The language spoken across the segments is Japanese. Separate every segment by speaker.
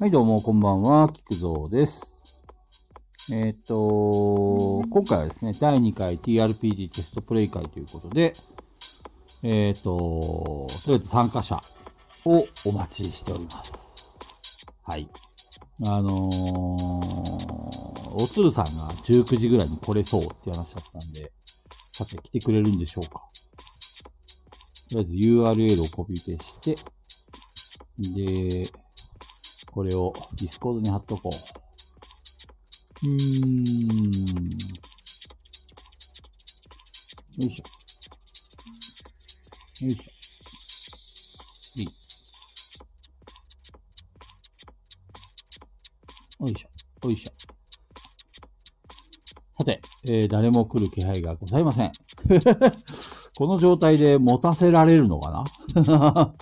Speaker 1: はい、どうも、こんばんは。菊蔵です。えーっ、と、今回はですね、第2回 TRPG テストプレイ会ということで、えーっ、と、とりあえず参加者をお待ちしております。はい。あのー、おつるさんが19時ぐらいに来れそうって話だったんで、さて来てくれるんでしょうか。とりあえず URL をコピペして、で、これをディスコードに貼っとこう。うーん。よいしょ。よいしょ。いい。よいしょ。よいしょ。さて、えー誰も来る気配がございません。 この状態で持たせられるのかな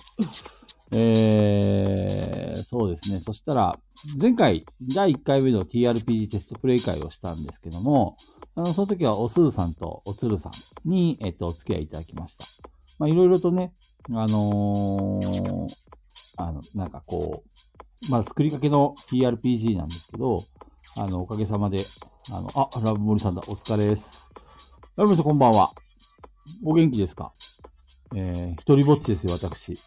Speaker 1: えー、そうですね。そしたら、前回、第1回目の TRPG テストプレイ会をしたんですけども、あの、その時はおすずさんとおつるさんに、えっと、お付き合いいただきました。まあ、いろいろとね、あのーあの、なんかこう、まあ、作りかけの TRPG なんですけど、あの、おかげさまで、あの、あ、ラブモリさんだ、お疲れです。ラブモリさん、こんばんは。お元気ですかえー、一人ぼっちですよ、私。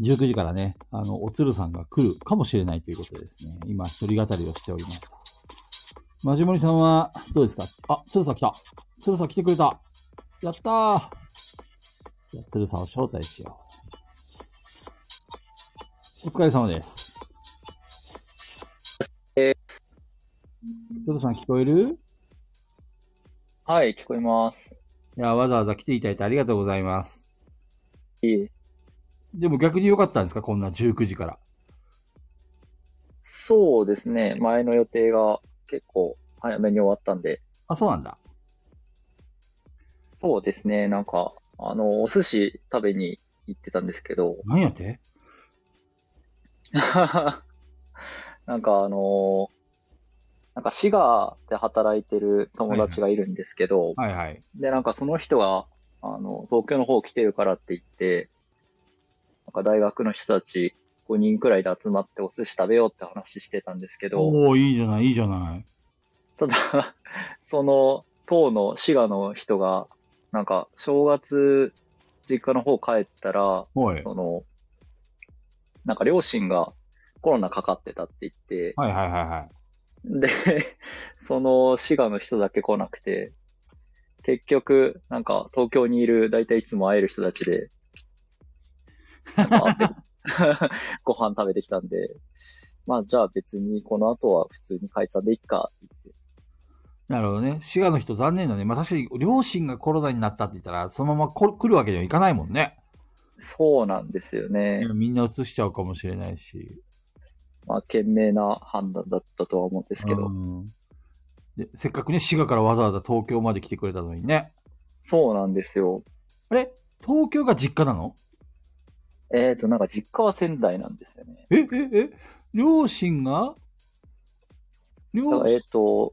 Speaker 1: 19時からね、あの、おつるさんが来るかもしれないということでですね、今、一人語りをしておりました。まじもりさんは、どうですかあ、つるさん来た。つるさん来てくれた。やったー。じゃあ、つるさんを招待しよう。お疲れ様です。
Speaker 2: え
Speaker 1: つるさん聞こえる
Speaker 2: はい、聞こえます。
Speaker 1: いや、わざわざ来ていただいてありがとうございます。
Speaker 2: いい。
Speaker 1: でも逆に良かったんですかこんな19時から。
Speaker 2: そうですね、前の予定が結構早めに終わったんで、
Speaker 1: あ、そうなんだ。、
Speaker 2: そうですね、なんか、あの、お寿司食べに行ってたんですけど
Speaker 1: 何やって
Speaker 2: なんかあの、なんか滋賀で働いてる友達がいるんですけど、
Speaker 1: はいはい。
Speaker 2: で、なんかその人が、あの、東京の方来てるからって言って、なんか大学の人たち5人くらいで集まってお寿司食べようって話してたんですけど、
Speaker 1: おおいいじゃない、いいじゃない。
Speaker 2: ただ、その、当の滋賀の人が、なんか、正月、実家の方帰ったら、
Speaker 1: おい。
Speaker 2: その、なんか両親がコロナかかってたって言って、
Speaker 1: はいはいはいはい。
Speaker 2: で、その滋賀の人だけ来なくて、結局、なんか東京にいる、だいたいいつも会える人たちで、なんか会って ご飯食べてきたんで、まあじゃあ別にこの後は普通に解散でいっかって言って、
Speaker 1: なるほどね。滋賀の人残念だね。まあ確かに両親がコロナになったって言ったら、そのままこ来るわけにはいかないもんね。
Speaker 2: そうなんですよね。
Speaker 1: みんな移しちゃうかもしれないし。
Speaker 2: まあ、賢明な判断だったとは思うんですけど、
Speaker 1: うんでせっかくね、滋賀からわざわざ東京まで来てくれたのにね。
Speaker 2: そうなんですよ。
Speaker 1: あれ東京が実家なの
Speaker 2: えっ、と、なんか実家は仙台なんですよね。
Speaker 1: えええ両親が両
Speaker 2: だからえっ、と、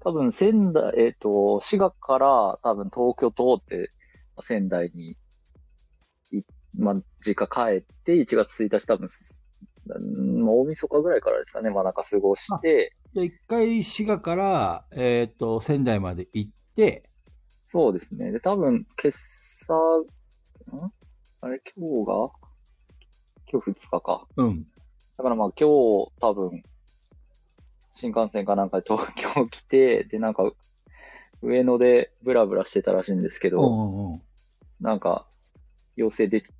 Speaker 2: 多分仙台、えっ、と、滋賀から多分東京通って仙台にい、まあ、実家帰って1月1日多分す、うん大晦日ぐらいからですかね、まあなんか過ごして、
Speaker 1: じゃあ一回滋賀から、えっ、と、仙台まで行って、
Speaker 2: そうですね。で、多分、今朝、んあれ、今日が今日2日か。
Speaker 1: うん。
Speaker 2: だからまあ今日多分、新幹線かなんかで東 京来て、でなんか上野でブラブラしてたらしいんですけ
Speaker 1: うん
Speaker 2: ど、
Speaker 1: うんうん。
Speaker 2: なんか陽性できち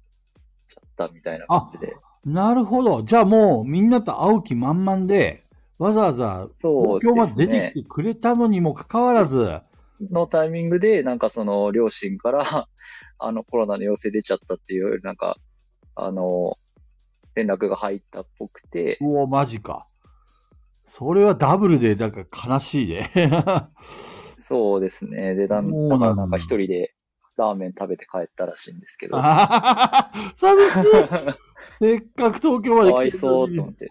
Speaker 2: ゃったみたいな感じで。
Speaker 1: なるほど。じゃあもうみんなと会う気満々で、わざわざ
Speaker 2: そ
Speaker 1: 東
Speaker 2: う
Speaker 1: 京
Speaker 2: で
Speaker 1: まです出て
Speaker 2: ね。
Speaker 1: きてくれたのにもかかわらず、
Speaker 2: のタイミングで、なんかその両親から、 あのコロナの陽性出ちゃったっていう、なんか、あの、連絡が入ったっぽくて、
Speaker 1: うお、マジか。それはダブルで、なんか悲しいで。
Speaker 2: そうですね。で、
Speaker 1: そ
Speaker 2: だん
Speaker 1: うな
Speaker 2: だ
Speaker 1: んだ
Speaker 2: からなんか一人でラーメン食べて帰ったらしいんですけど、か
Speaker 1: 寂し いせっかく東京まで
Speaker 2: わい
Speaker 1: 来ての
Speaker 2: そ
Speaker 1: に
Speaker 2: うと思って。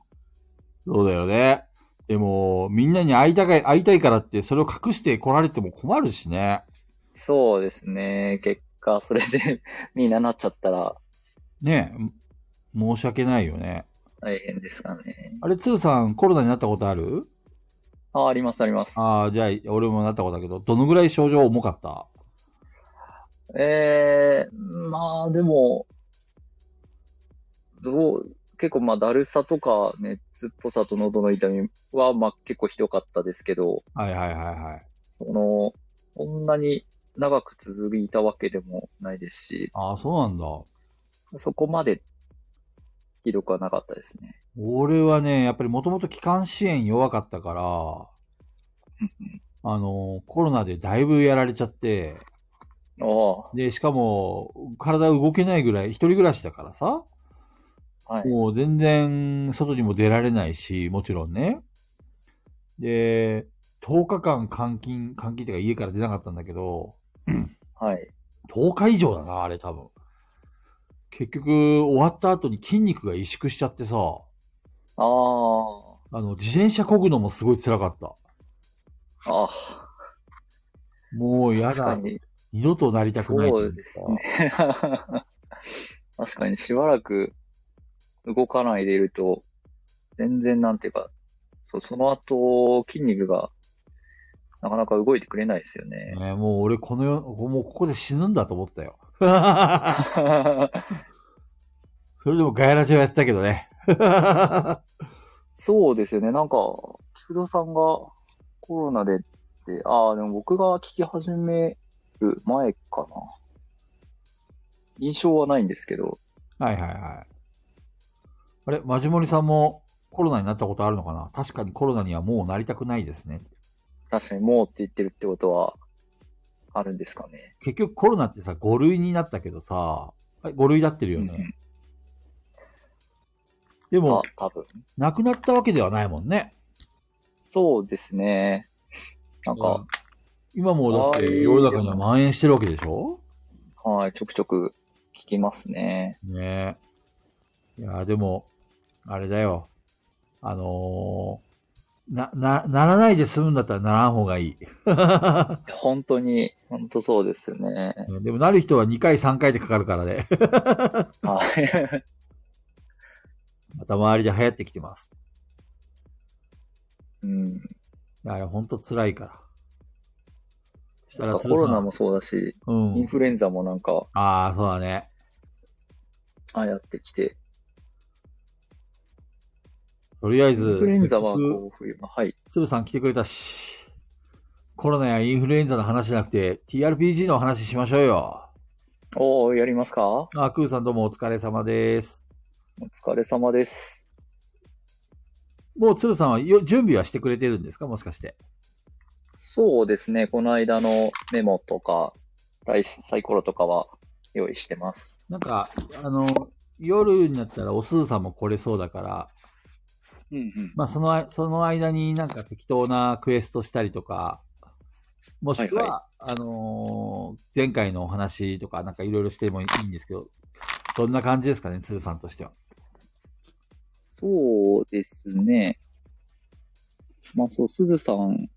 Speaker 1: そうだよね。でも、みんなに会いたかい、会いたいからって、それを隠して来られても困るしね。
Speaker 2: そうですね。結果、それでみんななっちゃったら、
Speaker 1: ねえ、申し訳ないよね。
Speaker 2: 大変ですかね。
Speaker 1: あれ、つーさん、コロナになったことある
Speaker 2: あ、あります、あります。
Speaker 1: ああ、じゃあ、俺もなったことだけど、どのぐらい症状重かった
Speaker 2: えー、まあ、でも、どう、結構まあ、だるさとか、熱っぽさと喉の痛みは、まあ、結構ひどかったですけど、
Speaker 1: はいはいはいはい。
Speaker 2: その、こんなに長く続いたわけでもないですし、
Speaker 1: ああ、そうなんだ。
Speaker 2: そこまでひどくはなかったですね。
Speaker 1: 俺はね、やっぱりもともと気管支炎弱かったから、 あの、コロナでだいぶやられちゃって、
Speaker 2: ああ、
Speaker 1: で、しかも、体動けないぐらい、一人暮らしだからさ、
Speaker 2: はい。
Speaker 1: もう全然外にも出られないし、もちろんね。で、10日間監禁、監禁っていうか家から出なかったんだけど、
Speaker 2: はい。
Speaker 1: 10日以上だな、あれ多分。結局、終わった後に筋肉が萎縮しちゃってさ、
Speaker 2: ああ、
Speaker 1: あの、自転車漕ぐのもすごい辛かった。
Speaker 2: ああ、
Speaker 1: もうや
Speaker 2: 確か
Speaker 1: だ。
Speaker 2: に。
Speaker 1: 二度となりたくないと
Speaker 2: そ
Speaker 1: 思った。
Speaker 2: うですね。 確かにしばらく動かないでいると、全然なんていうか、そうその後筋肉がなかなか動いてくれないですよね。
Speaker 1: ね。もう俺この世、もうここで死ぬんだと思ったよ。 それでもガヤラジオやってたけどね。
Speaker 2: そうですよね。なんか、菊蔵さんがコロナでって、ああ、でも僕が聞き始める前かな。印象はないんですけど、
Speaker 1: はいはいはい。あれ、マジモリさんもコロナになったことあるのかな確かにコロナにはもうなりたくないですね。
Speaker 2: 確かにもうって言ってるってことはあるんですかね。
Speaker 1: 結局コロナってさ、5類になったけどさ、5類だってるよ
Speaker 2: うんうん
Speaker 1: ね。でも
Speaker 2: あ、、多分。
Speaker 1: なくなったわけではないもんね。
Speaker 2: そうですね。なんか、
Speaker 1: 今もだって世の中には蔓延してるわけでしょ
Speaker 2: はい、ちょくちょく聞きますね。
Speaker 1: ねえ。いや、でも、あれだよ。あのーな、な、ならないで済むんだったらならん方がいい。
Speaker 2: 本当に、本当そうですよね。
Speaker 1: でもなる人は2回3回でかかるからね。
Speaker 2: はい。
Speaker 1: また周りで流行ってきてます。
Speaker 2: うん。
Speaker 1: いやあれほんと辛いから。そした
Speaker 2: なん
Speaker 1: ら
Speaker 2: か
Speaker 1: つ
Speaker 2: コ
Speaker 1: るさん
Speaker 2: ロナもそうだし、
Speaker 1: う
Speaker 2: イン
Speaker 1: ん。
Speaker 2: フルエンザもなんか、
Speaker 1: ああ、そうだね。
Speaker 2: ああやってきて、
Speaker 1: とりあえ
Speaker 2: イ
Speaker 1: ず、
Speaker 2: ンフルエンザは
Speaker 1: 結局
Speaker 2: こう、冬場、はい。
Speaker 1: つるさん来てくれたし、コロナやインフルエンザの話じゃなくて、TRPG の話しましょうよ。
Speaker 2: おー、やりますかお
Speaker 1: あー、クーさんどうもお疲れ様です。
Speaker 2: 疲れ様です。
Speaker 1: もう鶴さんはよ準備はしてくれてるんですかもしかして。
Speaker 2: そうですね、この間のメモとか、大しサイコロとかは用意してます。
Speaker 1: なんか、あの、夜になったらお鈴さんも来れそうだから、
Speaker 2: うんうん。
Speaker 1: まあそのあ、その間になんか適当なクエストしたりとか、もしくは、
Speaker 2: はい
Speaker 1: あのー前回のお話とかなんかいろいろしてもいいんですけど、どんな感じですかね、鶴さんとしては。
Speaker 2: そうですね。まあそう、すずさん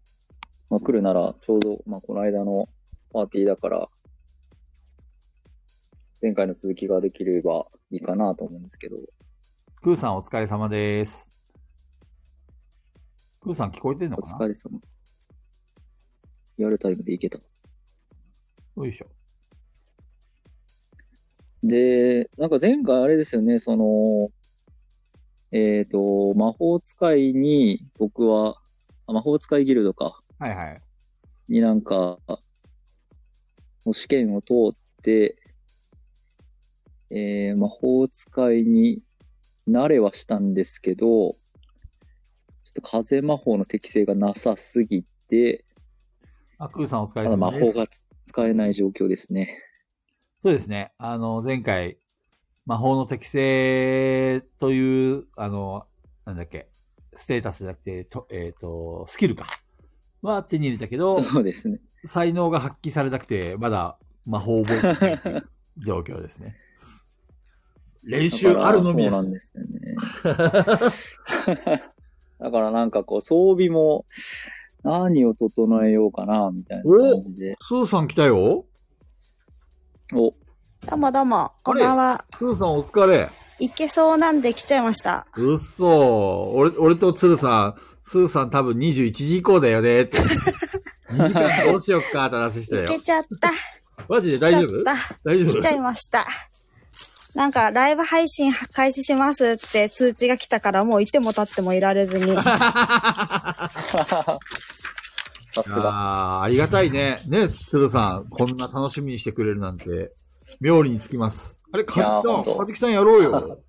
Speaker 2: が来るなら、ちょうど、まあこの間のパーティーだから、前回の続きができればいいかなと思うんですけど、
Speaker 1: クーさんお疲れ様です。クーさん聞こえてんの
Speaker 2: お
Speaker 1: かな
Speaker 2: 疲れ様。リアルタイムでいけた。
Speaker 1: よいしょ。
Speaker 2: で、なんか前回あれですよね、その、えっ、と、魔法使いに僕は、あ魔法使いギルドか、
Speaker 1: はいはい。
Speaker 2: になんか、もう試験を通って、えー、魔法使いになれはしたんですけど、ちょっと風魔法の適性がなさすぎて、
Speaker 1: あ、クーさんお疲れ
Speaker 2: ま
Speaker 1: 様
Speaker 2: だ魔
Speaker 1: です。
Speaker 2: 法が使えない状況ですね。
Speaker 1: そうですね。あの、前回、魔法の適性という、あの、なんだっけ、ステータスじゃなくて、とえっ、と、スキルか。は手に入れたけど、
Speaker 2: そうですね。
Speaker 1: 才能が発揮されなくて、まだ魔法を覚えてないっていう状況です ね。練習
Speaker 2: だから
Speaker 1: あるのみ
Speaker 2: そう
Speaker 1: です
Speaker 2: なんですよね。 だからなんかこう装備も何を整えようかな、みたいな感じで。
Speaker 1: スーさん来たよ
Speaker 2: お、
Speaker 3: どうもどうも、こ
Speaker 1: あ
Speaker 3: ん
Speaker 1: れ
Speaker 3: ばんは。
Speaker 1: スーさんお疲れ。
Speaker 3: いけそうなんで来ちゃいました。
Speaker 1: うっそ俺、俺と鶴さん、鶴さん多分21時以降だよねって。2時間どうしよっかって話して
Speaker 3: い
Speaker 1: た
Speaker 3: け
Speaker 1: よ。
Speaker 3: ちゃった。
Speaker 1: マジで
Speaker 3: 来
Speaker 1: 大
Speaker 3: ちゃ
Speaker 1: 丈
Speaker 3: っ
Speaker 1: 夫
Speaker 3: た。
Speaker 1: 大丈夫
Speaker 3: 来ちゃい ました。なんか、ライブ配信開始しますって通知が来たから、もういても立ってもいら れずに。
Speaker 2: さすが。
Speaker 1: ああ、ありがたいね。ね、鶴さん、こんな楽しみにしてくれるなんて、妙利につきます。あれ、カジキ
Speaker 2: い
Speaker 1: さん、
Speaker 2: やーほんと
Speaker 1: カジキさんやろうよ。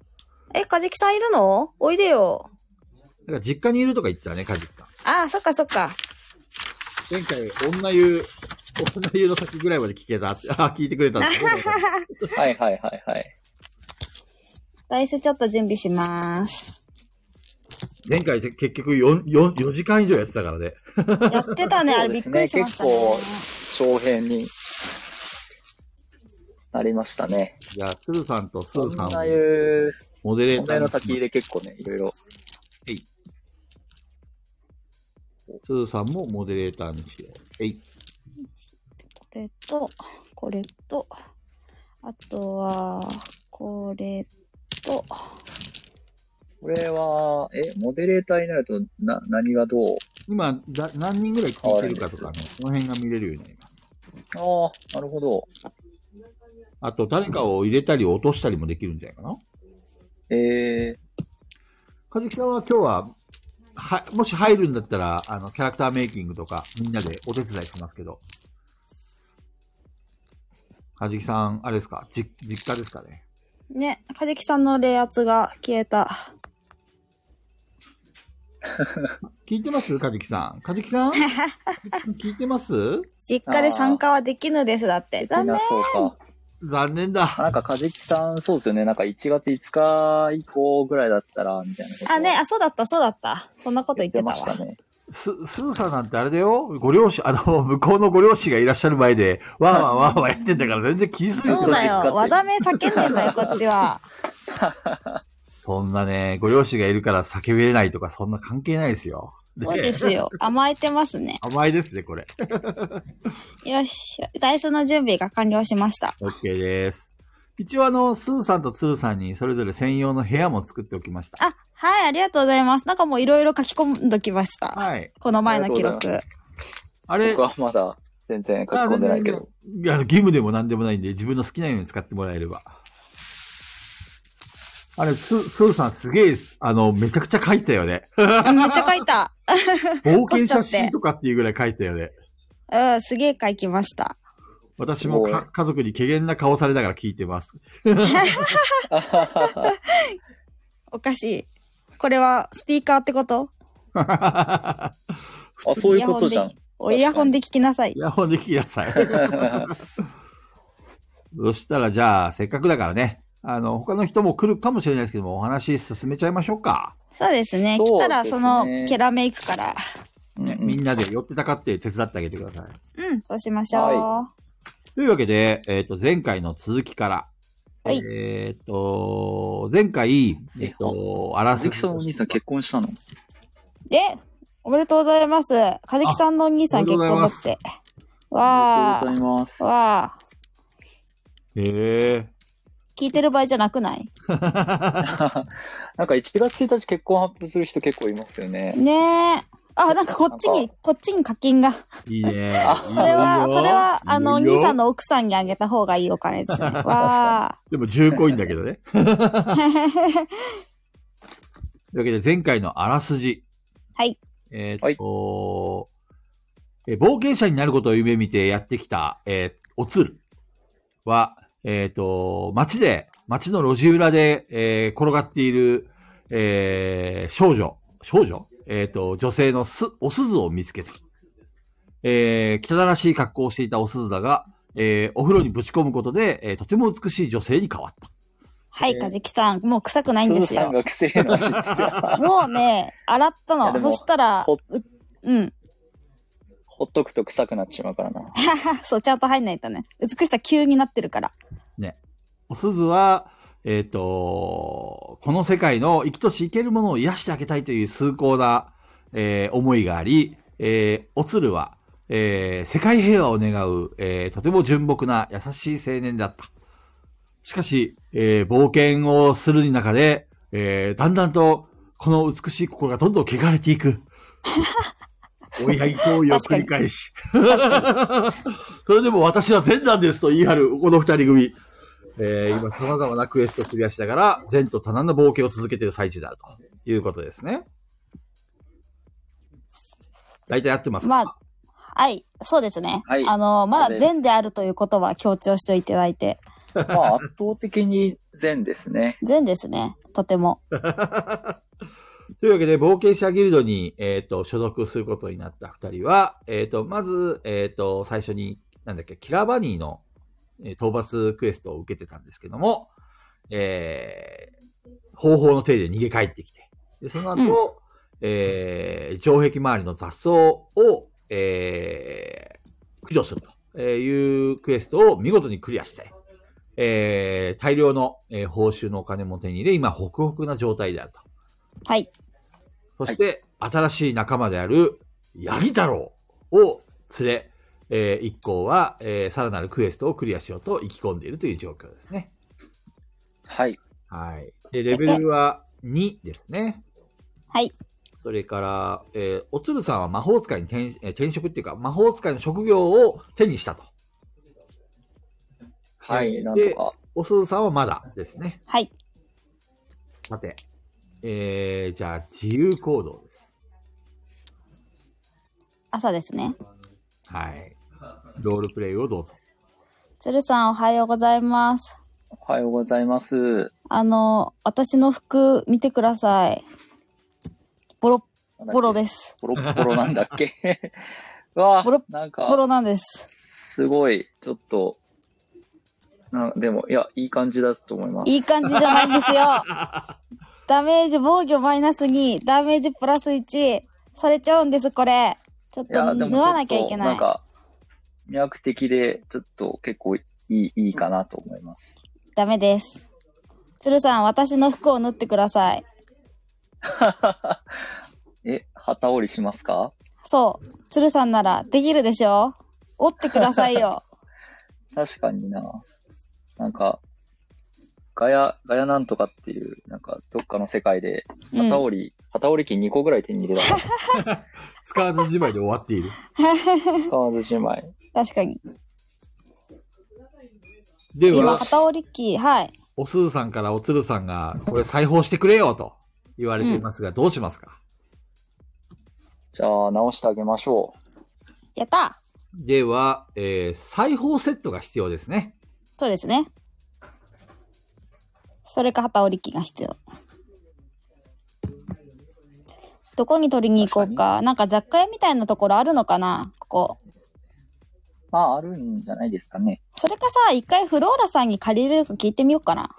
Speaker 3: え、かじきさんいるのおいでよ。
Speaker 1: なんか実家にいるとか言ってたね、カジキさん。
Speaker 3: ああ、そっかそっか。
Speaker 1: 前回、女湯、女湯の先ぐらいまで聞けたって、あー聞いてくれ たんだ。
Speaker 2: はいはいはいはい。
Speaker 3: ダイスちょっと準備します。
Speaker 1: 前回で結局4、4、4時間以上やってたからね。
Speaker 3: やってた ね、あれびっくりしましたね。
Speaker 2: そうですね結構、長編になりましたね。
Speaker 1: いや、鶴さんとス
Speaker 2: そ
Speaker 1: ー
Speaker 2: ん
Speaker 1: さん
Speaker 2: な
Speaker 1: を
Speaker 2: いう、
Speaker 1: モデレ
Speaker 2: そ
Speaker 1: ー
Speaker 2: ん
Speaker 1: ター
Speaker 2: ないうの
Speaker 1: に
Speaker 2: 先で結構ね、いろいろ。
Speaker 1: スーさんもモデレーターにして。えい。
Speaker 3: これと、これと、あとは、これと、
Speaker 2: これは、え、モデレーターになると、な、何がどう
Speaker 1: 今、だ何人ぐらい聞いてるかとかね、その辺が見れるようになります。
Speaker 2: ああ、なるほど。
Speaker 1: あと、誰かを入れたり落としたりもできるんじゃないかな。
Speaker 2: え
Speaker 1: かずきさんは今日は、は、もし入るんだったら、あの、キャラクターメイキングとか、みんなでお手伝いしますけど。かじきさん、あれですかじ、実家ですかね。
Speaker 3: ね、かじきさんの冷圧が消えた。
Speaker 1: 聞いてますかじきさん。かじきさん聞いてます
Speaker 3: 実家で参加はできぬです、だって。
Speaker 2: ー、み
Speaker 3: 残
Speaker 2: ん
Speaker 3: 念
Speaker 2: なそうか。
Speaker 1: 残念
Speaker 2: あ
Speaker 1: だ。
Speaker 2: なんか、かじきさん、そうですよね。なんか、1月5日以降ぐらいだったら、みたいなこと。
Speaker 3: あ、ね、、あ、そうだった、そうだった。そんなこと言ってた
Speaker 2: ま
Speaker 3: わ。
Speaker 2: したね。
Speaker 1: す、すーさんなんてあれだよご両親、あの、向こうのご両親がいらっしゃる前で、わーわーわーわーやってんだから全然気にする
Speaker 3: そうだ
Speaker 2: ずっと実家って
Speaker 3: よ。技名叫んでんだよ、こっち は。
Speaker 1: そんなね、ご両親がいるから叫べないとか、そんな関係ないですよ。
Speaker 3: そうですよ。甘えてますね。
Speaker 1: 甘いですね、これ。
Speaker 3: よし。ダイスの準備が完了しました。
Speaker 1: OK です。一応あの、スーさんとツルさんにそれぞれ専用の部屋も作っておきました。
Speaker 3: あ、はい、ありがとうございます。なんかもういろいろ書き込んどきました。
Speaker 1: はい。
Speaker 3: この前の記
Speaker 2: ありがとうござ
Speaker 3: 録
Speaker 2: い。
Speaker 1: あれ
Speaker 2: 僕はまだ、全然書き込んでないけど。
Speaker 1: いや、義務でも何でもないんで、自分の好きなように使ってもらえれば。あれ、ススーさんすげえ、あの、めちゃくちゃ書いてたよね。
Speaker 3: うんめっちゃ書いた。
Speaker 1: 冒険写真とかっていうぐらい書いてたよね。
Speaker 3: うん、すげえ書き ました。
Speaker 1: 私もか
Speaker 2: すごい
Speaker 1: 家族に怪げな顔されながら聞いてます。
Speaker 3: おかしい。これはスピーカーってこと
Speaker 1: イ
Speaker 2: あ、そういうことじゃん。
Speaker 3: おイヤホンで聞きなさい。
Speaker 1: ヤホンで聞きなさい。そしたら、じゃあ、せっかくだからね、あの、他の人も来るかもしれないですけども、お話進めちゃいましょうか。
Speaker 3: そうですね。
Speaker 2: そうですね
Speaker 3: 来たらそのキャラメイクから。
Speaker 2: うん うん
Speaker 1: みんなで寄ってたかって手伝ってあげてください。
Speaker 3: うん、そうしましょう。
Speaker 2: は
Speaker 1: というわけで、えっ、と、前回の続きから。
Speaker 3: はい
Speaker 1: えっ、と、前回、えっ、と、あら
Speaker 2: か
Speaker 1: す
Speaker 2: じきさんのお兄さん結婚したの
Speaker 3: え、おめでとうございます。かずきさんのお兄さ
Speaker 1: あ
Speaker 3: ん
Speaker 1: お
Speaker 3: 結
Speaker 1: めでとう
Speaker 3: 婚
Speaker 1: ございま
Speaker 3: だっ
Speaker 1: す
Speaker 3: て。
Speaker 2: ありが
Speaker 3: わ
Speaker 2: とうございます
Speaker 3: あ、。わあ、
Speaker 1: ええ
Speaker 3: 聞いてる場合じゃなくない
Speaker 2: なんか1月1日結婚発表する人結構いますよね。
Speaker 3: ねえ。あ、なんかこっちに、こっちに課金が。
Speaker 1: いいね。
Speaker 3: それは、
Speaker 1: いいよ
Speaker 3: それは、あの、お
Speaker 1: いいよ
Speaker 3: 兄さんの奥さんにあげた方がいいお金です ね。わあ。
Speaker 1: でも重厚いんだけどね。というわけで、前回のあらすじ。
Speaker 3: はい。
Speaker 1: えーっと、えー冒険者になることを夢見てやってきた、えーおつるは、えーっと、街で、街の路地裏で、えー転がっている、えー少女、少女えーっと、女性のす、お鈴を見つけた。えー汚らしい格好をしていたお鈴だが、えーお風呂にぶち込むことで、えーとても美しい女性に変わった。
Speaker 3: は
Speaker 2: え
Speaker 3: い、
Speaker 2: ー
Speaker 3: かじきさん、もう臭くないん
Speaker 2: す
Speaker 3: で
Speaker 2: ず
Speaker 3: す
Speaker 2: さん
Speaker 3: よ。
Speaker 2: が癖のは知ってる。
Speaker 3: もうね、洗った
Speaker 2: いやで
Speaker 3: の。
Speaker 2: も
Speaker 3: そしたら、
Speaker 2: ほっ
Speaker 3: ううん。
Speaker 2: ほっとくと臭くなっちまうからな。
Speaker 3: そう、ちゃんと入んないとね。美しさ急になってるから。
Speaker 1: お鈴は、えっ、と、この世界の生きとし生けるものを癒してあげたいという崇高な、えー思いがあり、えーおつるは、えー世界平和を願う、えーとても純朴な優しい青年だった。しかし、えー冒険をする中で、えーだんだんと、この美しい心がどんどん汚れていく。追い上げ行為を繰り返し。 それでも私は善なんですと言い張る、この二人組。えー今、様々なクエストをクリアしながら、善と多難な冒険を続けている最中であるということですね。大体合ってますか、
Speaker 3: まあ、はい、そうですね。
Speaker 2: はい
Speaker 3: あの、
Speaker 2: そう
Speaker 3: まだ
Speaker 2: です
Speaker 3: 善であるということは強調していただいて、
Speaker 2: ま あ、圧倒的に善ですね。
Speaker 3: 善ですね。とても。
Speaker 1: というわけで、冒険者ギルドに、えっ、と、所属することになった二人は、えっ、と、まず、えっ、と、最初に、なんだっけ、キラバニーの、えー討伐クエストを受けてたんですけども、えー方法の手で逃げ帰ってきて、で、その後、えー城壁周りの雑草を、えー、駆除するというクエストを見事にクリアして、えー大量の、えー報酬のお金も手に入れ、今、ホクホクな状態であると。
Speaker 3: はい。
Speaker 1: そして、新しい仲間である、ヤギ太郎を連れ、えー一行は、えーさらなるクエストをクリアしようと意気込んでいるという状況ですね。
Speaker 2: はい。
Speaker 1: はい。で、レベルは2ですね。
Speaker 3: はい。
Speaker 1: それから、えーおつるさんは魔法使いに転,、えー転職っていうか、魔法使いの職業を手にしたと。
Speaker 2: はい、
Speaker 1: で
Speaker 2: なんとか。
Speaker 1: おすずさんはまだですね。
Speaker 3: はい。
Speaker 1: さて。えー、じゃあ、自由行動です。
Speaker 3: 朝ですね。
Speaker 1: はい。ロールプレイをどうぞ。
Speaker 3: 鶴さんおはようございます。
Speaker 2: おはようございます。
Speaker 3: あの、私の服見てください。ボロッボ
Speaker 2: す。
Speaker 3: ロです。
Speaker 2: ボロッボロなんだっけ うわ
Speaker 3: ボロッ
Speaker 2: なん
Speaker 3: ボ
Speaker 2: か、
Speaker 3: ロなんです。
Speaker 2: すごい、ちょっと、なでも、いや、いい感じだと思います。
Speaker 3: いい感じじゃないんですよ。 ダメージ防御マイナス2、ダメージプラス1、されちゃうんです、これ。ちょっ
Speaker 2: い
Speaker 3: と
Speaker 2: や、でもちょっ
Speaker 3: 縫
Speaker 2: と
Speaker 3: わなきゃいけ
Speaker 2: な
Speaker 3: なんい。
Speaker 2: か、魅惑的で、ちょっと結構いい、いいかなと思います。
Speaker 3: ダメです。鶴さん、私の服を縫ってください。
Speaker 2: え、旗折りしますか
Speaker 3: そう、鶴さんならできるでしょ折ってください よ。
Speaker 2: 確かにな。なんか、ガヤ、ガヤなんとかっていう、なんか、どっかの世界で、
Speaker 3: うん
Speaker 2: 旗折り、旗折り機2個ぐらい手に入れた の。
Speaker 1: 使わずじまいで終わっている。
Speaker 2: 使わずじまい。
Speaker 3: 確かに。
Speaker 1: で
Speaker 3: 今、
Speaker 1: は、
Speaker 3: 片折り機、はい。
Speaker 1: おすずさんからおつるさんが、これ裁縫してくれよと言われていますが、どうしますか
Speaker 2: じゃあ、直してあげましょう。
Speaker 3: やった
Speaker 1: では、えー裁縫セットが必要ですね。
Speaker 3: そうですね。それか旗折り機が必要。どこに取りに行こうか。なんか雑貨屋みたいなところあるのかなここ。
Speaker 2: まあ、あるんじゃないですかね。
Speaker 3: それかさ、一回フローラさんに借りれるか聞いてみようかな。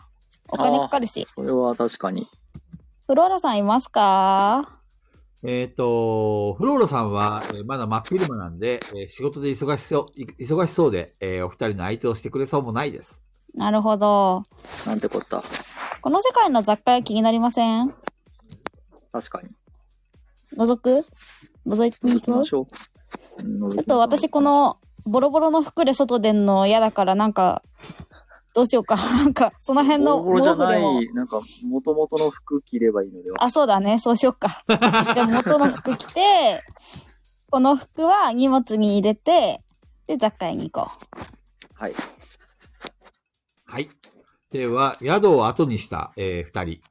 Speaker 3: お金かかるし。
Speaker 2: それは確かに。
Speaker 3: フローラさんいますか
Speaker 1: えっ、と、フローラさんは、えーまだ真っ昼間なんで、えー仕事で忙しそう、い忙しそうで、えーお二人の相手をしてくれそうもないです。
Speaker 3: なるほど。
Speaker 2: なんてこった。
Speaker 3: この世界の雑貨屋気になりません
Speaker 2: 確かに。
Speaker 3: 覗く覗いて
Speaker 2: 行
Speaker 3: み
Speaker 2: きま
Speaker 3: く
Speaker 2: しょう。
Speaker 3: ちょっと私このボロボロの服で外出んの嫌だからなんかどうしようか なんかその辺の
Speaker 2: ボロボロじゃ
Speaker 3: 毛布
Speaker 2: な
Speaker 3: でも
Speaker 2: い、なんか、元々の服着ればいいのでは。
Speaker 3: あそうだねそうしよう かで元の服着てこの服は荷物に入れてで雑貨屋に行こ
Speaker 2: はい。
Speaker 1: はい。では、宿を後にした、えー二人。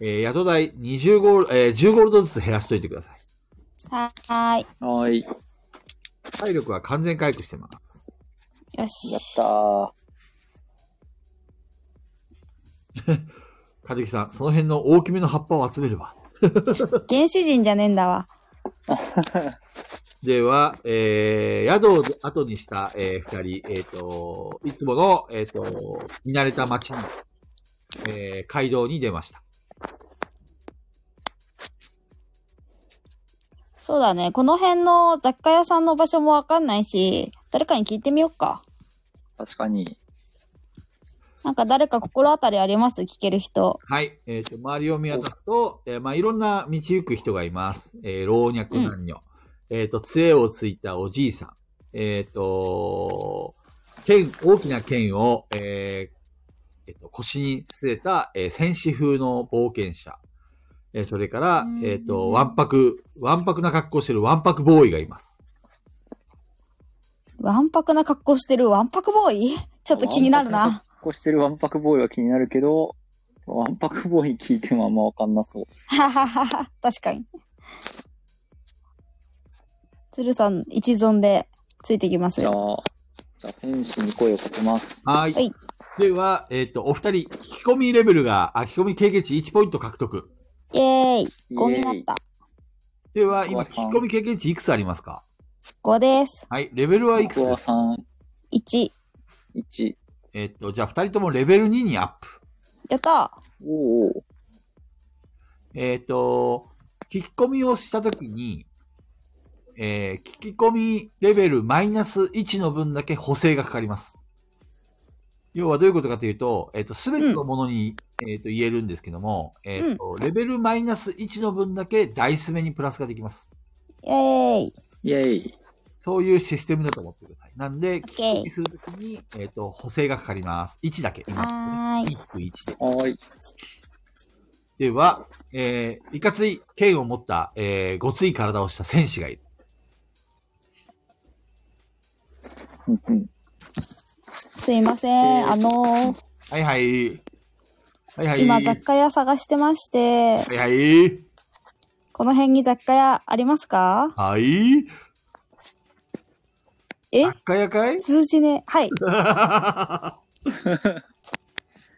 Speaker 1: えー宿代20ゴール、えー10ゴールドずつ減らしといてください。
Speaker 3: うはーい
Speaker 2: はーい。やっ
Speaker 1: 体力は完全回復してます。
Speaker 3: よした
Speaker 2: ー。
Speaker 1: かずきさん、その辺の大きめの葉っぱを集めれば。
Speaker 3: 原始人じゃねえんだわ
Speaker 1: では、えー、宿を後にした、えー二人、えっ、と、いつもの、えっ、と、見慣れた街に、えー街道に出ました。
Speaker 3: そうだねこの辺の雑貨屋さんの場所もわかんないし誰かに聞いてみようか
Speaker 2: 確かに。
Speaker 3: なんか誰か心当たりあります聞ける人
Speaker 1: はい。えっ、と、周りを見渡すと、えーまあ、いろんな道行く人がいます。えー老若男女。えっ、と、杖をついたおじいさん。えっ、と、剣、大きな剣を、えーえっと、腰に据えた、えー戦士風の冒険者。えーそれから
Speaker 3: う、ん
Speaker 1: えっと、わんぱく、わんぱくな格好してるわんぱくボーイがいます。
Speaker 3: わんぱくな格好してるわんぱくボーイちょっと気になる
Speaker 2: わん
Speaker 3: な。
Speaker 2: ぱく格好してるワンパクボーイは気になるけど、ワンパクボーイ聞いてもあんまわかんなそう。
Speaker 3: 確かに。鶴さん、一存でついてきます
Speaker 2: じゃあ
Speaker 3: よ。、
Speaker 2: じゃあ戦士に声をかけます。
Speaker 1: はい。
Speaker 3: はい
Speaker 1: では、えっと、お二人、聞き込みレベルが、あ、聞き込み経験値1ポイント獲得。
Speaker 3: イェーイ
Speaker 2: イエ
Speaker 3: !5 になっ
Speaker 2: ーイ
Speaker 3: た。
Speaker 1: では、今、
Speaker 2: わ
Speaker 1: 聞
Speaker 2: さ
Speaker 1: き
Speaker 2: ん
Speaker 1: 込み経験値いくつありますか
Speaker 3: 5です。
Speaker 1: はい。レベルはいくつ
Speaker 2: 僕は
Speaker 1: です
Speaker 2: 3、
Speaker 3: 1。
Speaker 2: 1。
Speaker 1: えっと、じゃあ、二人ともレベル2にアップ。
Speaker 3: やった
Speaker 2: おうおう。
Speaker 1: えっ、と、聞き込みをしたときに、えー聞き込みレベルマイナス1の分だけ補正がかかります。要はどういうことかというと、えっ、と、すべてのものに、えっ、と、言えるんですけども、えっ、と、レベルマイナス1の分だけダイス目にプラスができます。
Speaker 3: イェーイ
Speaker 2: イェイ。
Speaker 1: そういうシステムだと思ってください。なんで、聞き
Speaker 3: !OK!
Speaker 1: 込みするときに、えっ、と、補正がかかります。1だけ。
Speaker 3: はーい。
Speaker 1: 1と1で。
Speaker 2: はーい。
Speaker 1: では、えー、いかつい剣を持った、えー、ごつい体をした戦士がいる。
Speaker 2: うんうん
Speaker 3: すいません。あのー、
Speaker 1: はいはい。はいはい。
Speaker 3: 今雑貨屋探してまして、
Speaker 1: はいはい。
Speaker 3: この辺に雑貨屋ありますか
Speaker 1: はい。
Speaker 3: え
Speaker 1: 雑貨屋 かい
Speaker 3: 通じね。はい。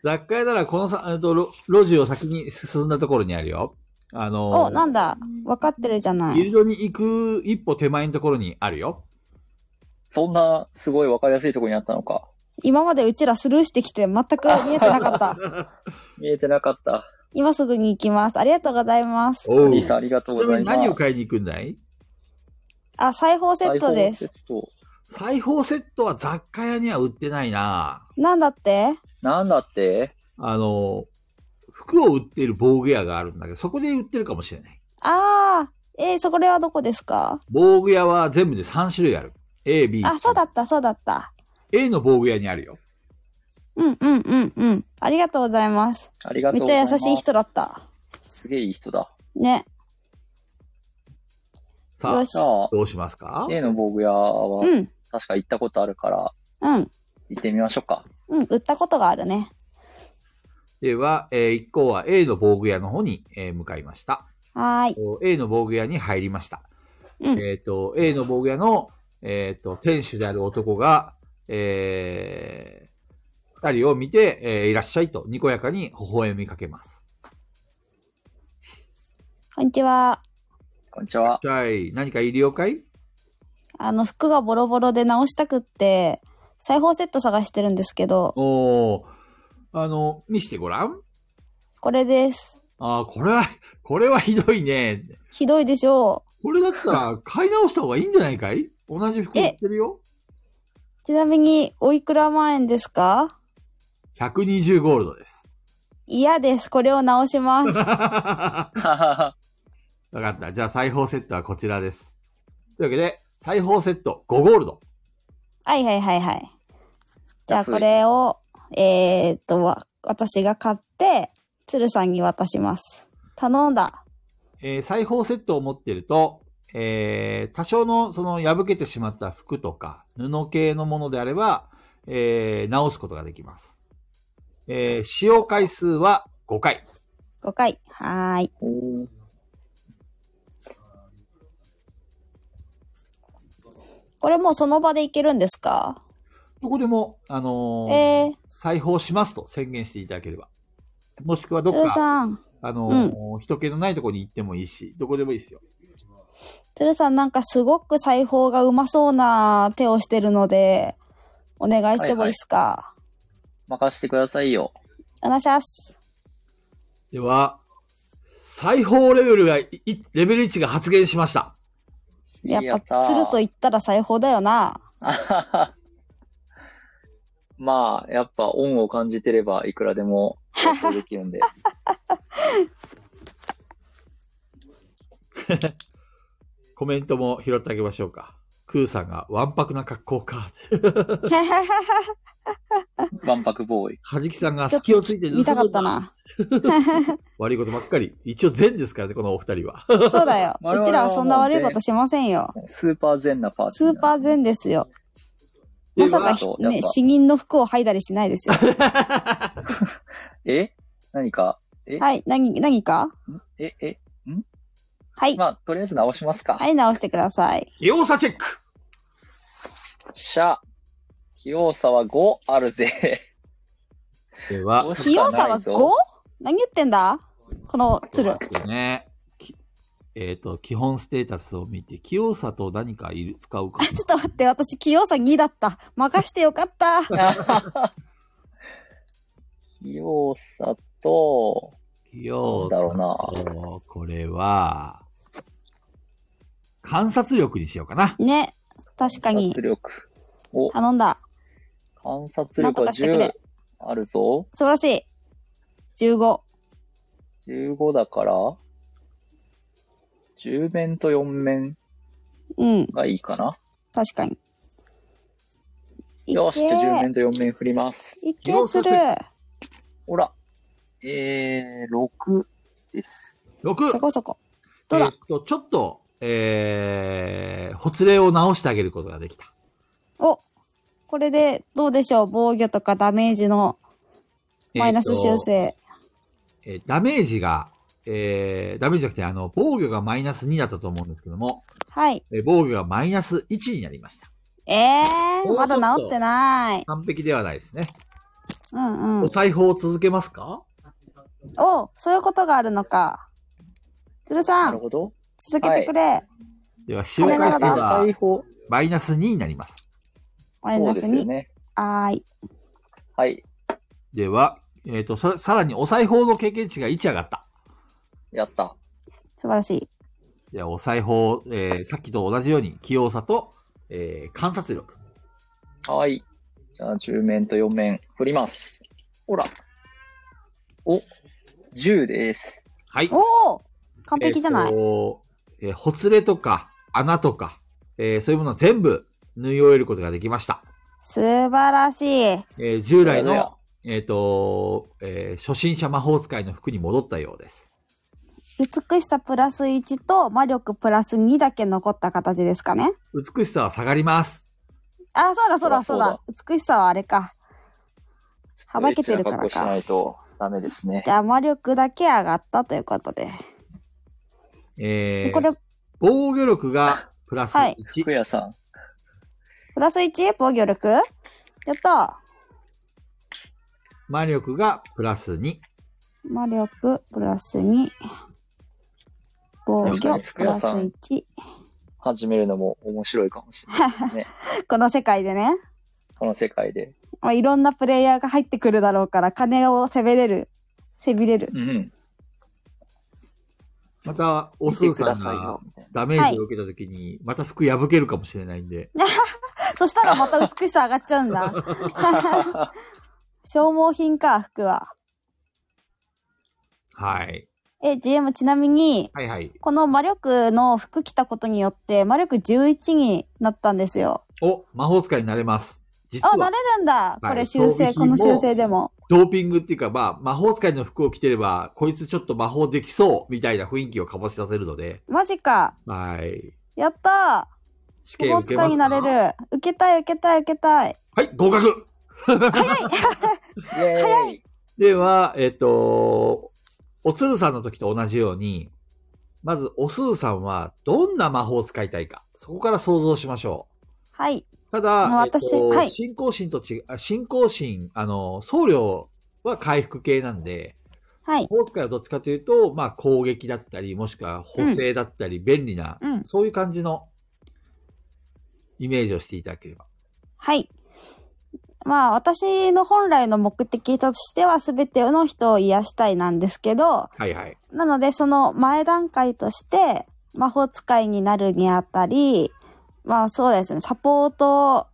Speaker 1: 雑貨屋ならこのさ、えっと、路路地を先に進んだところにあるよ。あの
Speaker 3: お、なんだ。わかってるじゃな
Speaker 1: ギ
Speaker 3: い。
Speaker 1: ルドに行く一歩手前のところにあるよ。
Speaker 2: そんな、すごいわかりやすいとこにあったのか。
Speaker 3: 今までうちらスルーしてきて全く見えてなかった。
Speaker 2: 見えてなかった。
Speaker 3: 今すぐに行きます。ありがとうございます。
Speaker 1: お
Speaker 2: リー
Speaker 1: ち
Speaker 2: さん、
Speaker 1: な
Speaker 2: ありがとうご
Speaker 1: み
Speaker 2: ざい
Speaker 1: に
Speaker 2: ます。
Speaker 1: 何を買いに行くんだい
Speaker 3: あ、裁縫セットで
Speaker 2: セッ
Speaker 3: す。
Speaker 2: ト。
Speaker 1: 裁縫セットは雑貨屋には売ってないな
Speaker 3: なんだって
Speaker 2: なんだって
Speaker 1: あの、服を売ってる防具屋があるんだけど、そこで売ってるかもしれない。
Speaker 3: ああ、えー、そこれはどこですか
Speaker 1: 防具屋は全部で3種類ある。A、B。
Speaker 3: あ、そうだった、そうだった。
Speaker 1: A の防具屋にあるよ。
Speaker 3: うんうんうんうん。ありがとうございます。
Speaker 2: ありがと
Speaker 3: め
Speaker 2: う
Speaker 3: っ
Speaker 2: ご
Speaker 3: ち
Speaker 2: ざい
Speaker 3: ゃ
Speaker 2: ます。
Speaker 3: 優しい。人だった。
Speaker 2: すげえいい人だ。
Speaker 3: ね。
Speaker 1: さあ
Speaker 3: よ、し
Speaker 2: じゃあ、
Speaker 1: どうしますか
Speaker 2: A の防具屋は
Speaker 3: うん、
Speaker 2: 確か行ったことあるから、
Speaker 3: うん、
Speaker 2: 行ってみましょうか。
Speaker 3: うん。売ったことがあるね。
Speaker 1: では、えー一行は A の防具屋の方に、えー向かいました。
Speaker 3: はーい。
Speaker 1: お A の防具屋に入りました。
Speaker 3: うん
Speaker 1: えっ、と、A の防具屋の、えっ、と、店主である男が、えー二人を見て、えーいらっしゃいと、にこやかに微笑みかけます。
Speaker 3: こんにちは。
Speaker 2: こんにちは。
Speaker 1: じゃあ、何かいるよかい
Speaker 3: あの、服がボロボロで直したくって、裁縫セット探してるんですけど、
Speaker 1: おーあの、見してごらん。
Speaker 3: これです。
Speaker 1: ああ、これは、これはひどいね。
Speaker 3: ひどいでしょう。
Speaker 1: これだったら買い直した方がいいんじゃないかい同じ服売ってるよ。
Speaker 3: ちなみに、おいくら万円ですか
Speaker 1: 120ゴールドです。
Speaker 3: 嫌です。これを直します。
Speaker 1: わ
Speaker 2: ははは。
Speaker 1: かった。じゃあ裁縫セットはこちらです。というわけで、裁縫セット5ゴールド。
Speaker 3: はいはいはいはい。じゃあ
Speaker 2: 安い
Speaker 3: これを、えー、っと、わ私が買って、鶴さんに渡します。頼んだ。
Speaker 1: えー裁縫セットを持ってると、えー多少のその破けてしまった服とか布系のものであれば、えー直すことができます。えー使用回数は5回。
Speaker 3: 5回。はーい。
Speaker 2: おー
Speaker 3: これもうその場でいけるんですか
Speaker 1: どこでも、あのー
Speaker 3: え
Speaker 1: 裁縫しますと宣言していただければ。もしくは
Speaker 3: ー、
Speaker 1: どこ
Speaker 3: 鶴
Speaker 1: か、
Speaker 3: さん。
Speaker 1: あのー人気のないところに行ってもいいし、どこでもいいですよ。
Speaker 3: 鶴さんなんかすごく裁縫がうまそうな手をしてるので、お願いしてもいいですか、
Speaker 2: 任してくださいよ。
Speaker 3: お願いします。
Speaker 1: では、裁縫レベルがい、いレベル1が発言しました。
Speaker 3: や
Speaker 2: や
Speaker 3: っ
Speaker 2: った
Speaker 3: ぱ
Speaker 2: ー
Speaker 3: 鶴と言ったら裁縫だよ な。
Speaker 2: あはは まあ、やっぱ恩を感じてればいくらで も投稿できるんで。
Speaker 1: コメントも拾ってあげましょうか。クーさんが、わんぱくな格好か。
Speaker 2: 万博ボーイ。
Speaker 1: はじきさんが
Speaker 3: ちょっ
Speaker 1: 隙をついて
Speaker 3: 見たかった。な。
Speaker 1: 悪いことばっかり。一応善ですからね、このお二人は。
Speaker 3: そうだ よ。
Speaker 2: 我々はもう
Speaker 3: うちらはそんな悪いことしませんよ。
Speaker 2: スーパー全なパーティ
Speaker 3: スーパーゼンですよ。まさかひ
Speaker 2: そう、やっ
Speaker 3: ね、
Speaker 2: ぱ
Speaker 3: 死人の服を剥いだりしないですよ。
Speaker 2: ー。え何かえ
Speaker 3: はい、何、何か
Speaker 2: ええ
Speaker 3: はい。
Speaker 2: まあ、とりあえず直しますか。
Speaker 3: はい、直してください。
Speaker 1: 要査チェック
Speaker 2: しゃ。器用さは5あるぜ。
Speaker 1: では、
Speaker 2: 5
Speaker 3: 器
Speaker 2: しか
Speaker 3: 用さ
Speaker 2: な
Speaker 3: はい 5?
Speaker 2: ぞ。
Speaker 3: 何言ってんだこの鶴。
Speaker 1: ね。きえっ、と、基本ステータスを見て、器用さと何かいる使うか
Speaker 3: あ、。ちょっと待って、私、器用さ2だった。任してよ かった。
Speaker 2: 器用さと、
Speaker 1: 器用さ
Speaker 2: なんだろ
Speaker 1: と、これは、観察力にしようかな。
Speaker 3: ね、確か
Speaker 2: 観
Speaker 3: に
Speaker 2: 察。力。お、
Speaker 3: 頼んだ。
Speaker 2: 観察力は
Speaker 3: なんとか
Speaker 2: 10
Speaker 3: して
Speaker 2: あるぞ。
Speaker 3: 素晴らしい。15。
Speaker 2: 15だから、10面と4面
Speaker 3: うん、
Speaker 2: がいいかな。
Speaker 3: 確かに。いけ
Speaker 2: よし、じゃあ10
Speaker 3: ー。
Speaker 2: 面と4面振ります。
Speaker 3: いけー、鶴。
Speaker 2: ほら。えー、6です。
Speaker 1: 6!
Speaker 3: そこそこ。どうだ
Speaker 1: えーっと、ちょっと、えー、ほつれを直してあげることができた。
Speaker 3: お、これでどうでしょう防御とかダメージのマイナス修
Speaker 1: えーっ
Speaker 3: 正。
Speaker 1: と。えーダメージが、えー、ダメージじゃなくて、あの、防御がマイナス2だったと思うんですけども、
Speaker 3: はい。
Speaker 1: えー防御がマイナス1になりました。
Speaker 3: ええ
Speaker 1: も
Speaker 3: ー、
Speaker 1: うちょ
Speaker 3: ま
Speaker 1: っと
Speaker 3: だ治ってない。
Speaker 1: 完璧ではないですね。
Speaker 3: うんう
Speaker 1: お
Speaker 3: ん。
Speaker 1: 裁縫を続けますか
Speaker 3: お、そういうことがあるのか。鶴さ
Speaker 2: なる
Speaker 3: ん、
Speaker 2: ほど。
Speaker 3: 続けてくれ。
Speaker 1: では、収
Speaker 3: こ
Speaker 1: 穫
Speaker 3: れなら
Speaker 1: で
Speaker 3: だ
Speaker 1: は
Speaker 2: 裁、縫。
Speaker 1: マイナス2になります。
Speaker 3: マイ
Speaker 2: そう
Speaker 3: ナ
Speaker 2: で
Speaker 3: ス
Speaker 2: すよ
Speaker 3: 2。
Speaker 2: ね。
Speaker 3: はーい。
Speaker 2: はい。
Speaker 1: では、えっ、と、ささらにお裁縫の経験値が1上がった。
Speaker 2: やった。
Speaker 3: 素晴らしい。
Speaker 1: では、お裁縫、えー、さっきと同じように、器用さと、えー、観察力。
Speaker 2: はい。じゃあ、10面と4面振ります。ほら。お、10です。
Speaker 1: はい。
Speaker 3: おお完璧じゃな
Speaker 1: え
Speaker 3: い、
Speaker 1: ーとえーほつれとか、穴とか、えーそういうものは全部縫い終えることができました。
Speaker 3: 素晴らしい。
Speaker 1: えー従来
Speaker 2: どうだ
Speaker 1: の、えっ、と、えー初心者魔法使いの服に戻ったようです。
Speaker 3: 美しさプラス1と魔力プラス2だけ残った形ですかね。
Speaker 1: 美しさは下がります。
Speaker 3: あ、そうだそうだ
Speaker 2: そ
Speaker 3: そう
Speaker 2: うだ
Speaker 3: だ。美しさはあれか。はばけてるから
Speaker 2: ちょっとエ
Speaker 3: か
Speaker 2: ッチな格好しないとダメですね
Speaker 3: じ。ゃあ魔力だけ上がったということで。
Speaker 1: え
Speaker 3: で
Speaker 1: ー
Speaker 3: これ、
Speaker 1: 防御力がプラス1。
Speaker 3: はい
Speaker 2: 服屋さん。
Speaker 3: プラス 1? 防御力やった
Speaker 1: 魔力がプラス2。
Speaker 3: 魔力プラス2。防
Speaker 2: 確か
Speaker 3: 御
Speaker 2: に
Speaker 3: プラス
Speaker 2: 服屋さん
Speaker 3: 1。
Speaker 2: 始めるのも面白いかもしれないですね。
Speaker 3: この世界でね、
Speaker 2: この世界で。
Speaker 3: まあ、いろんなプレイヤーが入ってくるだろうから、金をせべれる。せびれる。
Speaker 2: うん。
Speaker 1: また、お
Speaker 2: 見
Speaker 1: す
Speaker 2: て
Speaker 1: ー
Speaker 2: く
Speaker 1: さ
Speaker 2: だ
Speaker 1: ん
Speaker 2: さい
Speaker 1: が
Speaker 2: よ。みたいな
Speaker 1: ダメージを受けた時に、また服破けるかもしれないんで、
Speaker 3: そしたらまた美しさ上がっちゃうんだ。 消耗品か、服は。
Speaker 1: はい。
Speaker 3: え、GM ちなみに、
Speaker 1: はいはい。
Speaker 3: この魔力の服着たことによって、魔力11になったんですよ。
Speaker 1: お、魔法使いになれます。実
Speaker 3: あ、な
Speaker 1: は
Speaker 3: れ、るんだ。これ修正、
Speaker 1: はい
Speaker 3: この修正でも。
Speaker 1: ドーピングっていうか、まあ、魔法使いの服を着てれば、こいつちょっと魔法できそう、みたいな雰囲気を醸し出せるので、
Speaker 3: マジか。
Speaker 1: はい。
Speaker 3: やった
Speaker 1: 試
Speaker 3: ー
Speaker 1: 験
Speaker 3: 魔法
Speaker 1: 受けま
Speaker 3: 使い
Speaker 1: す
Speaker 3: にな
Speaker 1: か
Speaker 3: れる。受けたい、受けたい、受けたい。
Speaker 1: はい、合格
Speaker 2: イエーイ
Speaker 1: では、えっと、おつるさんの時と同じように、まず、おすーさんは、どんな魔法を使いたいか、そこから想像しましょう。
Speaker 3: はい。
Speaker 1: ただ、
Speaker 3: もう私
Speaker 1: えっと
Speaker 3: はい
Speaker 1: 信仰心と違う、あ信仰心、あの、僧侶は回復系なんで、
Speaker 3: はい。
Speaker 1: 魔法使いはどっちかというと、まあ攻撃だったり、もしくは補正だったり、便利な、
Speaker 3: うん。
Speaker 1: そういう感じのイメージをしていただければ。
Speaker 3: はい。まあ、私の本来の目的としては、すべての人を癒したいなんですけど、
Speaker 1: はいはい。
Speaker 3: なので、その前段階として、魔法使いになるにあたり、まあそうですね、サポート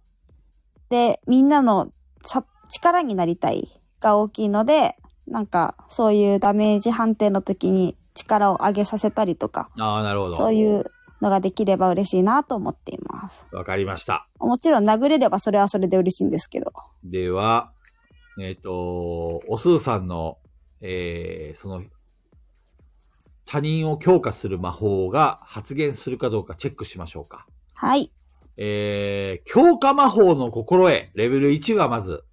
Speaker 3: でみんなのさ力になりたいが大きいので、なんかそういうダメージ判定の時に力を上げさせたりとか、
Speaker 1: ああ、なるほど。
Speaker 3: そういうのができれば嬉しいなと思っています。
Speaker 1: わかりました。
Speaker 3: もちろん殴れればそれはそれで嬉しいんですけど。
Speaker 1: では、えっ、と、おすーさんの、えー、その、他人を強化する魔法が発現するかどうかチェックしましょうか。
Speaker 3: はい。
Speaker 1: えー、強化魔法の心得、レベル1がまず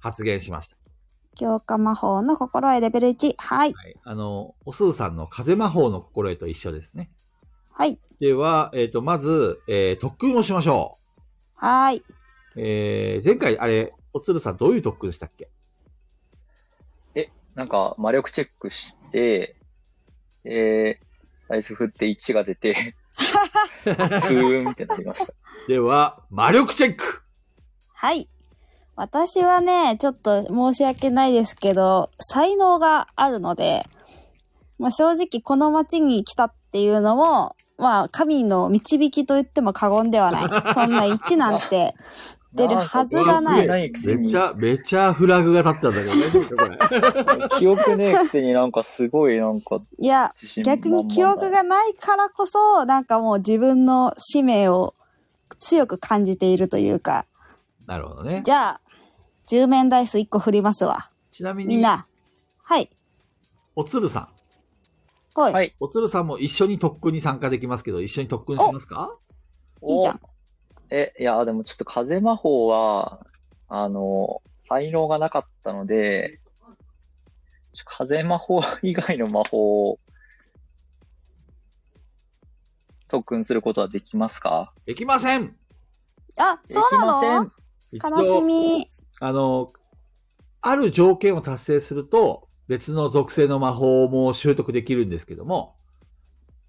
Speaker 1: 発言しました。
Speaker 3: 強化魔法の心得レベル1。はい。
Speaker 1: はい、あの、おすーさんの風魔法の心得と一緒ですね。
Speaker 3: はい。
Speaker 1: では、えっ、と、まず、えー、特訓をしましょ
Speaker 3: はーい。
Speaker 1: う。えー、前回、あれ、おつるさんどういう特訓したっけ
Speaker 2: なんか魔力チェックして、で、ダイス振って1が出 て、ふーんってなりました。
Speaker 1: では、魔力チェック
Speaker 3: はい。私はね、ちょっと申し訳ないですけど、才能があるので、まあ、正直この町に来たっていうのも、まあ、神の導きと言っても過言ではない。そんな1なんて出るはず がな
Speaker 2: 記
Speaker 3: い。
Speaker 2: 憶ないくせ
Speaker 1: め
Speaker 2: に
Speaker 1: ち、ゃ、めちゃフラグが立ったんだけど、大丈夫かこれ。
Speaker 2: 記憶ねえくせになんかすごいなんか
Speaker 3: いや、
Speaker 2: 自信
Speaker 3: 逆に記憶
Speaker 2: 満
Speaker 3: がないからこそ、なんかもう自分の使命を強く感じているというか、
Speaker 1: なるほどね。
Speaker 3: じゃあ、10面ダイス1個振りますわ。
Speaker 1: ちなみ
Speaker 3: みん
Speaker 1: に、
Speaker 3: な。はい。
Speaker 1: おつるさん。
Speaker 3: ほい。
Speaker 2: はい
Speaker 1: おつるさんも一緒に特訓に参加できますけど、一緒に特訓しますか
Speaker 2: 々
Speaker 3: いいじゃん。
Speaker 2: え、いや、でもちょっと風魔法は、あの、才能がなかったので、ちょ風魔法以外の魔法を特訓することはできますか
Speaker 1: できません
Speaker 3: あ、そうな
Speaker 2: できませ
Speaker 3: の
Speaker 2: ん
Speaker 3: 悲しみ。
Speaker 1: あの、ある条件を達成すると、別の属性の魔法も習得できるんですけども、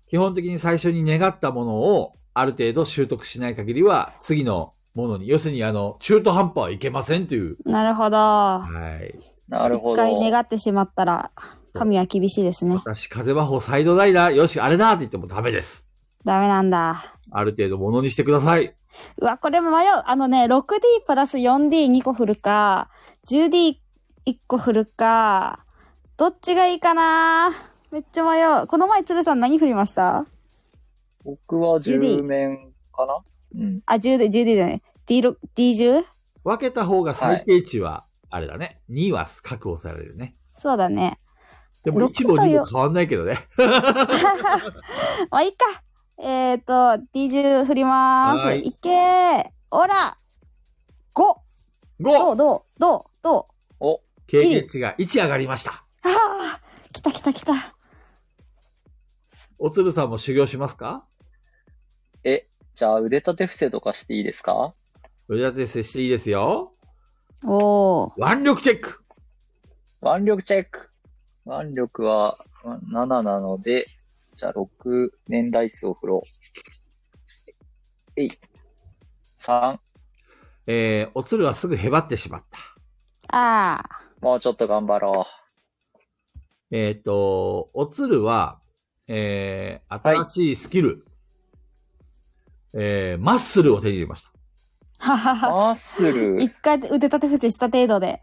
Speaker 1: 基本的に最初に願ったものを、ある程度習得しない限りは、次のものに、要するに、あの、中途半端はいけませんという。
Speaker 3: なるほど。
Speaker 1: はい。
Speaker 2: なるほ
Speaker 3: 一
Speaker 2: ど。
Speaker 3: 回願ってしまったら、神は厳しいですね。
Speaker 1: 私、風魔法サイドダイだ。よし、あれだって言ってもダメです。
Speaker 3: ダメなんだ。
Speaker 1: ある程度ものにしてください。
Speaker 3: うわ、これも迷う。あのね、6D プラス 4D2 個振るか、10D1 個振るか、どっちがいいかなめっちゃ迷う。この前、鶴さん何振りました
Speaker 2: 僕は
Speaker 3: GD
Speaker 2: 10面かなうん。
Speaker 3: あ、10で、10D じゃない。D6、D10?
Speaker 1: 分けた方が最低値は、あれだね。2は確保されるね。
Speaker 3: そうだね。
Speaker 1: でも1も
Speaker 3: 六と
Speaker 1: 2
Speaker 3: よ
Speaker 1: も変わんないけどね。
Speaker 3: まあ、いいか。えっ、ー、と、D10 振りま
Speaker 1: は
Speaker 3: ーす。
Speaker 1: い
Speaker 3: いけー。おら !5! ど
Speaker 1: 5!
Speaker 3: うどうどうどう
Speaker 2: お、
Speaker 1: 経験値が1上がりました。
Speaker 3: ああ来た来た来た。
Speaker 1: おつるさんも修行しますか
Speaker 2: え、じゃあ腕立て伏せとかしていいですか
Speaker 1: 腕立て伏せしていいですよ。
Speaker 3: おお。
Speaker 1: 腕力チェック
Speaker 2: 腕力チェック腕力は7なので、じゃあ6年ライスを振ろう。えい。3。
Speaker 1: えー、おつるはすぐへばってしまった。
Speaker 3: ああ。
Speaker 2: もうちょっと頑張ろ
Speaker 1: えっ、と、おつるは、えー、新しいスキル、えー、マッスルを手に入れました。
Speaker 3: はは
Speaker 2: う。
Speaker 3: は。
Speaker 2: マッスル。い
Speaker 3: 一回腕立て伏せした程度で。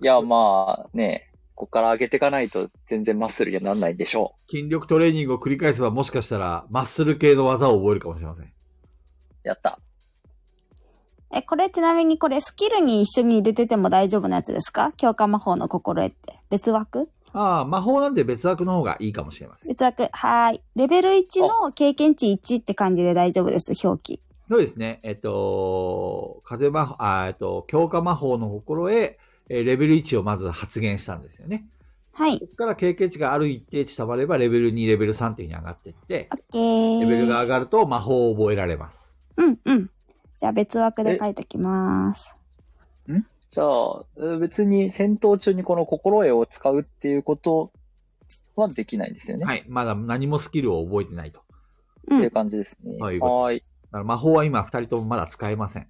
Speaker 2: や、まあね、ここから上げていかないと全然マッスルにはなんないんでしょ
Speaker 1: 筋力トレーニングを繰り返せばもしかしたら、マッスル系の技を覚えるかもしれません。
Speaker 2: う。やった。
Speaker 3: え、これちなみにこれスキルに一緒に入れてても大丈夫なやつですか強化魔法の心得って。別枠
Speaker 1: ああ、魔法なんで別枠の方がいいかもしれません。
Speaker 3: 別枠。はーい。レベル1の経験値1って感じで大丈夫です、表記。
Speaker 1: そうですね。えっと、風魔法、あーえっと、強化魔法の心得、えーレベル1をまず発言したんですよね。
Speaker 3: はい
Speaker 1: そ。こから経験値がある一定値たまれば、レベル2、レベル3っていう風に上がっていって
Speaker 3: オ、ッケー。
Speaker 1: レベルが上がると魔法を覚えられます。
Speaker 3: うんうん。じゃあ別枠で書いておきます。
Speaker 2: じゃあ、えー別に戦闘中にこの心得を使うっていうことはできないんですよね。
Speaker 1: はい。まだ何もスキルを覚えてないと。
Speaker 3: う。
Speaker 2: っていうん感じですね。
Speaker 1: はい
Speaker 2: はーい。
Speaker 1: だから魔法は今二人ともまだ使えません。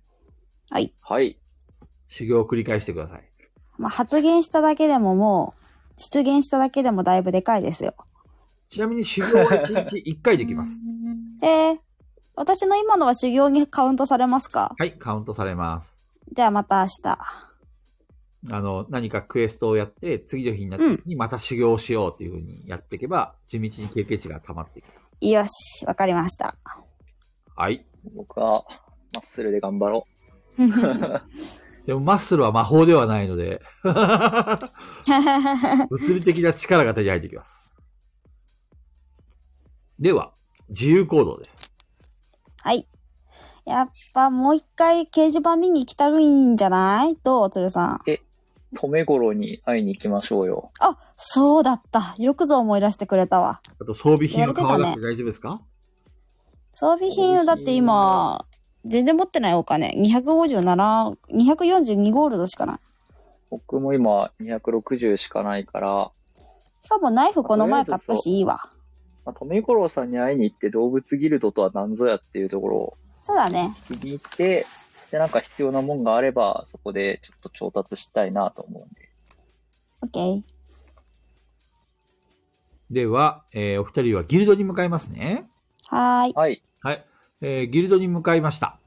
Speaker 3: はい。
Speaker 2: はい。
Speaker 1: 修行を繰り返してください。
Speaker 3: まあ、発言しただけでももう、出現しただけでもだいぶでかいですよ。
Speaker 1: ちなみに修行は1日1回できます。
Speaker 3: えー、私の今のは修行にカウントされますか
Speaker 1: はい。カウントされます。
Speaker 3: じゃあまた明日。
Speaker 1: あの、何かクエストをやって、次の日になった時にまた修行をしようっていう風にやっていけば、地道に経験値が溜まっていく。
Speaker 3: よし、わかり ました。
Speaker 1: はい。
Speaker 2: 僕は、マッスルで頑張ろう。
Speaker 1: でもマッスルは魔法ではないので、物理的な力が手に入ってきます。では、自由行動です。
Speaker 3: はい。やっぱもう一回掲示板見に行きたいんじゃないどう鶴さん。
Speaker 2: 留五郎に会いに行きましょうよ。
Speaker 3: あ、そうだった。よくぞ思い出してくれたわ。
Speaker 1: あと装備品は買わなくて大丈夫ですか
Speaker 3: 装備品だって今、全然持ってないお金。257、242ゴールドしかない。
Speaker 2: 僕も今260しかないから、ま
Speaker 3: しかもナイフこの前買ったしいいわ。
Speaker 2: あ、留五郎さんに会いに行って動物ギルドとは何ぞやっていうところを
Speaker 3: そうだね。
Speaker 2: 聞きに行って、で、なんか必要なもんがあれば、そこでちょっと調達したいなと思うんで。
Speaker 3: オッケー。
Speaker 1: では、えーお二人はギルドに向かいますね。
Speaker 3: はーい。
Speaker 2: はい。
Speaker 1: はい。えーギルドに向かいました。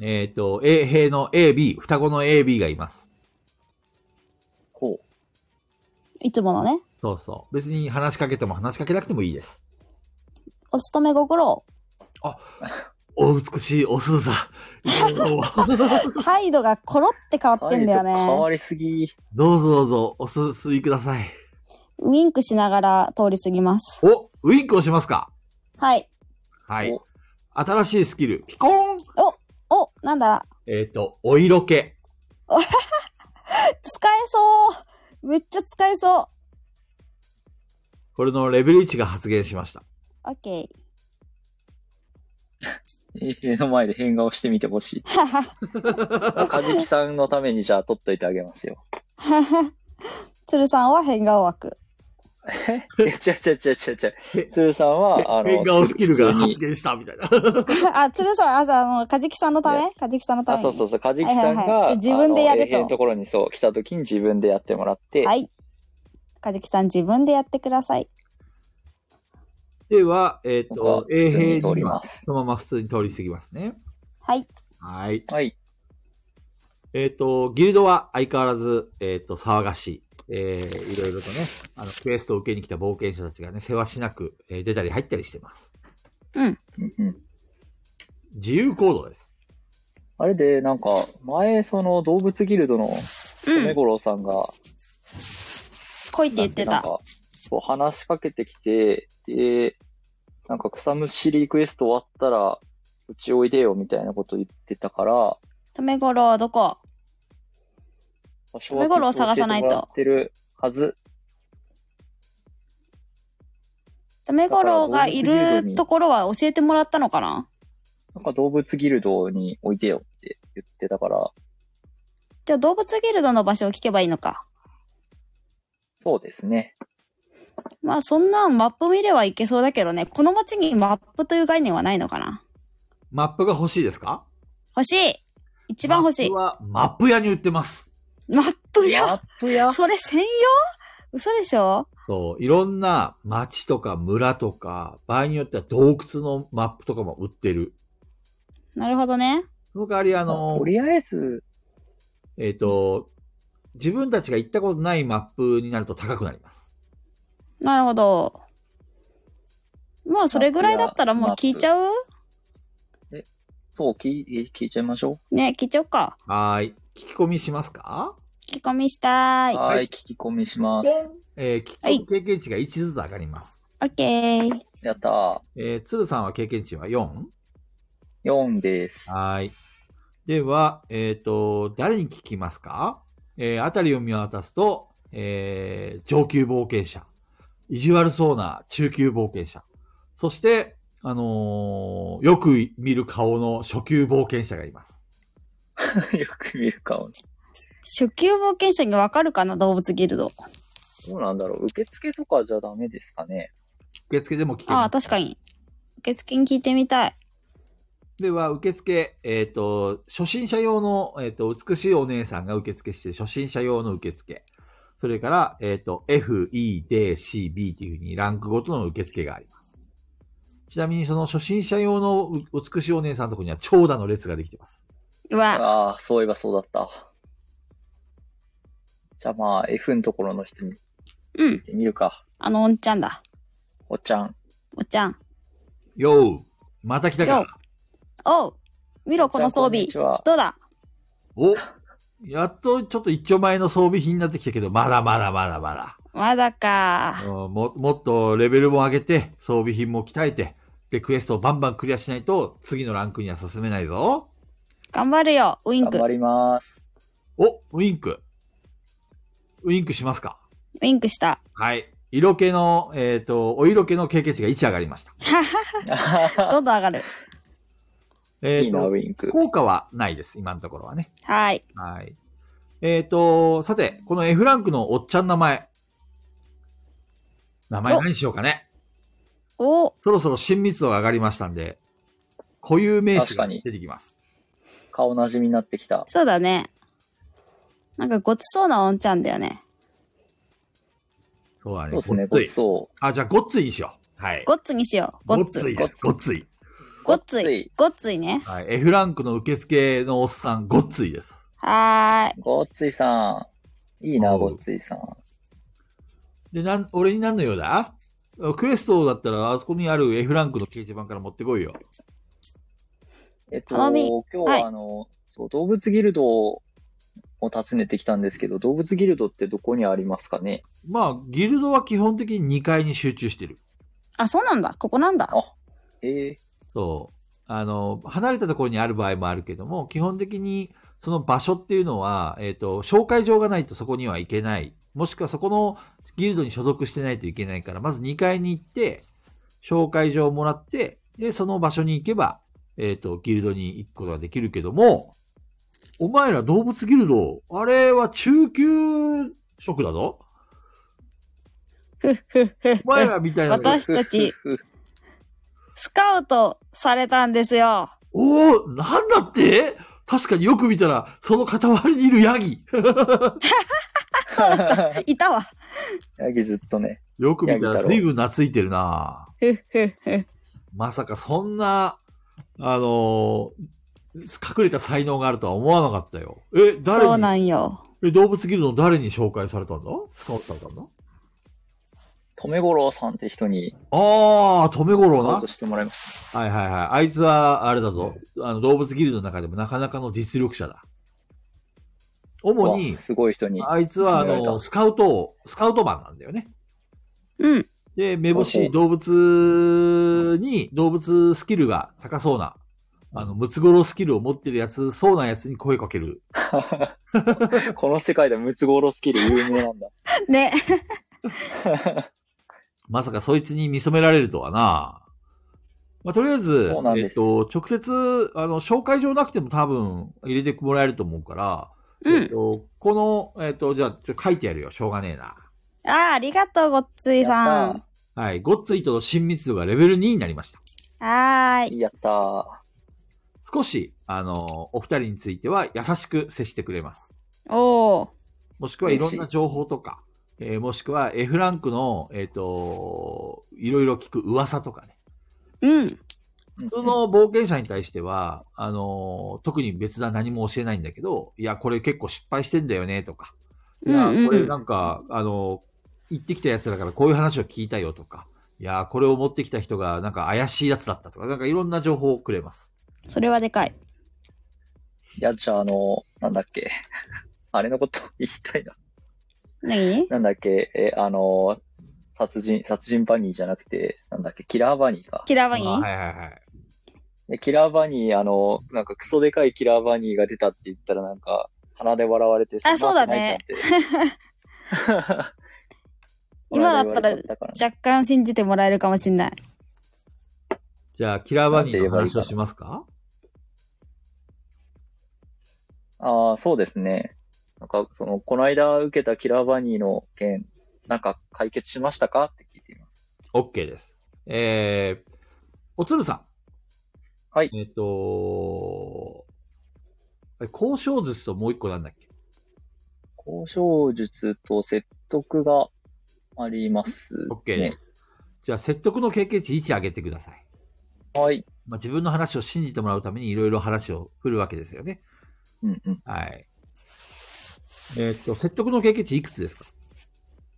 Speaker 1: えっ、と、A 兵の AB、双子の AB がいます。
Speaker 2: こう。
Speaker 3: いつものね。
Speaker 1: そうそう。別に話しかけても話しかけなくてもいいです。
Speaker 3: お勤めご苦労。
Speaker 1: お美しいおすずさ ん。どうぞ
Speaker 3: 態度がコロって変わってんだよね。
Speaker 2: 変わりすぎ。
Speaker 1: どうぞどうぞ、おすすいください。
Speaker 3: ウィンクしながら通り過ぎます。
Speaker 1: お、ウィンクをしますか
Speaker 3: はい。
Speaker 1: はい
Speaker 2: お。
Speaker 1: 新しいスキル、ピコーン
Speaker 3: お、なんだ
Speaker 1: えっ、と、お色気。
Speaker 3: 使えそうめっちゃ使えそう
Speaker 1: これのレベル1が発言しました。
Speaker 3: オッケー。
Speaker 2: 家の前で変顔してみてほしい。
Speaker 3: はは。
Speaker 2: カジキさんのためにじゃあ取っといてあげますよ。
Speaker 3: 鶴さんは変 顔枠。
Speaker 2: え違う違う違う違う
Speaker 1: え
Speaker 2: 違う。鶴さんは、あの、
Speaker 1: 変顔スキル
Speaker 2: 普通
Speaker 1: が発
Speaker 2: に。
Speaker 1: 言したみた いな。
Speaker 3: あ、鶴さん、あじゃあ、あの、カジキさんのためカジキさんのため
Speaker 2: あ、
Speaker 3: に。
Speaker 2: そうそうそう。カジキさん
Speaker 3: はいはいはい
Speaker 2: が、
Speaker 3: で自分でや
Speaker 2: あ
Speaker 3: ると
Speaker 2: の衛兵のところにそう、来た時に自分でやってもらって、
Speaker 3: はい。カジキさん、自分でやってください。
Speaker 1: では、えっ、
Speaker 2: 僕は
Speaker 1: と、衛
Speaker 2: 普通に通
Speaker 1: 兵
Speaker 2: り
Speaker 1: には
Speaker 2: ま
Speaker 1: そ
Speaker 2: す
Speaker 1: のまま普通に通り過ぎますね。
Speaker 3: はい。
Speaker 1: はい。
Speaker 2: はい。
Speaker 1: えっ、と、ギルドは相変わらず、えっ、と、騒がしい。えー、いろいろとね、あの、クエストを受けに来た冒険者たちがね、世話しなく、えー出たり入ったりしてます。
Speaker 2: うんうん
Speaker 1: 自由行動です。
Speaker 2: あれで、なんか、前、その動物ギルドの
Speaker 3: う
Speaker 2: 米
Speaker 3: ん。
Speaker 2: 五郎さんが、
Speaker 3: 来いっ
Speaker 2: な
Speaker 3: て言
Speaker 2: ん
Speaker 3: って
Speaker 2: てなん
Speaker 3: た。
Speaker 2: か、そう、話しかけてきて、で、なんか草むしりリクエスト終わったら、うちおいでよみたいなこと言ってたから、
Speaker 3: とめごろ、どこ
Speaker 2: 場所は
Speaker 3: 米五郎を探さない
Speaker 2: き
Speaker 3: と
Speaker 2: っ教えてもらってるはず。
Speaker 3: とめごろがい
Speaker 2: だから動物ギルド
Speaker 3: る
Speaker 2: に
Speaker 3: ところは教えてもらったのかな
Speaker 2: なんか動物ギルドにおいでよって言ってたから、
Speaker 3: じゃあ、動物ギルドの場所を聞けばいいのか。
Speaker 2: そうですね。
Speaker 3: まあ、そんなんマップ見ればいけそうだけどね。この街にマップという概念はないのかな
Speaker 1: マップが欲しいですか
Speaker 3: 欲しい一番欲しい
Speaker 1: マ。ップは、マップ屋に売ってます。
Speaker 3: マップや
Speaker 2: マップや
Speaker 3: それ専用嘘でしょ
Speaker 1: そう、いろんな町とか村とか、場合によっては洞窟のマップとかも売ってる。
Speaker 3: なるほどね。
Speaker 1: その代わり、あの
Speaker 2: と、りあえず、
Speaker 1: えっ、と、自分たちが行ったことないマップになると高くなります。
Speaker 3: なるほど。まあ、それぐらいだったらもう聞いちゃう
Speaker 2: そう聞い、聞いちゃいましょ
Speaker 3: ね、聞いちゃおうか。
Speaker 1: はーい。聞き込みしますか
Speaker 3: 聞き込みした
Speaker 2: う。
Speaker 3: い。
Speaker 2: はい、聞き込みします。
Speaker 1: えー、聞き込み経験値が1ずつ上がります。
Speaker 3: オッケー。
Speaker 2: やったー。
Speaker 1: えー、鶴さんは経験値は 4? は
Speaker 2: 4です。
Speaker 1: ーい。では、えっ、と、誰に聞きますかえー、あたりを見渡すと、えー、上級冒険者。意地悪そうな中級冒険者。そして、あのーよく見る顔の初級冒険者がいます。
Speaker 2: よく見る顔。
Speaker 3: 初級冒険者にわかるかな動物ギルド。
Speaker 2: どうなんだろう。受付とかじゃダメですかね。
Speaker 1: 受付でも聞けます。
Speaker 3: ああ、確かに。受付に聞いてみたい。
Speaker 1: では、受付、えっ、と、初心者用の、えっ、と、美しいお姉さんが受付して、初心者用の受付。それから、えっ、と、F、E、D、C、B っていうふうにランクごとの受付があります。ちなみに、その初心者用のう美しいお姉さんのところには長蛇の列ができてます。
Speaker 3: うわ、
Speaker 2: ああ、そういえばそうだった。じゃあまあ、F のところの人に
Speaker 3: う
Speaker 2: 行
Speaker 3: ん
Speaker 2: っ。てみるか。
Speaker 3: あの、おんちゃんだ。
Speaker 2: おっちゃん。
Speaker 3: おっちゃん。
Speaker 1: ようまた来たか
Speaker 3: よう見ろ、この装
Speaker 2: おっ
Speaker 3: 備
Speaker 2: ちゃん。こんにちは。
Speaker 3: どうだ
Speaker 1: おやっとちょっと一丁前の装備品になってきたけど、まだまだまだまだ。
Speaker 3: まだか。
Speaker 1: うんももっとレベルも上げて、装備品も鍛えて、で、クエストをバンバンクリアしないと、次のランクには進めないぞ。
Speaker 3: 頑張るよ、ウイン
Speaker 2: 頑
Speaker 3: ク。
Speaker 2: 張
Speaker 3: ウ
Speaker 2: り ます。
Speaker 1: お、ウィンク。ウィンクしますか
Speaker 3: インクした。
Speaker 1: はい。色気の、えっ、と、お色気の経験値が1上がりました。
Speaker 3: どんどん上がる。
Speaker 1: え
Speaker 2: い
Speaker 1: ー
Speaker 2: い
Speaker 1: と
Speaker 2: な、ウィンク。
Speaker 1: 効果はないです、今のところはね。
Speaker 3: はい。
Speaker 1: はい。えっ、と、さて、この F ランクのおっちゃん名前。名前
Speaker 3: お
Speaker 1: 何しようかね。
Speaker 3: お、
Speaker 1: そろそろ親密度が上がりましたんで、固有名詞
Speaker 2: 確
Speaker 1: が
Speaker 2: かに
Speaker 1: 出てきます。
Speaker 2: 顔なじみになってきた。
Speaker 3: そうだね。なんかごちそうなおんちゃんだよね。
Speaker 1: そうだね。
Speaker 2: そうですね、
Speaker 1: ごっ
Speaker 2: ごち
Speaker 1: つい。
Speaker 2: そ
Speaker 1: あ、じゃあ、ごっついにしよう。はい。
Speaker 3: ごっつにしよう。ごっつ。
Speaker 1: いです。ご
Speaker 2: ご
Speaker 1: っ
Speaker 2: っ
Speaker 1: つい。
Speaker 2: う。
Speaker 3: ごっつい。。ごっついね。
Speaker 1: はい。F ランクの受付のおっさん、ごっついです。
Speaker 3: はーい。
Speaker 2: ごっついさん。いいな、
Speaker 1: おう
Speaker 2: ごっついさん。
Speaker 1: で、なん、俺に何の用だクエストだったら、あそこにある F ランクの掲示板から持ってこいよ。
Speaker 2: えっと、
Speaker 3: 頼
Speaker 2: 今
Speaker 3: み
Speaker 2: 日
Speaker 3: はい
Speaker 2: はあの、そう、動物ギルドを訪ねてきたんですけど、動物ギルドってどこにありますかね
Speaker 1: まあ、ギルドは基本的に2階に集中してる。
Speaker 3: あ、そうなんだ。ここなんだ。
Speaker 2: え
Speaker 1: そう。あの、離れたところにある場合もあるけども、基本的にその場所っていうのは、えっ、と、紹介状がないとそこには行けない。もしくはそこのギルドに所属してないといけないから、まず2階に行って、紹介状をもらって、で、その場所に行けば、えっ、と、ギルドに行くことができるけども、お前ら動物ギルド、あれは中級職だぞ。お前らみたいな
Speaker 2: ー、
Speaker 3: 私たち
Speaker 2: ふふ ふ
Speaker 3: スカウトされたんですよ。
Speaker 1: おおなんだって確かによく見たら、その傍りにいるヤギ。
Speaker 3: いたわ。
Speaker 2: ヤギずっとね。
Speaker 1: よく見た
Speaker 2: ヤギだ
Speaker 1: ら
Speaker 2: ろ
Speaker 1: 随分懐いてるな
Speaker 3: ふっふっふ。
Speaker 1: まさかそんな、あのー隠れた才能があるとは思わなかったよ。え、
Speaker 3: そう
Speaker 1: 誰
Speaker 3: な
Speaker 1: に、
Speaker 3: んよ。
Speaker 1: え動物ギルドの誰に紹介されたんだスカウトされたんだ
Speaker 2: 留五郎さんって人に
Speaker 1: ああ、留五
Speaker 2: ス
Speaker 1: 郎
Speaker 2: カ
Speaker 1: な
Speaker 2: ウト。してもらいまし
Speaker 1: はいはいはい。あいつは、あれだぞ。あの、動物ギルドの中でもなかなかの実力者だ。
Speaker 2: た。
Speaker 1: 主に
Speaker 2: わ、すごい人に。
Speaker 1: あいつは、あ
Speaker 2: 勧められ
Speaker 1: の、
Speaker 2: た
Speaker 1: スカウト、スカウトマンなんだよね。
Speaker 3: うん。
Speaker 1: で、目星、
Speaker 2: ほう
Speaker 1: 動物に、動物スキルが高そうな、あの、ムツゴロウスキルを持ってるやつ、そうなやつに声かける。
Speaker 2: この世界ではムツゴロウスキル有名なんだ。
Speaker 3: ね。
Speaker 1: まさかそいつに見染められるとはな。まあ、とりあえず
Speaker 2: そうなん、
Speaker 1: え
Speaker 2: で
Speaker 1: っ
Speaker 2: す
Speaker 1: と、直接、あの、紹介状なくても多分入れてもらえると思うから、
Speaker 3: う
Speaker 1: えっ
Speaker 3: ん。
Speaker 1: と、この、えっと、じゃあ、ちょ書いてやるよ。しょうがねえな。
Speaker 3: あー、ありがとう、ごっついさん。
Speaker 1: はい。ゴッツイとの親密度がレベル2になりました。
Speaker 3: はーい。
Speaker 2: やったー。
Speaker 1: 少し、あの、お二人については優しく接してくれます。
Speaker 3: おー。
Speaker 1: もしくはいろんな情報とか、えーもしくは F ランクの、えっ、と、いろいろ聞く噂とかね。
Speaker 3: うん。
Speaker 2: うん
Speaker 1: 普通の冒険者に対しては、あのー特に別段何も教えないんだけど、いや、これ結構失敗してんだよね、とか。いや、
Speaker 3: うんうんうん
Speaker 1: これなんか、あのー行ってきた奴らからこういう話を聞いたよとか。いや、これを持ってきた人がなんか怪しい奴だったとか、なんかいろんな情報をくれます。
Speaker 3: それはでかい。
Speaker 2: いや、じゃあ、あの、なんだっけ。 あれのこと言いたいな。
Speaker 3: 何
Speaker 2: なんだっけ、え、あの、殺人、殺人バニーじゃなくて、なんだっけ、キラーバニーか。
Speaker 3: キラーバニ
Speaker 1: あは
Speaker 3: ー
Speaker 1: いはいはい。
Speaker 2: でキラーバニー、あの、なんかクソでかいキラーバニーが出たって言ったらなんか、鼻で笑われて、
Speaker 3: あそうだね
Speaker 2: そんな わけないじゃんって。
Speaker 3: 今だったら
Speaker 2: 笑われちゃからね
Speaker 3: 若干信じてもらえるかもしんない。
Speaker 1: じゃあ、キラーバニーの話をしますか
Speaker 2: ああ、そうですね。なんか、その、この間受けたキラーバニーの件、なんか解決しましたかって聞いています。
Speaker 1: OK です。えー、おつるさん。
Speaker 2: はい
Speaker 1: えっ、とあれ交渉術ともう一個なんだっけ
Speaker 2: 交渉術と説得があります、ね。
Speaker 1: ?OK です。じゃあ、説得の経験値1上げてください。
Speaker 2: はい。
Speaker 1: まあ、自分の話を信じてもらうためにいろいろ話を振るわけですよね。
Speaker 2: うんうん。
Speaker 1: はい。えっ、と、説得の経験値いくつですか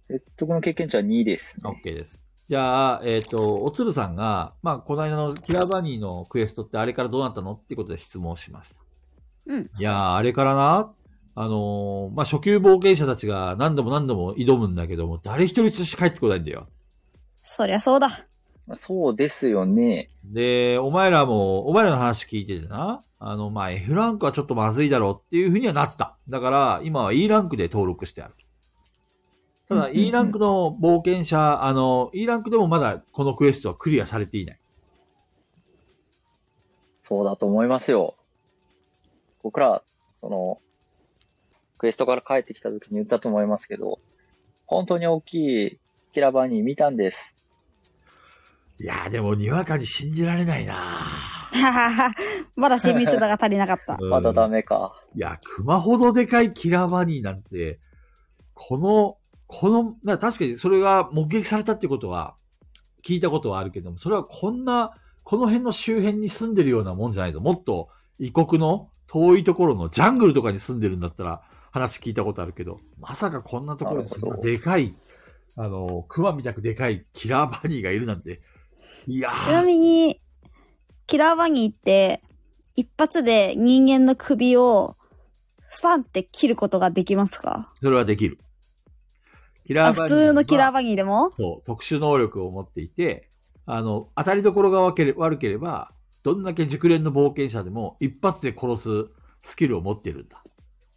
Speaker 2: 説得の経験値は2です、ね。
Speaker 1: ?OK です。じゃあ、えっ、と、おつるさんが、まあ、この間のキラーバニーのクエストってあれからどうなったのってことで質問しました。
Speaker 3: うん。
Speaker 1: いやー、あれからな、あのーまあ、初級冒険者たちが何度も何度も挑むんだけども、誰一人として帰ってこないんだよ。
Speaker 3: そりゃそうだ。
Speaker 2: まあそうですよね。
Speaker 1: で、お前らも、お前らの話聞いててな、あの、まあ、F ランクはちょっとまずいだろうっていうふうにはなった。だから、今は E ランクで登録してある。ただ、
Speaker 2: うんうんうん
Speaker 1: E ランクの冒険者、あの、E ランクでもまだこのクエストはクリアされていない。
Speaker 2: そうだと思いますよ。僕ら、その、クエストから帰ってきた時に言ったと思いますけど、本当に大きいキラバニー見たんです。
Speaker 1: いやー、でも、にわかに信じられないな
Speaker 3: まだ親密度が足りな かった。
Speaker 1: うん
Speaker 2: まだダメか。
Speaker 1: いや、熊ほどでかいキラーバニーなんて、この、この、な確かにそれが目撃されたってことは、聞いたことはあるけども、それはこんな、この辺の周辺に住んでるようなもんじゃないと、もっと異国の遠いところのジャングルとかに住んでるんだったら話聞いたことあるけど、まさかこんなところにそん
Speaker 2: な
Speaker 1: な
Speaker 2: るほど
Speaker 1: でかい、あの、熊みたくでかいキラーバニーがいるなんて、いやー
Speaker 3: ちなみに、キラーバニーって、一発で人間の首をスパンって切ることができますか
Speaker 1: それはできる。キ
Speaker 3: あ
Speaker 1: ラーバ
Speaker 3: 普
Speaker 1: ニーは
Speaker 3: 通のキラーバニーでも
Speaker 1: そう、特殊能力を持っていて、あの、当たりどころが悪けれ悪ければ、どんだけ熟練の冒険者でも一発で殺すスキルを持ってるんだ。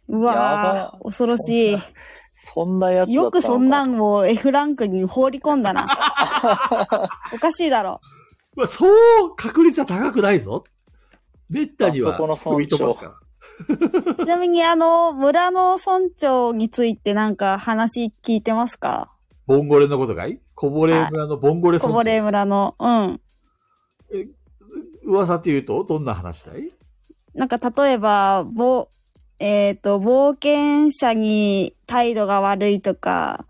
Speaker 3: う
Speaker 2: や
Speaker 3: わ
Speaker 2: ば
Speaker 3: ぁ、恐ろし
Speaker 2: そんなやつだ
Speaker 3: い。
Speaker 2: ったのか
Speaker 3: よくそんなんを F ランクに放り込んだな。おかしいだろ。
Speaker 1: まあ、そう確率は高くないぞ。めったには
Speaker 2: あそこの損
Speaker 1: 踏
Speaker 2: 傷
Speaker 1: みとばっか
Speaker 3: ちなみにあの、村の村長についてなんか話聞いてますか
Speaker 1: ボンゴレのことかいこぼれ村のボンゴレ村
Speaker 3: こぼれ村の。うん。
Speaker 1: 噂っていうと、どんな話だい
Speaker 3: なんか例えば、ぼ、えっ、と、冒険者に態度が悪いとか、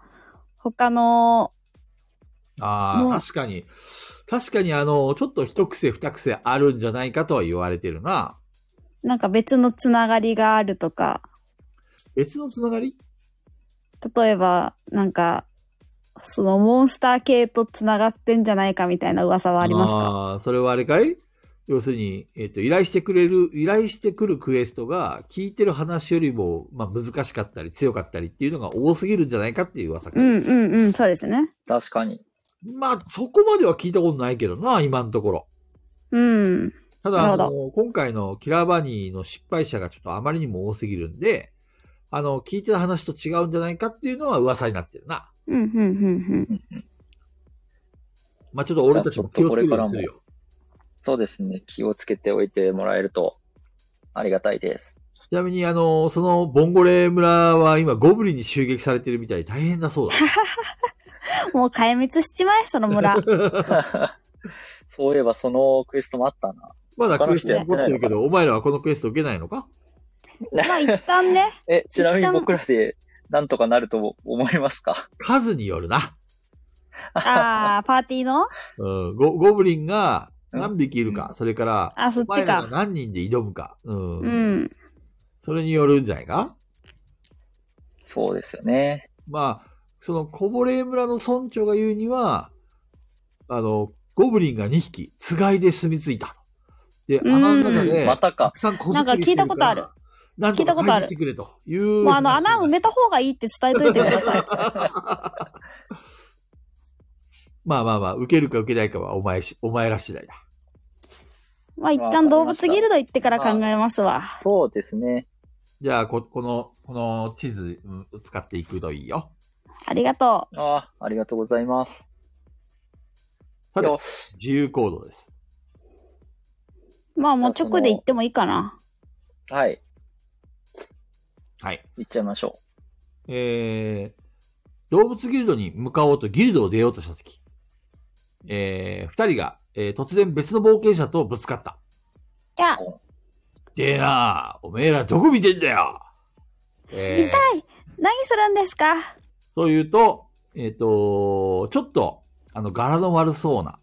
Speaker 3: 他の、
Speaker 1: あ
Speaker 3: も
Speaker 1: あ、
Speaker 3: う
Speaker 1: 確かに。確かにあの、ちょっと一癖二癖あるんじゃないかとは言われてるな。
Speaker 3: なんか別のつながりがあるとか、
Speaker 1: 別のつながり
Speaker 3: 例えば、なんか、そのモンスター系とつながってんじゃないかみたいな噂はありますか
Speaker 1: あーそれはあれかい要するに、えっ、と、依頼してくれる、依頼してくるクエストが、聞いてる話よりも、まあ、難しかったり、強かったりっていうのが多すぎるんじゃないかっていう噂か
Speaker 3: う
Speaker 1: い
Speaker 3: んうんうん、そうですね。
Speaker 2: 確かに。
Speaker 1: まあ、そこまでは聞いたことないけどな、今のところ。
Speaker 3: うん。
Speaker 1: た
Speaker 3: な
Speaker 1: だ、あ
Speaker 3: るほど
Speaker 1: の、今回のキラーバニーの失敗者がちょっとあまりにも多すぎるんで、あの、聞いてた話と違うんじゃないかっていうのは噂になってるな。
Speaker 3: うん、うん、うん、
Speaker 1: まあ、ちょっと俺たちも気をつけて
Speaker 2: じゃあちょっとこれから
Speaker 1: や
Speaker 2: も
Speaker 1: るよ。
Speaker 2: そうですね。気をつけておいてもらえるとありがた いです。
Speaker 1: ちなみに、あの、その、ボンゴレ村は今、ゴブリンに襲撃されてるみたいで大変だそうだ。
Speaker 3: うん。もう壊滅しちまえ、その 村。
Speaker 2: そういえばそのクエストもあったな。
Speaker 1: まだクエスト
Speaker 2: 他の人やって
Speaker 1: 残っ
Speaker 2: な
Speaker 1: て
Speaker 2: い
Speaker 1: る
Speaker 2: の
Speaker 1: け
Speaker 2: かな
Speaker 1: ど、お前らはこのクエスト受けないのか
Speaker 3: まあ一旦ね、
Speaker 2: え、ちなみ
Speaker 3: 一
Speaker 2: に
Speaker 3: 旦
Speaker 2: 僕らでなんとかなると思いますか
Speaker 1: 数によるな。
Speaker 3: あ あ、パーティーの
Speaker 1: うん、ゴゴブリンが何匹いるか、それから、
Speaker 3: あ、そっ
Speaker 1: お前
Speaker 3: ち
Speaker 1: らが
Speaker 3: か。
Speaker 1: 何人で挑むか、うん。
Speaker 3: うん。
Speaker 1: それによるんじゃないか
Speaker 2: そうですよね。
Speaker 1: まあ、その、こぼれ村の村長が言うには、あの、ゴブリンが2匹、つがいで住み着いた。で、
Speaker 3: ん
Speaker 1: 穴の中で、
Speaker 2: ま
Speaker 1: た
Speaker 2: たか
Speaker 1: く。さん小
Speaker 3: なんか
Speaker 1: 作りして
Speaker 3: 聞いた
Speaker 1: る
Speaker 3: こ
Speaker 1: か
Speaker 3: とある
Speaker 1: ら、なんと
Speaker 3: 聞いた
Speaker 1: か
Speaker 3: ことあ
Speaker 1: 返
Speaker 3: る
Speaker 1: してくれという。
Speaker 3: もうあの穴を埋めた方がいいって伝えといてください。
Speaker 1: まあまあまあ、受けるか受けないかはお前し、お前ら次第だ。
Speaker 3: まあ一旦動物ギルド行ってから考えますわ。
Speaker 2: そうですね。
Speaker 1: じゃあ、こ、この、この地図うん使っていくといいよ。
Speaker 3: ありがと
Speaker 2: ああ、ありがとうございます。
Speaker 1: さて
Speaker 2: よし。
Speaker 1: 自由行動です。
Speaker 3: う。まあもう直で行ってもいいかな。
Speaker 2: はい。
Speaker 1: はい。
Speaker 2: 行っちゃいましょ
Speaker 1: えー、動物ギルドに向かおうとギルドを出ようとしたとき、えー、二人が、えー突然別の冒険者とぶつかった。
Speaker 3: いや、
Speaker 1: でえなおめえらどこ見てんだよえー
Speaker 3: 痛い何するんですか
Speaker 1: そう言うと、えっ、と、ちょっと、あの、柄の悪そうな、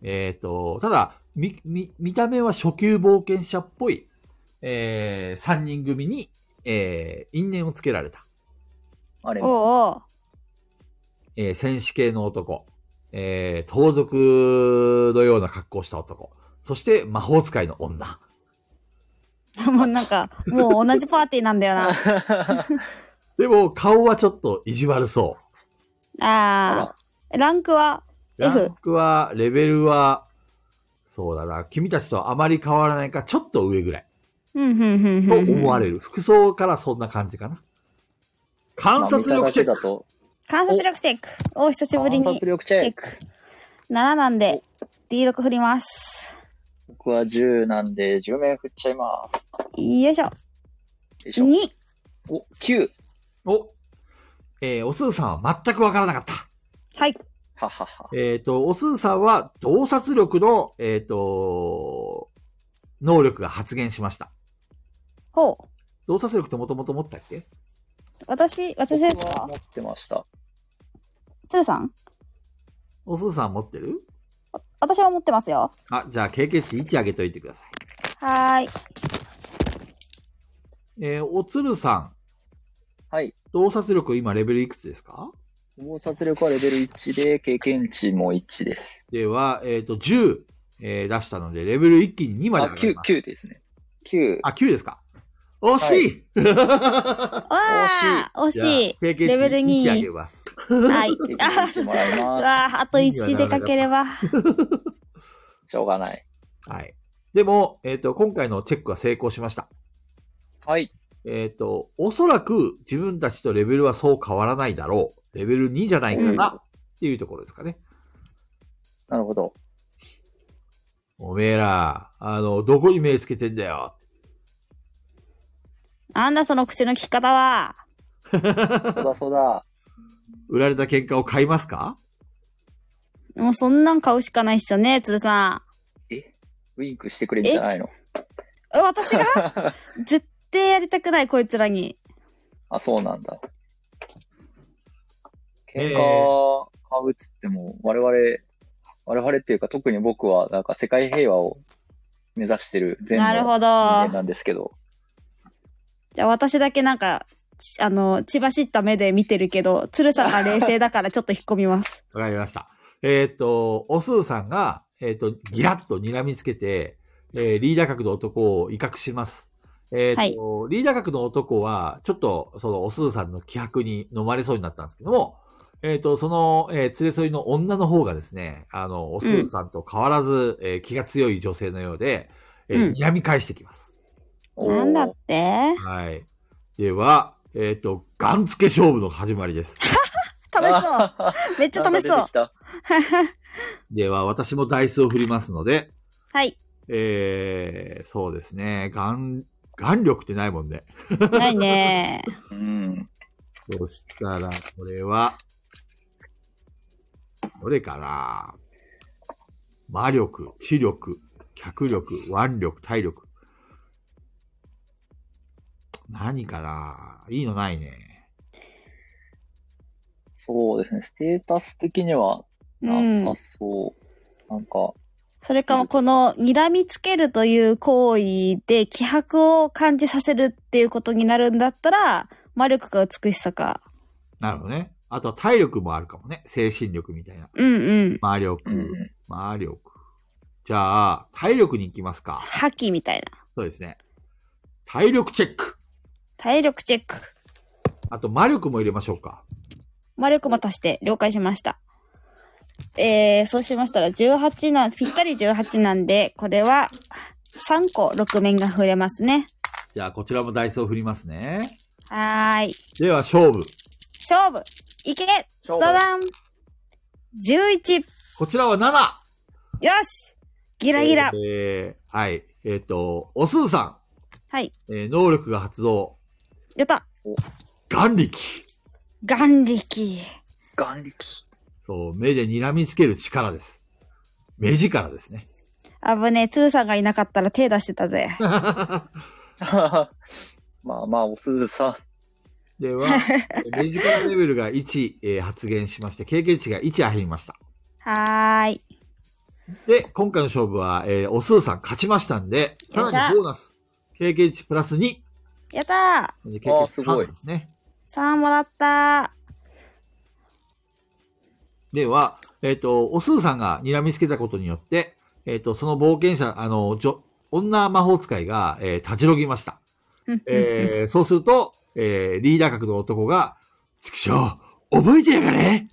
Speaker 1: えっ、と、ただ、み、み、見た目は初級冒険者っぽい、えー、三人組に、えー、因縁をつけられた、
Speaker 2: う。あれ、
Speaker 3: おうおう。
Speaker 1: えー、戦士系の男、えー、盗賊のような格好をした男、そして魔法使いの女。
Speaker 3: もうなんか、もう同じパーティーなんだ よな。
Speaker 1: でも、顔はちょっと意地悪そ
Speaker 3: ああ。ランクは
Speaker 1: う。
Speaker 3: F
Speaker 1: ランクは、レベルは、そうだな、君たちとあまり変わらないか、ちょっと上ぐらい。
Speaker 3: うん、うん、うん。
Speaker 1: と思わ
Speaker 3: れ。
Speaker 1: れる。服装からそんな感じかな。観察
Speaker 2: まあ
Speaker 1: 力
Speaker 2: 見ただ
Speaker 1: チ
Speaker 2: け
Speaker 1: ェッ
Speaker 2: だ
Speaker 1: ク。
Speaker 2: と、
Speaker 3: 観察力チェック。お、久しぶり
Speaker 2: 観察
Speaker 3: に。チェ
Speaker 2: 力チェッ
Speaker 3: ッ
Speaker 2: ク。
Speaker 3: ク。7なんで、D6 振ります。
Speaker 2: 僕は10なんで10面振っちゃいます。
Speaker 3: よいしょ。
Speaker 2: よいしょ
Speaker 3: 2。。
Speaker 2: お、9!
Speaker 1: お、えー、おすずさんは全くわからなかった。
Speaker 3: はい。
Speaker 2: ははは。
Speaker 1: えっ、と、おすずさんは、洞察力の、えっ、と、能力が発現しました。
Speaker 3: ほう。
Speaker 1: 洞察力ってもともと持ったっけ
Speaker 3: 私、私です
Speaker 2: 僕は
Speaker 3: か
Speaker 2: 持ってました。
Speaker 3: 鶴さん
Speaker 1: おすずさん持ってる
Speaker 3: 私は持ってますよ。
Speaker 1: あ、じゃあ経験値1上げといてください。
Speaker 3: はーい。
Speaker 1: えー、おつるさん、
Speaker 2: はい。
Speaker 1: 洞察力今レベルいくつですか
Speaker 2: 考察力はレベル1で、経験値も1です。
Speaker 1: では、えっ、と、10、えー出したので、レベル一気に2ま
Speaker 2: あ、
Speaker 1: で上がり
Speaker 2: 9、
Speaker 1: ます。
Speaker 2: 9ですね。9。
Speaker 1: あ、9ですか惜しい、
Speaker 3: わあ惜
Speaker 1: じゃあ
Speaker 3: しい。
Speaker 1: 経験値
Speaker 3: レベル2
Speaker 1: 1上げます。
Speaker 3: はい。
Speaker 2: 経験
Speaker 3: あ
Speaker 2: 値もらいます。
Speaker 3: わああと1でかければ。
Speaker 2: しょうがない。
Speaker 1: はい。でも、えっ、と、今回のチェックは成功しました。
Speaker 2: はい。
Speaker 1: えっ、と、おそらく自分たちとレベルはそう変わらないだろう。レベル2じゃないかな、っていうところですかね。
Speaker 2: なるほど。
Speaker 1: おめえら、あの、どこに目つけてんだよ。
Speaker 3: なんだその口の利き方は。
Speaker 2: そうだそうだ。
Speaker 1: 売られた喧嘩を買いますか
Speaker 3: もうそんなん買うしかないっしょね、鶴さ
Speaker 2: えウインクしてくれんじゃないの
Speaker 3: ん。え私が 絶対やりたくない、こいつらに。
Speaker 2: あ、そうなんだ。
Speaker 1: えー
Speaker 2: 喧嘩、買うつっても、我々、我々っていうか特に僕は、なんか世界平和を目指してる全
Speaker 3: なる
Speaker 2: 部
Speaker 3: ほ
Speaker 2: 人
Speaker 3: ど。
Speaker 2: 間なんですけど、
Speaker 3: じゃあ私だけなんか、ちあの、血走った目で見てるけど、鶴さんが冷静だからちょっと引っ込みます。
Speaker 1: わかりました。えっ、と、おすずさんが、えっ、と、ギラッと睨みつけて、えーリーダー格の男を威嚇します。えっ、と、リーダー格の男は、ちょっと、その、おすずさんの気迫に飲まれそうになったんですけども、えっ、と、その、えー連れ添いの女の方がですね、あの、おすずさんと変わらず、えー気が強い女性のようで、えー
Speaker 3: うん
Speaker 1: 睨み返してきます。
Speaker 2: お
Speaker 3: なんだって
Speaker 1: はい。では、えっ、と、ガン付け勝負の始まりです。
Speaker 3: 楽し そう。
Speaker 2: そう。
Speaker 3: めっちゃ楽し
Speaker 2: なん
Speaker 3: そ
Speaker 2: か出
Speaker 3: う
Speaker 2: てき。た
Speaker 1: では、私もダイスを振りますので、
Speaker 3: はい。
Speaker 1: えー、そうですね。眼、眼力ってないもんね。
Speaker 3: な いね。
Speaker 2: うん。
Speaker 1: そしたら、これは、どれかな魔力、知力、脚力、腕力、体力。何かないいのないね。
Speaker 2: そうですね。ステータス的には
Speaker 3: う
Speaker 2: なんさ。そう。なんか、
Speaker 3: それかもこの睨みつけるという行為で気迫を感じさせるっていうことになるんだったら、魔力か美しさか。
Speaker 1: なるほどね。あとは体力もあるかもね。精神力みたいな。
Speaker 3: うんうん。
Speaker 1: 魔
Speaker 2: う
Speaker 1: 力、
Speaker 2: ん。
Speaker 1: 魔力。じゃあ、体力に行きますか。
Speaker 3: 覇気みたいな。
Speaker 1: そうですね。体力チェック。
Speaker 3: 体力チェック。
Speaker 1: あと魔力も入れましょうか。
Speaker 3: 魔力も足して了解しました。えー、そうしましたら18なん、ぴったり18なんで、これは3個6面が触れますね。
Speaker 1: じゃあ、こちらもダイスを振りますね。
Speaker 3: はーい。
Speaker 1: では、勝負。
Speaker 3: 勝負いけ
Speaker 2: 勝負
Speaker 3: ドダン !11!
Speaker 1: こちらは 7!
Speaker 3: よしギラギラ、
Speaker 1: えー、はい。えっ、と、おすずさ
Speaker 3: はい。
Speaker 1: ん、えー能力が発動。
Speaker 3: やった
Speaker 1: 眼力。
Speaker 3: 眼力。
Speaker 2: 眼力。
Speaker 1: そう、目で睨みつける力です。目力ですね。
Speaker 3: あぶねえ、鶴さんがいなかったら手出してたぜ。
Speaker 2: まあまあ、おすずさん。
Speaker 1: では、えー目力レベルが1、えー発現しまして、経験値が1入りました。
Speaker 3: はーい。
Speaker 1: で、今回の勝負は、えーおすずさん勝ちましたんで、さ
Speaker 3: よっし
Speaker 1: ら
Speaker 3: ゃ
Speaker 1: にボーナス。経験値プラス2。
Speaker 3: やった
Speaker 1: 経験値
Speaker 2: すごい
Speaker 1: 3ですね。
Speaker 3: ー !3 もらった
Speaker 1: では、えっ、と、おすずさんが睨みつけたことによって、えっ、と、その冒険者、あの、じょ女魔法使いが、えー立ちろぎました。えーそうすると、えーリーダー格の男が、ちくしょう、覚えてやがれ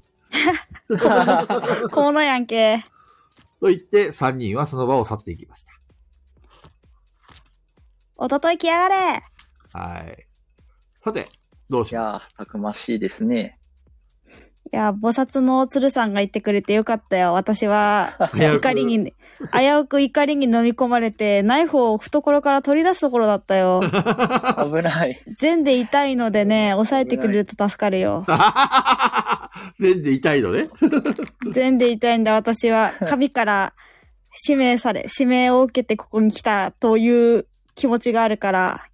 Speaker 3: こうなんやんけ。
Speaker 1: と言って、3人はその場を去っていきまし
Speaker 3: おととい来やがれ。
Speaker 1: た。はい。さて、どうし
Speaker 2: い
Speaker 1: よう。
Speaker 2: やー、たくましいですね。
Speaker 3: いや、菩薩の鶴さんが言ってくれてよかったよ。私は、
Speaker 1: 危うく
Speaker 3: 怒りに、危うく怒りに飲み込まれて、ナイフを懐から取り出すところだっ たよ。
Speaker 2: 危ない。
Speaker 3: 全で痛いのでね、抑えてくれると助かるよ。
Speaker 1: 全然痛いのね。
Speaker 3: 全で痛いんだ、私 は。神から指名され、指名を受けてここに来たという気持ちがあるから、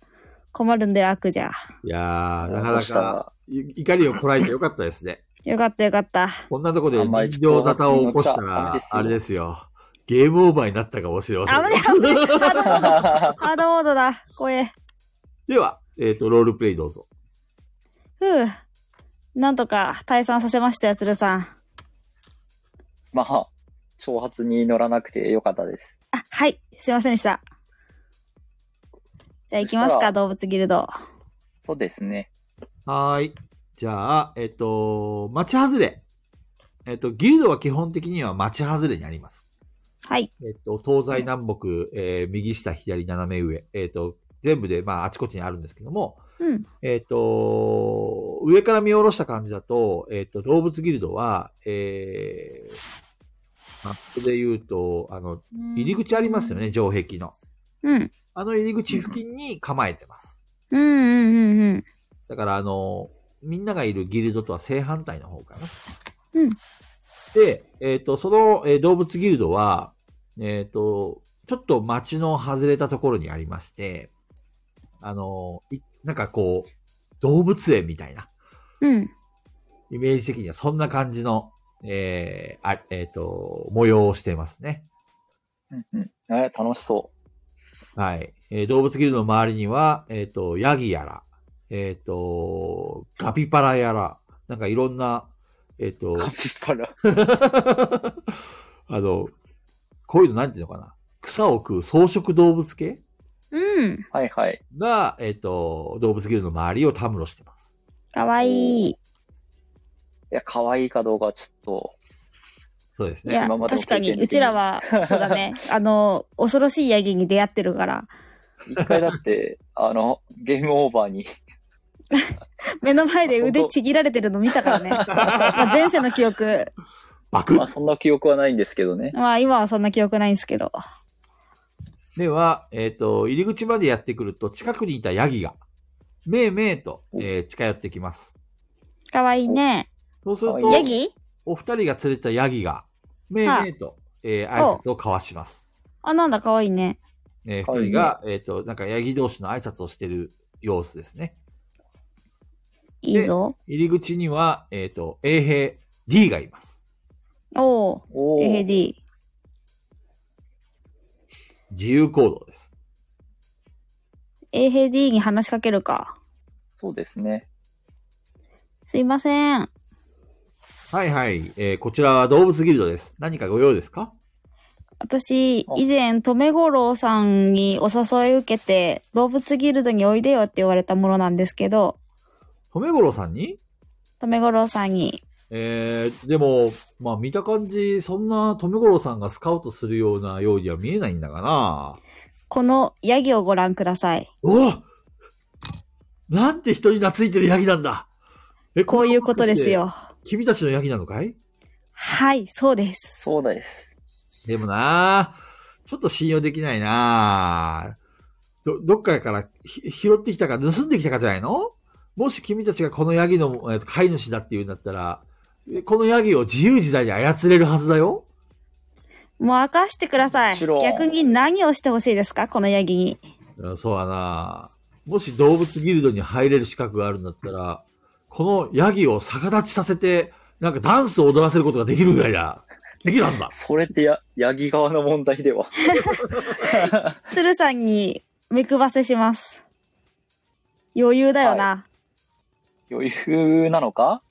Speaker 3: 困るんだよ、悪じゃ。
Speaker 1: いやー、なか
Speaker 2: そ
Speaker 1: な
Speaker 2: した、
Speaker 1: からい怒りをこらえてよかったですね。
Speaker 3: よかったよかった。
Speaker 1: こんなとこで
Speaker 2: あんまり
Speaker 1: 人形沙汰を起こした
Speaker 2: ダメ
Speaker 1: ら
Speaker 2: で、すよ
Speaker 1: あれですよ。ゲームオーバーになったかもしれません
Speaker 3: 危
Speaker 1: ね。
Speaker 3: ない危ない。ハー ドモード。ハードモードだ。怖え。
Speaker 1: では、えっ、と、ロールプレイどうぞ。
Speaker 3: ふう。なんとか退散させましたよ、鶴さん。
Speaker 2: まあ、挑発に乗らなくてよかったです。
Speaker 3: あ、はい。すいませんでした。じゃあ行きます
Speaker 2: そした
Speaker 3: か、
Speaker 2: ら
Speaker 3: 動物ギルド。
Speaker 2: そうですね。
Speaker 1: はーい。じゃあ、えっ、と、町外れ。えっ、と、ギルドは基本的には町外れにあります。
Speaker 3: はい。
Speaker 1: えっ、と、東西南北、えー右下、左、斜め上。えっ、と、全部で、まあ、あちこちにあるんですけども、
Speaker 3: うん。
Speaker 1: えっ、と、上から見下ろした感じだと、えっ、と、動物ギルドは、えー、マップで言うと、あの、入り口ありますよね、城壁の。
Speaker 3: うん。
Speaker 1: あの入り口付近に構えてます。
Speaker 3: うんうんうんうん。
Speaker 1: だから、あの、みんながいるギルドとは正反対の方かな。
Speaker 3: うん
Speaker 1: で、えっ、と、その、えー動物ギルドは、えっ、と、ちょっと街の外れたところにありまして、あの、いなんかこう、動物園みたいな、
Speaker 3: うん。
Speaker 1: イメージ的にはそんな感じの、えーあ、えっ、と、模様をしてますね。
Speaker 2: うんうん。えー楽しそ
Speaker 1: はい。えー動物ギルドの周りには、えっ、と、ヤギやら、えっ、と、ガピパラやら、なんかいろんな、えっ、と
Speaker 2: う。、カピバラ。
Speaker 1: あの、こういうのなんていうのかな。草を食う草食動物系
Speaker 3: うん。
Speaker 2: はいはい。
Speaker 1: が、えっ、と、動物ギルドの周りをたむろしてます。
Speaker 3: かわいい。
Speaker 2: いや、可愛いかどうかはちょ
Speaker 1: そうです
Speaker 3: い
Speaker 1: ね。
Speaker 3: や、
Speaker 2: 今までの
Speaker 3: 確か
Speaker 2: 経
Speaker 3: に、
Speaker 2: 験
Speaker 3: う
Speaker 2: 的に
Speaker 3: ち らは、そうだね。あの、恐ろしいヤギに出会ってるから、
Speaker 2: っと、一回だって、 あの、ゲームオーバーに、
Speaker 3: 目の前で腕ちぎられてるの見たから ね。まあ前世の記憶。
Speaker 1: バク
Speaker 2: まあそんな記憶はないんですけどね。
Speaker 3: まあ今はそんな記憶ないんですけど。
Speaker 1: では、えっ、と、入り口までやってくると、近くにいたヤギが、めいめいと、えー近寄ってきます。
Speaker 3: かわいいね。
Speaker 1: そうする
Speaker 2: お
Speaker 1: と、
Speaker 3: ヤギ
Speaker 1: お二人が連れたヤギが、めいめいと、えー
Speaker 3: お
Speaker 1: 挨拶を交わします。
Speaker 3: あ、なんだ、かわいいね。
Speaker 1: えー
Speaker 2: はい
Speaker 1: 二人が、えっ、と、なんかヤギ同士の挨拶をしてる様子ですね。
Speaker 3: いいぞ。
Speaker 1: 入り口には、えっ、と、衛兵 D がいます。
Speaker 3: おう。
Speaker 2: おお。
Speaker 3: AD。
Speaker 1: 自由行動です。
Speaker 3: 衛兵 D に話しかけるか。
Speaker 2: そうですね。
Speaker 3: すいません。
Speaker 1: はいはい。えーこちらは動物ギルドです。何かご用ですか
Speaker 3: 私、以前、留五郎さんにお誘い受けて、動物ギルドにおいでよって言われたものなんですけど、
Speaker 1: 留五郎さんに
Speaker 3: 留五郎さんに、
Speaker 1: えー、でも、まあ見た感じ、そんな留五郎さんがスカウトするようなようには見えないんだがな。
Speaker 3: このヤギをご覧ください。
Speaker 1: おおなんて人に懐いてるヤギなんだえ、
Speaker 3: こういうことです。よ。
Speaker 1: 君たちのヤギなのかい
Speaker 3: はい、そうです。
Speaker 2: そうです。
Speaker 1: でもなぁ、ちょっと信用できないなぁ。ど、どっかからひ拾ってきたか、盗んできたかじゃないのもし君たちがこのヤギの、えーと飼い主だっていうんだったら、えこのヤギを自由自在に操れるはずだよ。
Speaker 3: もう明かしてください
Speaker 2: もちろ。ん
Speaker 3: 逆に何をしてほしいですかこのヤギに。
Speaker 1: うんそうだなぁ。もし動物ギルドに入れる資格があるんだったら、このヤギを逆立ちさせて、なんかダンスを踊らせることができるぐらいだ。できるはずだ。
Speaker 2: それってや、ヤギ側の問題では。
Speaker 3: 鶴さんに目配せします。余裕だよな。
Speaker 2: 余裕なのか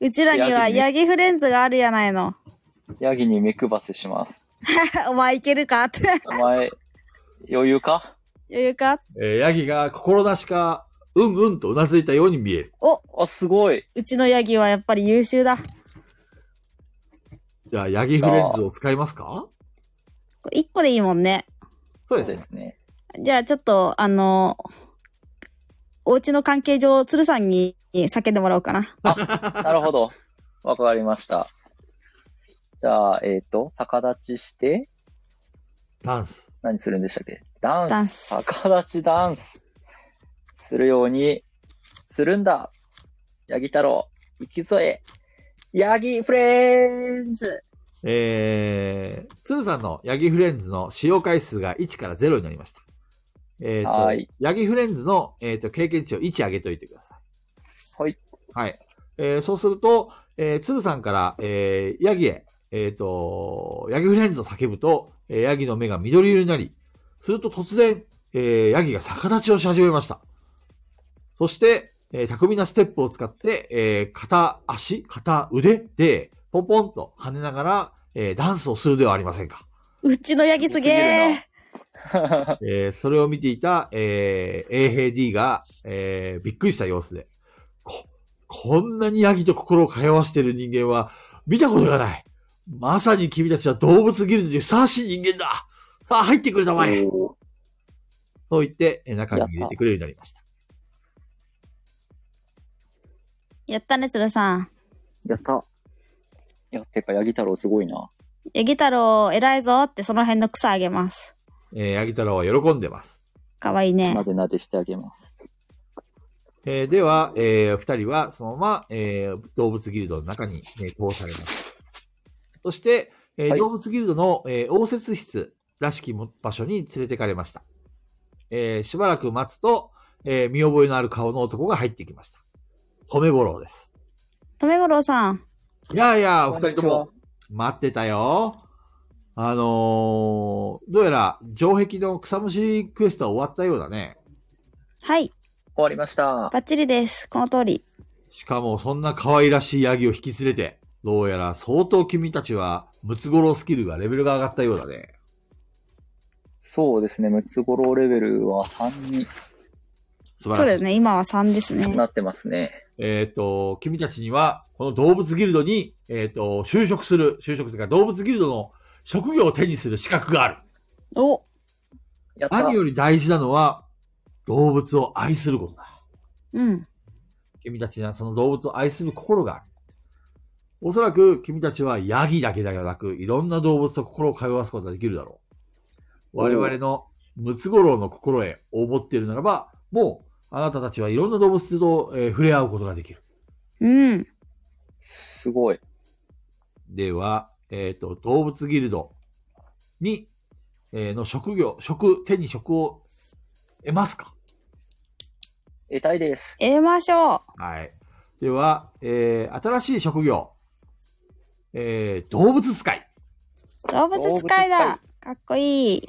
Speaker 3: うちらにはヤギフレンズがあるやないの。
Speaker 2: ヤギに目配せします。
Speaker 3: お前いけるかって。
Speaker 2: お前、余裕か
Speaker 3: 余裕か
Speaker 1: えーヤギが心なしか、うんうんとうなずいたように見える。
Speaker 2: あ、すごい。
Speaker 3: うちのヤギはやっぱり優秀だ。
Speaker 1: じゃあ、ヤギフレンズを使いますか
Speaker 3: これ1個でいいもんね。
Speaker 1: そう
Speaker 2: そう
Speaker 1: です
Speaker 2: で
Speaker 1: ね。
Speaker 2: すね。
Speaker 3: じゃあちょっと、あの、お家の関係上、鶴さんに叫んでもらおうかな。
Speaker 2: なるほど。わかりました。じゃあ、えっ、と、逆立ちして、
Speaker 1: ダンス。
Speaker 2: 何するんでしたっけダンス。
Speaker 3: ダンス
Speaker 2: 逆立ちダンス。するように、するんだ。ヤギ太郎、行き添え。ヤギフレンズ
Speaker 1: えー、鶴さんのヤギフレンズの使用回数が1から0になりました。え
Speaker 2: は
Speaker 1: ー
Speaker 2: い
Speaker 1: と、ヤギフレンズの、えー、と経験値を1上げといてください。
Speaker 2: はい。
Speaker 1: はい。えーそうすると、えー、鶴さんから、えー、ヤギへ、えーと、ヤギフレンズを叫ぶと、えーヤギの目が緑色になり、すると突然、えーヤギが逆立ちをし始めました。そして、えー巧みなステップを使って、えー片足、片腕で、ポンポンと跳ねながら、えーダンスをするではありませんか。
Speaker 3: うちのヤギすげえ。
Speaker 1: えーそれを見ていた、えー、AHD が、えーびっくりした様子で、こ、こんなにヤギと心を通わしている人間は見たことがない。まさに君たちは動物ギルドにふさわしい人間ださあ入ってくれたまえ
Speaker 2: お
Speaker 1: そう言って、えー中に入れてくれるようになりました。
Speaker 3: やったね、鶴さん。
Speaker 2: ーやった。いや、てか、ヤギ太郎すごいな。
Speaker 3: ヤギ太郎、偉いぞってその辺の草あげます。
Speaker 1: えーヤギ太郎は喜んでます。
Speaker 3: かわいいね
Speaker 2: な。でなでしてあげます。
Speaker 1: えーでは、えー二人はそのまま、えー動物ギルドの中に、えー通されます。そして、えー
Speaker 2: はい
Speaker 1: 動物ギルドの、えー応接室らしきも場所に連れてかれました。えーしばらく待つと、えー見覚えのある顔の男が入ってきました。米五郎です。
Speaker 3: とめごろうさん。
Speaker 1: いやいや、お
Speaker 2: こん
Speaker 1: 二
Speaker 2: に
Speaker 1: 人と
Speaker 2: ち
Speaker 1: も
Speaker 2: は。
Speaker 1: 待ってたよ。あのーどうやら城壁の草むしりクエストは終わったようだね。
Speaker 3: はい。
Speaker 2: 終わりました。
Speaker 3: バッチリです。この通り。
Speaker 1: しかも、そんな可愛らしいヤギを引き連れて、どうやら相当君たちは、ムツゴロウスキルがレベルが上がったようだね。
Speaker 2: そうですね、ムツゴロウレベルは3に
Speaker 1: 素
Speaker 3: そう
Speaker 1: 晴ら
Speaker 3: で
Speaker 1: しい。
Speaker 3: すね。今は3ですね。
Speaker 2: なってますね。
Speaker 1: えっ、と、君たちには、この動物ギルドに、えっ、と、就職する、就職というか動物ギルドの職業を手にする資格がある。
Speaker 3: お、
Speaker 2: やった。
Speaker 1: 何より大事なのは、動物を愛することだ。
Speaker 3: うん。
Speaker 1: 君たちにはその動物を愛する心がある。おそらく君たちはヤギだけではなく、いろんな動物と心を通わすことができるだろう。
Speaker 2: お
Speaker 1: 我
Speaker 2: う
Speaker 1: 々のムツゴロウの心へ思っているならば、もうあなたたちはいろんな動物と、えー触れ合うことができる。
Speaker 3: うん。
Speaker 2: すごい。
Speaker 1: では、えっ、と、動物ギルドに、えーの職業、職、手に職を得ますか
Speaker 2: 得たいです。
Speaker 3: 得ましょう。
Speaker 1: はい。では、えー新しい職業、えー動物使い。
Speaker 3: 動物使いだ。かっこいい。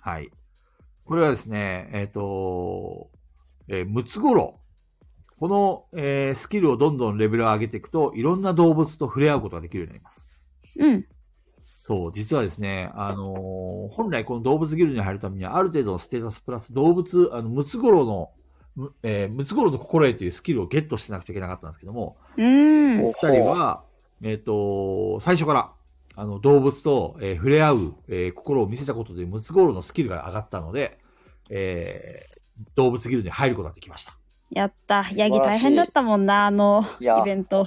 Speaker 1: はい。これはですね、えっ、と、えームツゴロウ。この、えースキルをどんどんレベルを上げていくと、いろんな動物と触れ合うことができるようになります。
Speaker 3: うん。
Speaker 1: そう、実はですね、あのー本来この動物ギルドに入るためには、ある程度のステータスプラス動物、あの、ムツゴロウの、むえームツゴロウの心得というスキルをゲットしなくちゃいけなかったんですけども、
Speaker 3: うん。
Speaker 2: お
Speaker 1: 二人は、えっ、と、最初から、あの、動物と、えー触れ合う、えー心を見せたことで、ムツゴロウのスキルが上がったので、えー動物ギルドに入ることができました。
Speaker 3: やった。ヤギ大変だったもんな、あの、
Speaker 2: いや
Speaker 3: イベント。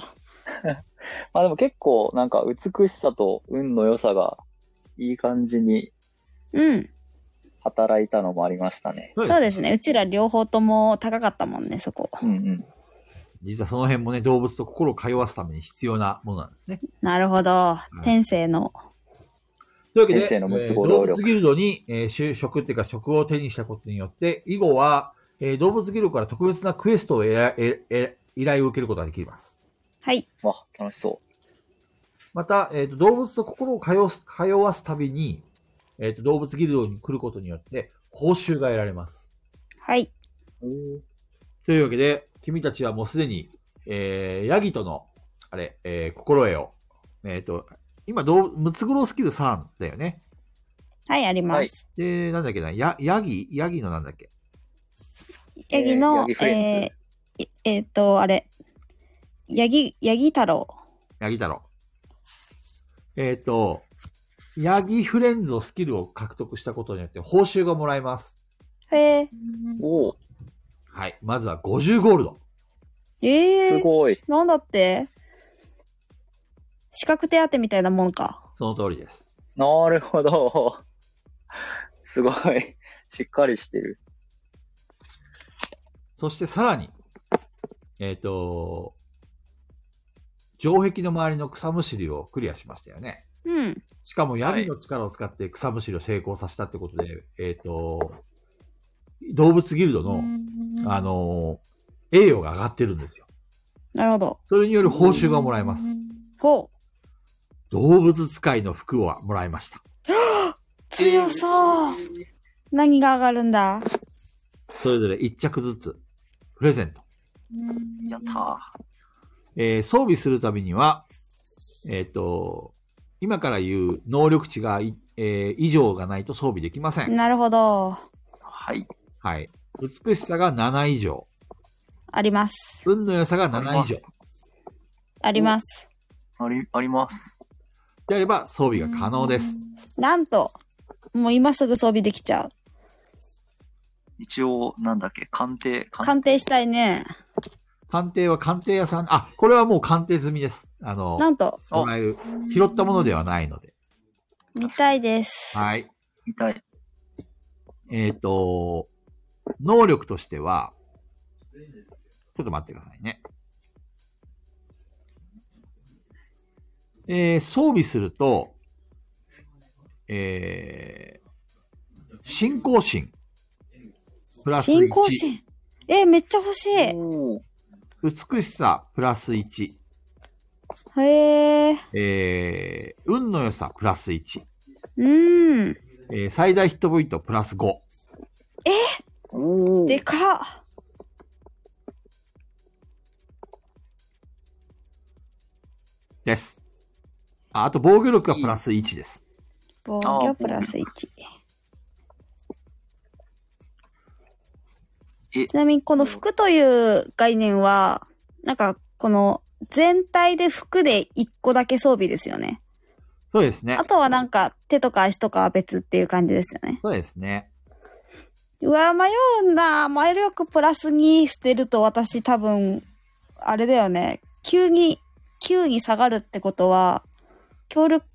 Speaker 2: まあでも結構なんか美しさと運の良さがいい感じに
Speaker 3: うん。
Speaker 2: 働いたのもありましたね。
Speaker 3: そうですね。うちら両方とも高かったもんね、そこ。
Speaker 2: うんうん。
Speaker 1: 実はその辺もね、動物と心を通わすために必要なものなんですね。
Speaker 3: なるほど
Speaker 1: うん。
Speaker 3: 天性の。
Speaker 1: というわけで、
Speaker 2: 先生のムツ
Speaker 1: えー
Speaker 2: ゴロ
Speaker 1: 動
Speaker 2: ウ力
Speaker 1: 物ギルドに、えー就職っていうか職を手にしたことによって、以後は、えー動物ギルドから特別なクエストをえらええ依頼を受けることができます。
Speaker 3: はい。
Speaker 2: わ、楽しそ
Speaker 1: また、えーと動物と心を通わす通わすたびに、えーと動物ギルドに来ることによって報酬が得られます。
Speaker 3: はい。
Speaker 2: う。
Speaker 1: というわけで、君たちはもうすでに、えー、ヤギとの、あれ、えー心得を、えっ、と、今、どうムツゴロウスキル3だよね。
Speaker 3: はい、あります。
Speaker 1: で、なんだっけな、や、ヤギヤギのなんだっけ
Speaker 3: ヤギ
Speaker 2: えー
Speaker 3: の
Speaker 2: ヤギ、フレンズ
Speaker 3: えーいえーっと、あれ、ヤギ、ヤギ太郎。
Speaker 1: ヤギ太郎。えっ、と、ヤギフレンズをスキルを獲得したことによって報酬がもらえます。
Speaker 3: へえ。
Speaker 2: おお、
Speaker 1: はい。まずは50ゴールド。
Speaker 3: え
Speaker 2: す
Speaker 3: ー、
Speaker 2: ごい。
Speaker 3: なんだって資格手当みたいなもんか。
Speaker 1: その通りです。
Speaker 2: なるほど。すごい。しっかりしてる。
Speaker 1: そしてさらに、えっ、と、城壁の周りの草むしりをクリアしましたよね。
Speaker 3: うん。
Speaker 1: しかもヤギの力を使って草むしりを成功させたってことで、えっ、と、動物ギルドの、あのー栄誉が上がってるんですよ。
Speaker 3: なるほど。
Speaker 1: それによる報酬がもらえます。
Speaker 3: ほう。
Speaker 1: 動物使いの服はもらいました。
Speaker 3: 強そう。何が上がるんだ
Speaker 1: それぞれ1着ずつ、プレゼント。
Speaker 2: やったー。
Speaker 1: えー装備するためには、えっ、と、今から言う能力値がい、えー以上がないと装備できません。
Speaker 3: なるほど。
Speaker 2: はい。
Speaker 1: はい。美しさが7以上。
Speaker 3: あります。
Speaker 1: 運の良さが7以上。
Speaker 3: あります。
Speaker 2: あり、あります。
Speaker 1: であれば装備が可能です。
Speaker 3: なんと、もう今すぐ装備できちゃう。
Speaker 2: 一応、なんだっけ、鑑定、鑑
Speaker 3: 鑑定したいね。
Speaker 1: 鑑定は鑑定屋さん、あ、これはもう鑑定済みです。あの、
Speaker 3: なんと、
Speaker 1: もらえる、拾ったものではないので。
Speaker 3: 見たいです。
Speaker 1: はい。
Speaker 2: みたい。
Speaker 1: えっ、と、能力としては、ちょっと待ってくださいね。えー装備すると、えー、信仰心。プラス1。
Speaker 3: 信仰心。え、めっちゃ欲しい。
Speaker 2: おお、
Speaker 1: 美しさ、プラス1。
Speaker 3: へえ。
Speaker 1: えー、運の良さ、プラス1。
Speaker 3: うん。
Speaker 1: えー最大ヒットポイント、プラス5。
Speaker 2: おお、
Speaker 3: でかっ。
Speaker 1: です。あ、あと防御力がプラス1です。
Speaker 3: 防御プラス1。
Speaker 2: え
Speaker 3: ちなみにこの服という概念は、なんかこの全体で服で1個だけ装備ですよね。
Speaker 1: そうですね
Speaker 3: あ。とはなんか手とか足とかは別っていう感じですよね。
Speaker 1: そうですね。
Speaker 3: うわ、迷うな。迷力プラス2捨てると私多分、あれだよね。急に、9に下がるってことは、協力、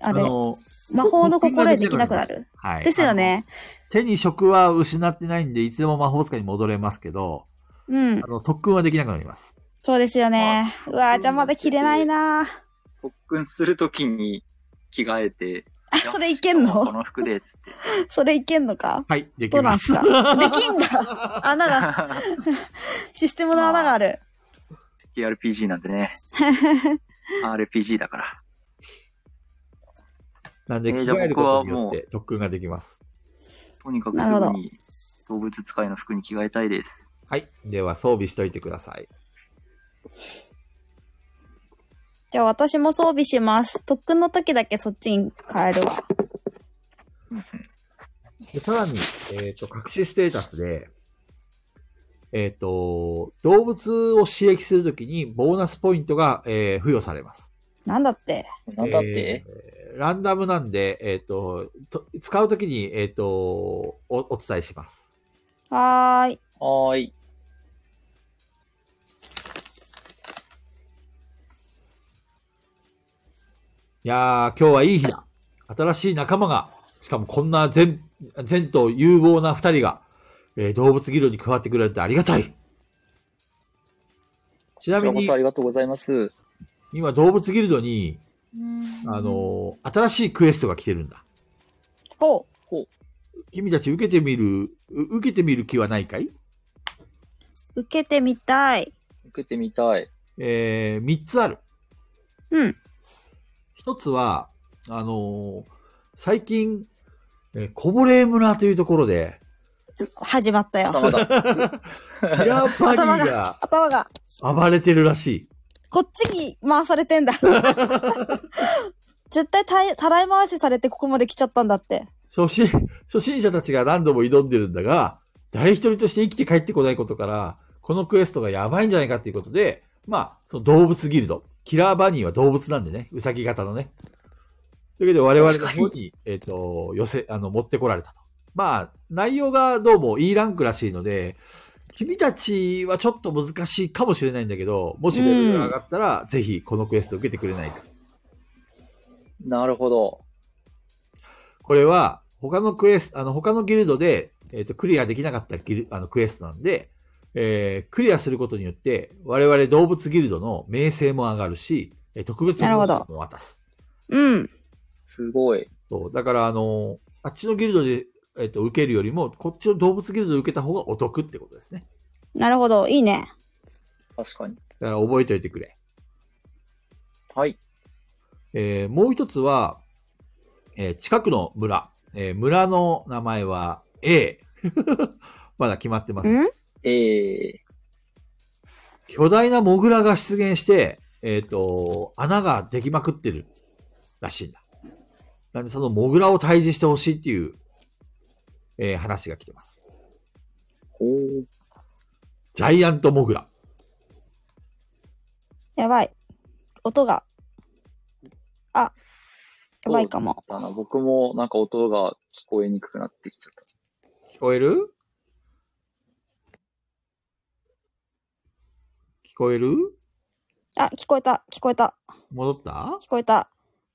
Speaker 3: あれ、
Speaker 1: の、
Speaker 3: 魔法の心得できなくなる。
Speaker 1: はい。
Speaker 3: ですよね。
Speaker 1: あの。手に職は失ってないんで、いつでも魔法使いに戻れますけど、
Speaker 3: うん
Speaker 1: あ。の、特訓はできなくなります。
Speaker 3: そうですよね。うわ、じゃあまだ着れないな。
Speaker 2: 特訓するときに着替えて。
Speaker 3: あ、それいけん
Speaker 2: こ
Speaker 3: の
Speaker 2: の服で、つって。
Speaker 3: それいけんのか
Speaker 1: はい、でき
Speaker 3: どうなん
Speaker 1: ます す。
Speaker 3: かできんだ穴が、システムの穴がある。
Speaker 2: TRPG なんでね。RPG だから。
Speaker 1: なんで、
Speaker 2: え
Speaker 1: 着
Speaker 2: ーじゃあ
Speaker 1: 替えることに
Speaker 2: 僕は
Speaker 1: よ
Speaker 2: も
Speaker 1: っ
Speaker 2: う
Speaker 1: て特訓ができます。
Speaker 2: とにかく
Speaker 3: な
Speaker 2: す
Speaker 3: るほど
Speaker 2: ぐに動物使いの服に着替えたいです。
Speaker 1: はい。では、装備しといてください。
Speaker 3: じゃあ私も装備します。特訓の時だけそっちに変えるわ。
Speaker 1: でさらに、えっ、と、隠しステータスで、えっ、と、動物を刺激するときに、ボーナスポイントが、えー付与されます。
Speaker 3: なんだって。
Speaker 2: なんだって、
Speaker 1: えーランダムなんで、えっ、とと、使うときに、えっ、とお、お伝えします。
Speaker 3: はーい。
Speaker 2: はーい。
Speaker 1: いやー、今日はいい日だ。新しい仲間が、しかもこんな全、全と有望な二人が、えー動物ギルドに加わってくれてありがたい。ちな
Speaker 2: こち
Speaker 1: み
Speaker 2: らこ
Speaker 1: に
Speaker 2: そあ、りがとうございます。
Speaker 1: 今動物ギルドに、あのー新しいクエストが来てるんだ。
Speaker 3: ほう。
Speaker 1: 君たち受けてみる、う受けてみる気はないかい
Speaker 3: 受けてみたい。
Speaker 2: 受けてみたい。
Speaker 1: えー、三つある。
Speaker 3: うん。
Speaker 1: 一つは、あのー最近、えーこぼれ村というところで、
Speaker 3: 始まった
Speaker 2: まだ
Speaker 3: よ。
Speaker 2: まだ。
Speaker 1: キラーパリ
Speaker 3: 頭
Speaker 1: ー
Speaker 3: が
Speaker 1: が、
Speaker 3: 頭が、
Speaker 1: 暴れてるらしい。
Speaker 3: こっちに回されてんだ。絶対たいたらい回しされてここまで来ちゃったんだって。
Speaker 1: 初心、 初心者たちが何度も挑んでるんだが、誰一人として生きて帰ってこないことから、このクエストがやばいんじゃないかっていうことで、まあ、その動物ギルド。キラーバニーは動物なんでね、ウサギ型のね。というわけで我々の方
Speaker 2: 確
Speaker 1: に、えっ、と、寄せ、あの、持ってこられたと。まあ、内容がどうも E ランクらしいので、君たちはちょっと難しいかもしれないんだけど、もしレベルが上がったら、ぜひこのクエストを受けてくれないか。
Speaker 2: なるほど。
Speaker 1: これは、他のクエスト、あの、他のギルドで、えっ、と、クリアできなかったギルあのクエストなんで、えークリアすることによって、我々動物ギルドの名声も上がるし、えー特別報酬も渡す。
Speaker 3: うん。
Speaker 2: すごい。
Speaker 1: そう。だから、あのあっちのギルドで、えっ、と、受けるよりも、こっちの動物ギルドで受けた方がお得ってことですね。
Speaker 3: なるほど。いいね。
Speaker 2: 確かに。
Speaker 1: だから、覚えておいてくれ。
Speaker 2: はい。
Speaker 1: えーもう一つは、えー近くの村。えー村の名前は A。まだ決まってません。
Speaker 3: ん
Speaker 2: ええ
Speaker 1: 巨大なモグラが出現して、えっ、と、穴ができまくってるらしいんだ。なんで、そのモグラを退治してほしいっていう、えー話が来てます。
Speaker 2: ほう。
Speaker 1: ジャイアントモグラ。
Speaker 3: やばい。音が。やばいかも
Speaker 2: そうだな。僕もなんか音が聞こえにくくなってきちゃっ
Speaker 1: 聞こえる聞こえる
Speaker 3: あ、聞こえた。聞こえた。
Speaker 1: 戻った
Speaker 3: 聞こえた。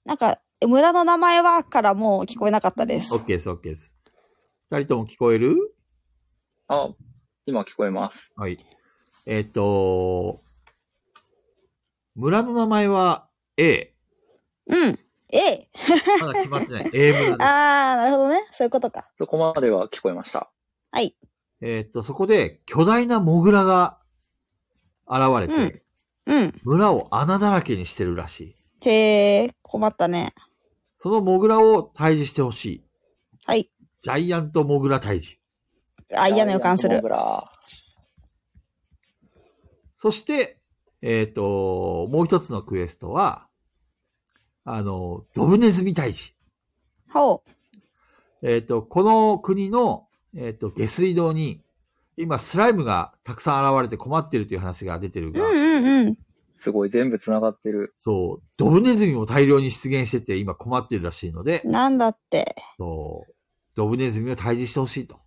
Speaker 3: なんか、村の名前はからもう聞こえなかったです。
Speaker 1: ?OK です、OK です。二人とも聞こえる
Speaker 2: た。あ、今聞こえます。
Speaker 1: はい。えっ、と、村の名前は A。
Speaker 3: うん。えい
Speaker 1: まだ決まってない。A 村です。
Speaker 3: あー、なるほどね。そういうことか。
Speaker 2: そこまでは聞こえました。
Speaker 3: はい。
Speaker 1: えーっと、そこで巨大なモグラが現れて、
Speaker 3: うん。
Speaker 1: 村を穴だらけにしてるらしい。
Speaker 3: へー、困ったね。
Speaker 1: そのモグラを退治してほしい。
Speaker 3: はい。
Speaker 1: ジャイアントモグラ退治。
Speaker 3: あ、嫌な予感す
Speaker 2: ダイアン
Speaker 3: る
Speaker 2: ト。モグラ
Speaker 1: そして、えーっと、もう一つのクエストは、あの、ドブネズミ退治。
Speaker 3: ほう。
Speaker 1: えーっと、この国の、えーっと、下水道に、今スライムがたくさん現れて困ってるという話が出てる
Speaker 3: う
Speaker 1: が、
Speaker 3: んうんうん。
Speaker 2: すごい、全部繋がってる。
Speaker 1: そう、ドブネズミも大量に出現してて今困ってるらしいので、
Speaker 3: なんだって。
Speaker 1: そう、ドブネズミを退治してほしいと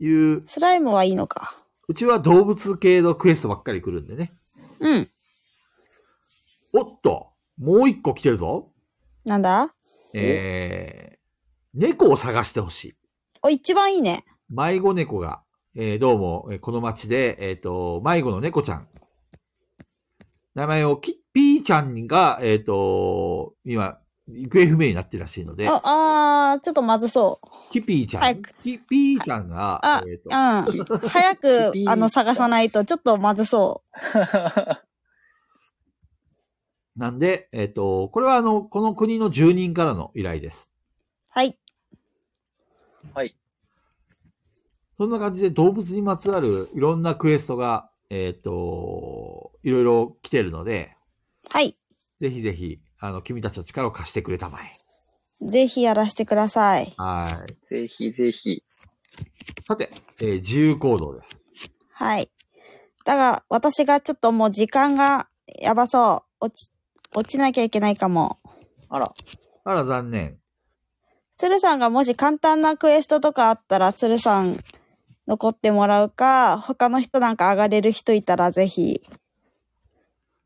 Speaker 1: いう、
Speaker 3: スライムはいいのか。
Speaker 1: うちは動物系のクエストばっかり来るんでね。
Speaker 3: うん。
Speaker 1: おっと、もう一個来てるぞ。
Speaker 3: なんだ
Speaker 1: えー、猫を探してほしい。
Speaker 3: お、一番いいね。
Speaker 1: 迷子猫が、えーどうも、えーこの町で、えっ、と、迷子の猫ちゃん。名前をキッピーちゃんが、えっ、と、今、行方不明になってるらしいので、
Speaker 3: あ、あー、ちょっとまずそう。
Speaker 1: キッピーちゃん、
Speaker 3: 早
Speaker 1: キ
Speaker 3: く
Speaker 1: ッピーちゃんが、
Speaker 3: あ
Speaker 1: えっ、と
Speaker 3: う、ん。早 く
Speaker 2: ピ、ー
Speaker 3: あの、探さないと、ちょっとまずそ
Speaker 1: なんで、えっ、と、これはあの、この国の住人からの依頼です。
Speaker 3: う。はい。
Speaker 1: そんな感じで動物にまつわるいろんなクエストが、えっ、と、いろいろ来てるので、
Speaker 3: はい。
Speaker 1: ぜひぜひ、あの、君たちの力を貸してくれたまえ。
Speaker 3: ぜひやらせてください。
Speaker 1: はーい。
Speaker 2: ぜひぜひ。
Speaker 1: さて、えー自由行動です。
Speaker 3: はい。だが、私がちょっともう時間がやばそう。落ち、落ちなきゃいけないかも。
Speaker 2: あら、
Speaker 1: あら、残念。
Speaker 3: 鶴さんがもし簡単なクエストとかあったら、鶴さん残ってもらうか、他の人なんか上がれる人いたらぜひ。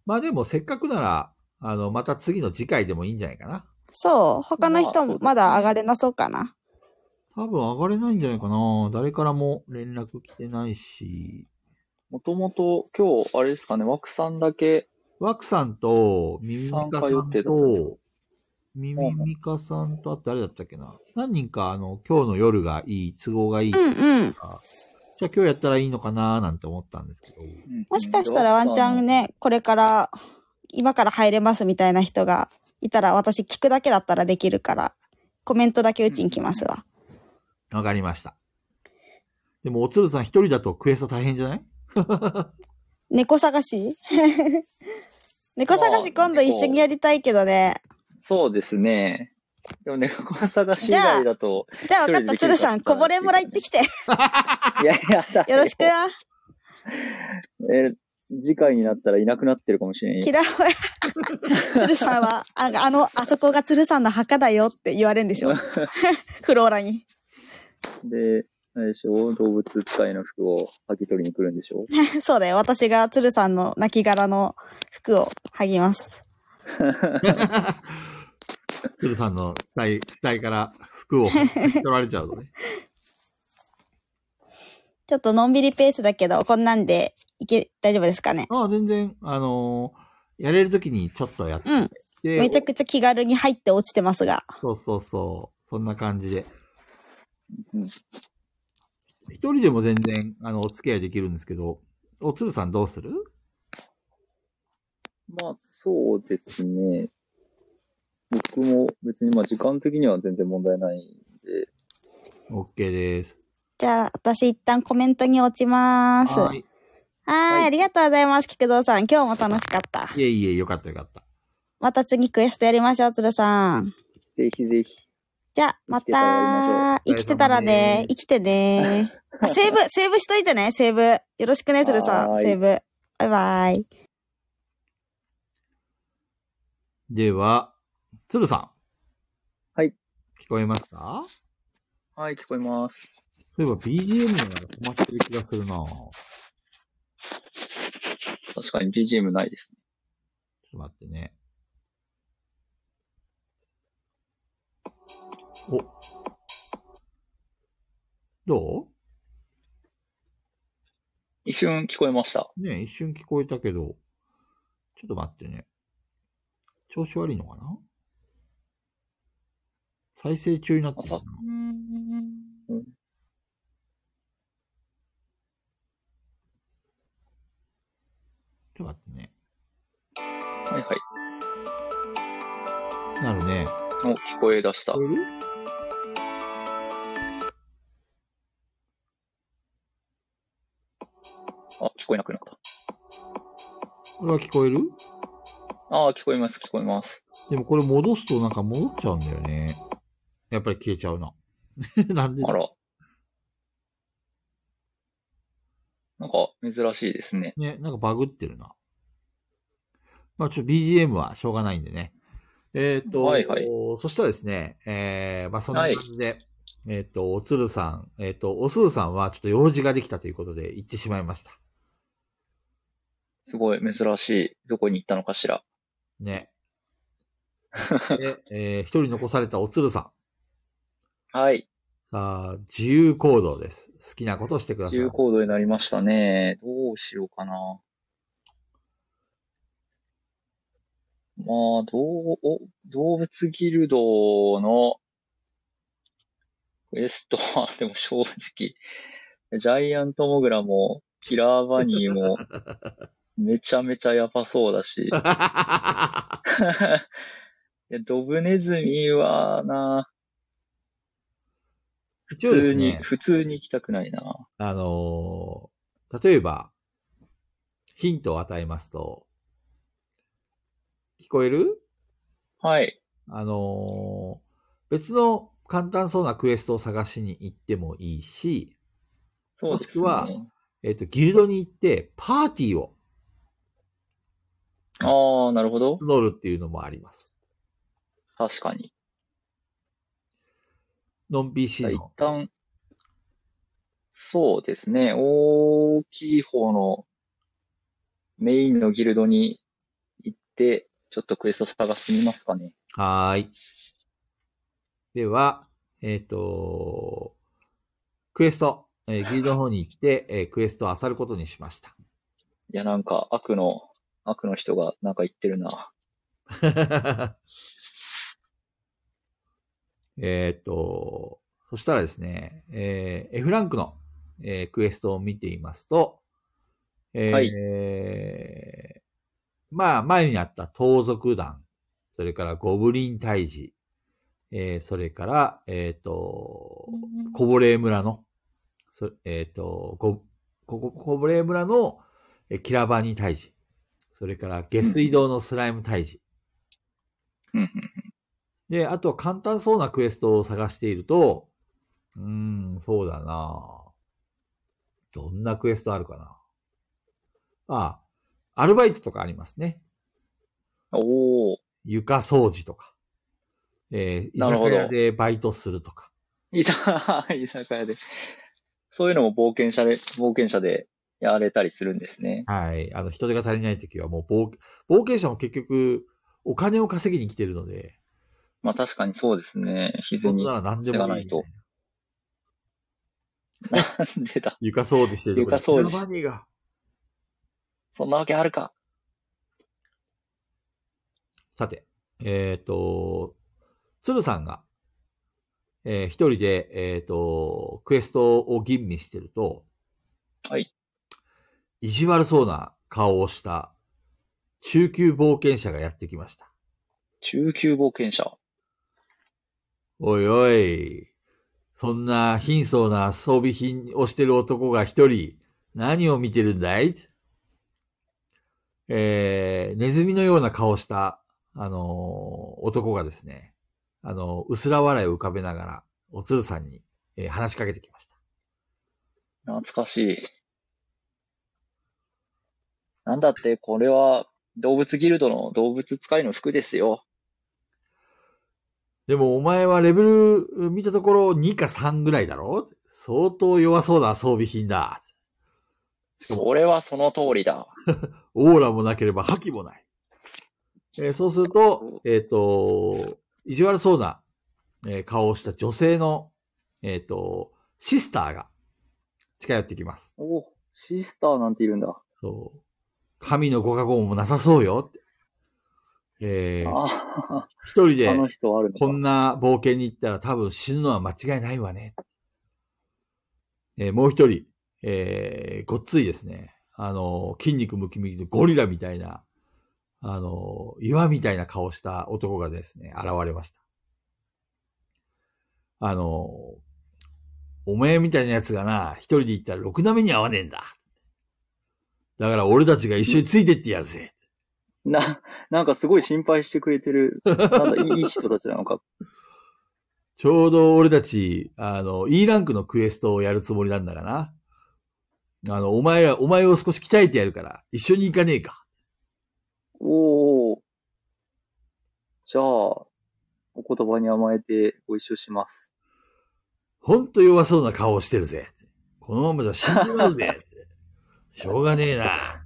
Speaker 1: まあでも、せっかくなら、あの、また次の次回でもいいんじゃないかな。
Speaker 3: そう、他の
Speaker 2: まあ
Speaker 3: 人
Speaker 2: そうです
Speaker 3: も
Speaker 2: ね
Speaker 3: まだ上がれなそうかな。
Speaker 1: 多分上がれないんじゃないかな。誰からも連絡来てないし。
Speaker 2: もともと今日、あれですかね、枠さんだけ、
Speaker 1: ワクさんと、ミミミカさ
Speaker 2: 参加予
Speaker 1: ん
Speaker 2: 定だったんですよ
Speaker 1: と、ミミミカさんと、あと誰だったっけな。何人か、あの、今日の夜がいい、都合がいい。
Speaker 3: うん
Speaker 1: じ
Speaker 3: うん。
Speaker 1: ゃあ今日やったらいいのかななんて思ったんですけど。
Speaker 3: もしかしたらワンチャン
Speaker 2: ね。
Speaker 3: ね、これから、今から入れますみたいな人がいたら、私聞くだけだったらできるから、コメントだけ打ちに来ますわ。
Speaker 1: わかりました。でも、おつるさん一人だとクエスト大変じゃ ない
Speaker 3: 猫探し猫探し今度一緒にやりたいけどね。
Speaker 2: そうですね。 でも、猫探し以外だと、
Speaker 3: じゃあ分かった、鶴さん、こぼれもらいってきて。
Speaker 2: いやいや、
Speaker 3: よろしく な。
Speaker 2: えー次回になったらいなくなってるかもしれない。
Speaker 3: 嫌わ鶴さんは、ああの、あそこが鶴さんの墓だよって言われるんで しょフローラに。
Speaker 2: で、あれでしょ動物使いの服を剥ぎ取りに来るんでしょ
Speaker 3: そうだよ。私が鶴さんの亡きの服を剥ぎます。
Speaker 1: 鶴さんの額、額から服を取られちゃうのね。
Speaker 3: ちょっとのんびりペースだけど、こんなんでいけ、大丈夫ですかね。
Speaker 1: ああ、全然、あのーやれるときにちょっとやって、
Speaker 3: うん。めちゃくちゃ気軽に入って落ちてますが。
Speaker 1: そうそうそう。そんな感じで。
Speaker 2: うん
Speaker 1: 一人でも全然、あの、お付き合いできるんですけど、おつるさんどうする
Speaker 2: まあ、そうですね。僕も別に、まあ、時間的には全然問題ない。
Speaker 1: ?OK です。
Speaker 3: じゃあ、私一旦コメントに落ちます。は
Speaker 1: は
Speaker 3: ーい
Speaker 1: い。
Speaker 2: はい
Speaker 3: ありがとうございます、菊蔵さん。今日も楽しかった。
Speaker 1: いえいえ、よかったよかった。
Speaker 3: また次クエストやりましょう、鶴さん。
Speaker 2: ぜひぜひ。
Speaker 3: じゃあ、また、生
Speaker 1: 生
Speaker 3: き
Speaker 1: き
Speaker 3: て
Speaker 1: て
Speaker 3: た
Speaker 1: た
Speaker 3: ら
Speaker 1: ら
Speaker 3: ね
Speaker 1: ね、
Speaker 3: 生きてね。あセーブ、セーブしといてね、セーブ。よろしくね、鶴さん。
Speaker 2: はーい
Speaker 3: セーブ。バイバイ。
Speaker 1: では、つるさん。
Speaker 2: はい。
Speaker 1: 聞こえますか
Speaker 2: はい、聞こえます。
Speaker 1: そういえば BGM が止まってる気がするなぁちょ
Speaker 2: 確かに BGM ないですね。
Speaker 1: っと待ってね。お。ど
Speaker 2: 一瞬聞こえました。
Speaker 1: うねえ一瞬聞こえたけど、ちょっと待ってね。調子悪いのかな再生中になってるな
Speaker 2: あそ
Speaker 1: ちょっと待ってね。
Speaker 2: はいはい。
Speaker 1: なるね。
Speaker 2: お、聞こえ出した。あ、聞こえなくなった。
Speaker 1: これは聞こえる
Speaker 2: ああ、聞こえます、聞こえます。
Speaker 1: でもこれ戻すとなんか戻っちゃうんだよね。やっぱり消えちゃうな。 なんで
Speaker 2: あら。なんか、珍しいですね。
Speaker 1: ね、なんかバグってるな。まあちょっと BGM はしょうがないんでね。えっ、と、
Speaker 2: はいはい
Speaker 1: そしたらですね、えー、まあそんな
Speaker 2: はい
Speaker 1: 感じで、えっ、と、おつるさん、えっ、と、おするさんはちょっと用事ができたということで行ってしまいました。
Speaker 2: すごい珍しい。どこに行ったのかしら。
Speaker 1: ね。で、えー、一人残されたおつるさん。
Speaker 2: はい。
Speaker 1: さあ、自由行動です。好きなことしてください。
Speaker 2: 自 由行動になりましたね。どうしようかな。まあ、どう、お動物ギルドのクエストは、 でも正直、ジャイアントモグラも、キラーバニ ーも、めちゃめちゃやばそうだし。いやドブネズミはな、普
Speaker 1: 一応で
Speaker 2: 通
Speaker 1: す
Speaker 2: に、
Speaker 1: ね
Speaker 2: 普通に行きたくないな。
Speaker 1: あのー例えば、ヒントを与えますと、聞こえる
Speaker 2: はい。
Speaker 1: あのー別の簡単そうなクエストを探しに行ってもいいし、
Speaker 2: そうです
Speaker 1: もし
Speaker 2: ね。
Speaker 1: えっ、と、ギルドに行ってパーティーを
Speaker 2: ああ、なるほど。
Speaker 1: 募るっていうのもあります。
Speaker 2: 確かに。
Speaker 1: ノン
Speaker 2: じ
Speaker 1: PC
Speaker 2: ゃあ一
Speaker 1: の。
Speaker 2: 旦、そうですね。大きい方のメインのギルドに行って、ちょっとクエスト探してみますかね。
Speaker 1: はーい。では、えっ、とクエスト、えーギルドの方に行って、えークエストを漁ることにしました。
Speaker 2: いや、なんか、悪の、悪の人がなんか言ってるな。
Speaker 1: えーっと、そしたらですね、えー F ランクの、えークエストを見ていますと、えー
Speaker 2: はい
Speaker 1: まあ、前にあった盗賊団、それからゴブリン退治、えーそれから、えーっと、コボレー村の、そえーっと、ゴここコボレー村のえーキラバニ退治、それから下水道のスライム退治、
Speaker 2: うんうん。
Speaker 1: で、あとは簡単そうなクエストを探していると、うーん、そうだなどんなクエストあるかなああ、アルバイトとかありますね。
Speaker 2: おお
Speaker 1: 床掃除とか。えー、居
Speaker 2: なる
Speaker 1: 酒
Speaker 2: ほど
Speaker 1: 屋でバイトするとか。
Speaker 2: 居酒 居酒屋で。そういうのも冒険者で、冒険者でやれたりするんですね。
Speaker 1: はい。あの、人手が足りない時はもう冒、冒険者も結局、お金を稼ぎに来てるので、
Speaker 2: まあ確かにそうですね。日
Speaker 1: そ
Speaker 2: 銭
Speaker 1: ん
Speaker 2: に
Speaker 1: なら何で
Speaker 2: 稼が
Speaker 1: も
Speaker 2: ない
Speaker 1: い
Speaker 2: い
Speaker 1: みた
Speaker 2: と
Speaker 1: いな。
Speaker 2: 出た。
Speaker 1: 床掃除してるとこで
Speaker 2: 床掃除
Speaker 1: ラバニーが
Speaker 2: そんなわけあるか。
Speaker 1: さて、えっ、と、鶴さんが、えー一人で、えっ、と、クエストを吟味してると、
Speaker 2: はい。
Speaker 1: 意地悪そうな顔をした、中級冒険者がやってきました。
Speaker 2: 中級冒険者。
Speaker 1: おいおい、そんな貧相な装備品をしてる男が一人、何を見てるんだいえー、ネズミのような顔をした、あのー男がですね、あのー薄ら笑いを浮かべながら、おつるさんに、えー話しかけてきました。
Speaker 2: 懐かしい。なんだって、これは動物ギルドの動物使いの服ですよ。
Speaker 1: でもお前はレベル見たところ2か3ぐらいだろ相当弱そうな装備品だ。
Speaker 2: それはその通りだ。
Speaker 1: オーラもなければ覇気もない。えーそうすると、えっ、と、意地悪そうな、えー顔をした女性の、えっ、と、シスターが近寄ってきます。
Speaker 2: おお、シスターなんているんだ。
Speaker 1: そう。神のご加護もなさそうよって。えー
Speaker 2: あ
Speaker 1: 一人
Speaker 2: あ、あ
Speaker 1: で
Speaker 2: の人はあるの
Speaker 1: こ
Speaker 2: か
Speaker 1: んな冒険に行ったら多分死ぬのは間違いないわね。えーもう一人、えーごっついですね。あのー筋肉ムキムキのゴリラみたいな、あのー岩みたいな顔した男がですね、現れました。あのーおめえみたいなやつがな、一人で行ったらろくな目に合わねえんだ。だから俺たちが一緒についてってやるぜ。
Speaker 2: な、なんかすごい心配してくれてる、なんだいいいい人たちなのか。
Speaker 1: ちょうど俺たち、あの、E ランクのクエストをやるつもりなんだがな。あの、お前ら、お前を少し鍛えてやるから、一緒に行かねえか。
Speaker 2: おお。じゃあ、お言葉に甘えてご一緒します。
Speaker 1: ほんと弱そうな顔をしてるぜ。このままじゃ死んじまうぜ。 しょうがねえな。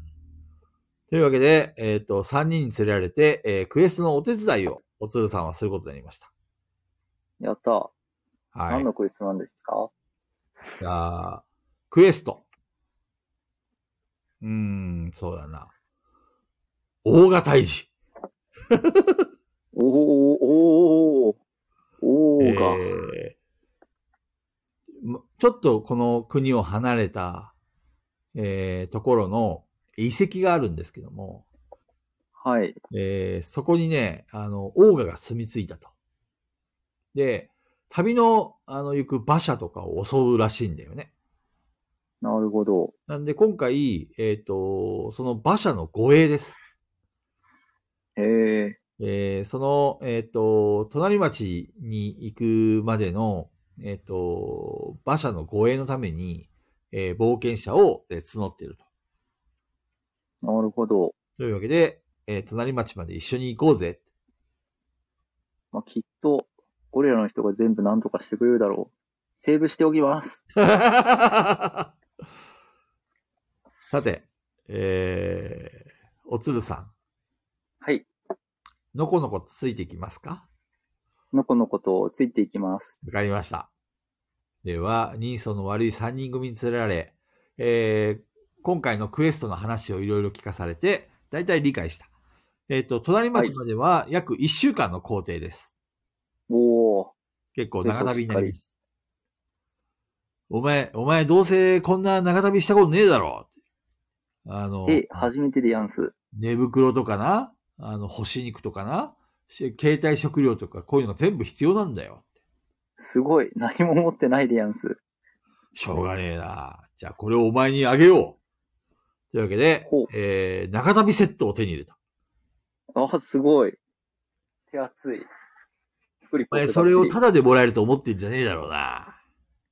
Speaker 1: というわけで、えっ、と、3人に連れられて、えークエストのお手伝いを、おつるさんはすることになりました。
Speaker 2: やった。
Speaker 1: はい
Speaker 2: 何。のクイズなんですか
Speaker 1: じゃあ、クエスト。うーん、そうだな。大賀退治。
Speaker 2: おーおーおーおーおーが、
Speaker 1: えーまちょっとこの国を離れた、えーところの遺跡があるんですけども、
Speaker 2: はい。
Speaker 1: えーそこにね、あの、オーガが住み着いたと。で、旅の、あの、行く馬車とかを襲うらしいんだよね。
Speaker 2: なるほど。
Speaker 1: なんで今回、えっ、と、その馬車の護衛です。
Speaker 2: へえ。
Speaker 1: えーその、えっ、と、隣町に行くまでの、えっ、と、馬車の護衛のために、えー冒険者を、えー募っていると。
Speaker 2: なるほど。
Speaker 1: というわけで、えー隣町まで一緒に行こうぜ。
Speaker 2: まあ、きっと、ゴリラの人が全部何とかしてくれるだろう。セーブしておきます。
Speaker 1: さて、えー、おつるさん、
Speaker 2: はい。
Speaker 1: のこのこついてきますか
Speaker 2: のこのことついていきます。
Speaker 1: わかりました。では、人相の悪い3人組に連れられ、えー今回のクエストの話をいろいろ聞かされて、だいたい理解した。えっ、と、隣町までは約1週間の行程です。
Speaker 2: おお。
Speaker 1: 結構長旅になります。お前、お前どうせこんな長旅したことねえだろあの、
Speaker 2: で、初めてでやんす。
Speaker 1: 寝袋とかな、あの、干し肉とかな、し携帯食料とかこういうのが全部必要なんだよ。
Speaker 2: すごい。何も持ってないでやんす。
Speaker 1: しょうがねえな。じゃあ、これをお前にあげよう。というわけで
Speaker 2: ほう、
Speaker 1: えー、中旅セットを手に入れた。
Speaker 2: あ、すごい。手厚い。フリッ
Speaker 1: お
Speaker 2: プ
Speaker 1: 前
Speaker 2: を
Speaker 1: それをタダでもらえると思ってんじゃねえだろうな。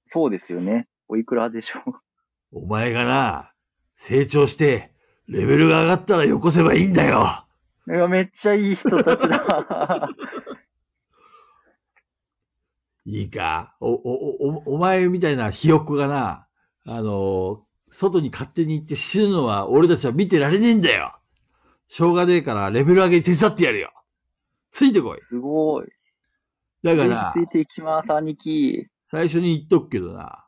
Speaker 2: そうですよね。おいくらでしょう。
Speaker 1: お前がな、成長して、レベルが上がったらよこせばいいんだよ。
Speaker 2: いや、めっちゃいい人たちだ。
Speaker 1: いいか。お、お、お、おお前みたいなひよっこがな、あの、外に勝手に行って死ぬのは俺たちは見てられねえんだよ。しょうがねえからレベル上げ手伝ってやるよ。ついてこい。
Speaker 2: すごい。
Speaker 1: だか
Speaker 2: ぜ
Speaker 1: ら
Speaker 2: ひつ、いていきます、兄貴。
Speaker 1: 最初に言っとくけどな。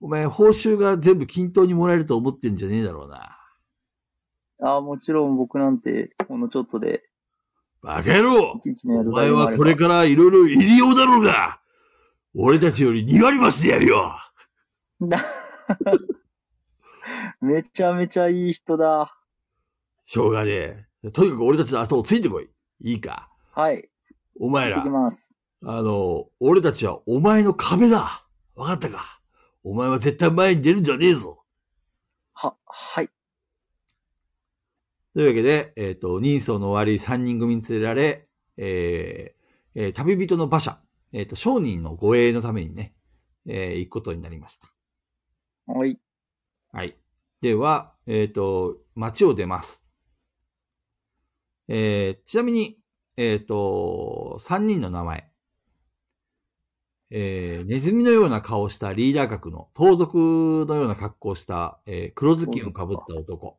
Speaker 1: お前、報酬が全部均等にもらえると思ってんじゃねえだろうな。
Speaker 2: ああ、もちろん僕なんて、ほんのちょっとで、
Speaker 1: バカ野郎
Speaker 2: 一日の
Speaker 1: お
Speaker 2: やる
Speaker 1: 前はこれ
Speaker 2: か。
Speaker 1: からいろいろ入りようだろうが俺たちより2割増してやるよ
Speaker 2: めちゃめちゃいい人だ。
Speaker 1: しょうがねえ。とにかく俺たちの後をついてこい。いいか。
Speaker 2: はい。
Speaker 1: お前
Speaker 2: 行
Speaker 1: ら
Speaker 2: き、ます。
Speaker 1: あの、俺たちはお前の壁だ。わかったかお前は絶対前に出るんじゃねえぞ。
Speaker 2: は、はい。
Speaker 1: というわけで、えっ、と、人相の悪い三人組に連れられ、えーえー旅人の馬車、えっ、と、商人の護衛のためにね、えー行くことになりました。
Speaker 2: はい。
Speaker 1: はい。では、えっ、と、町を出ます。えーちなみに、えっ、と、三人の名前。えーネズミのような顔をしたリーダー格の、盗賊のような格好をした、えー黒ずきんをかぶった男。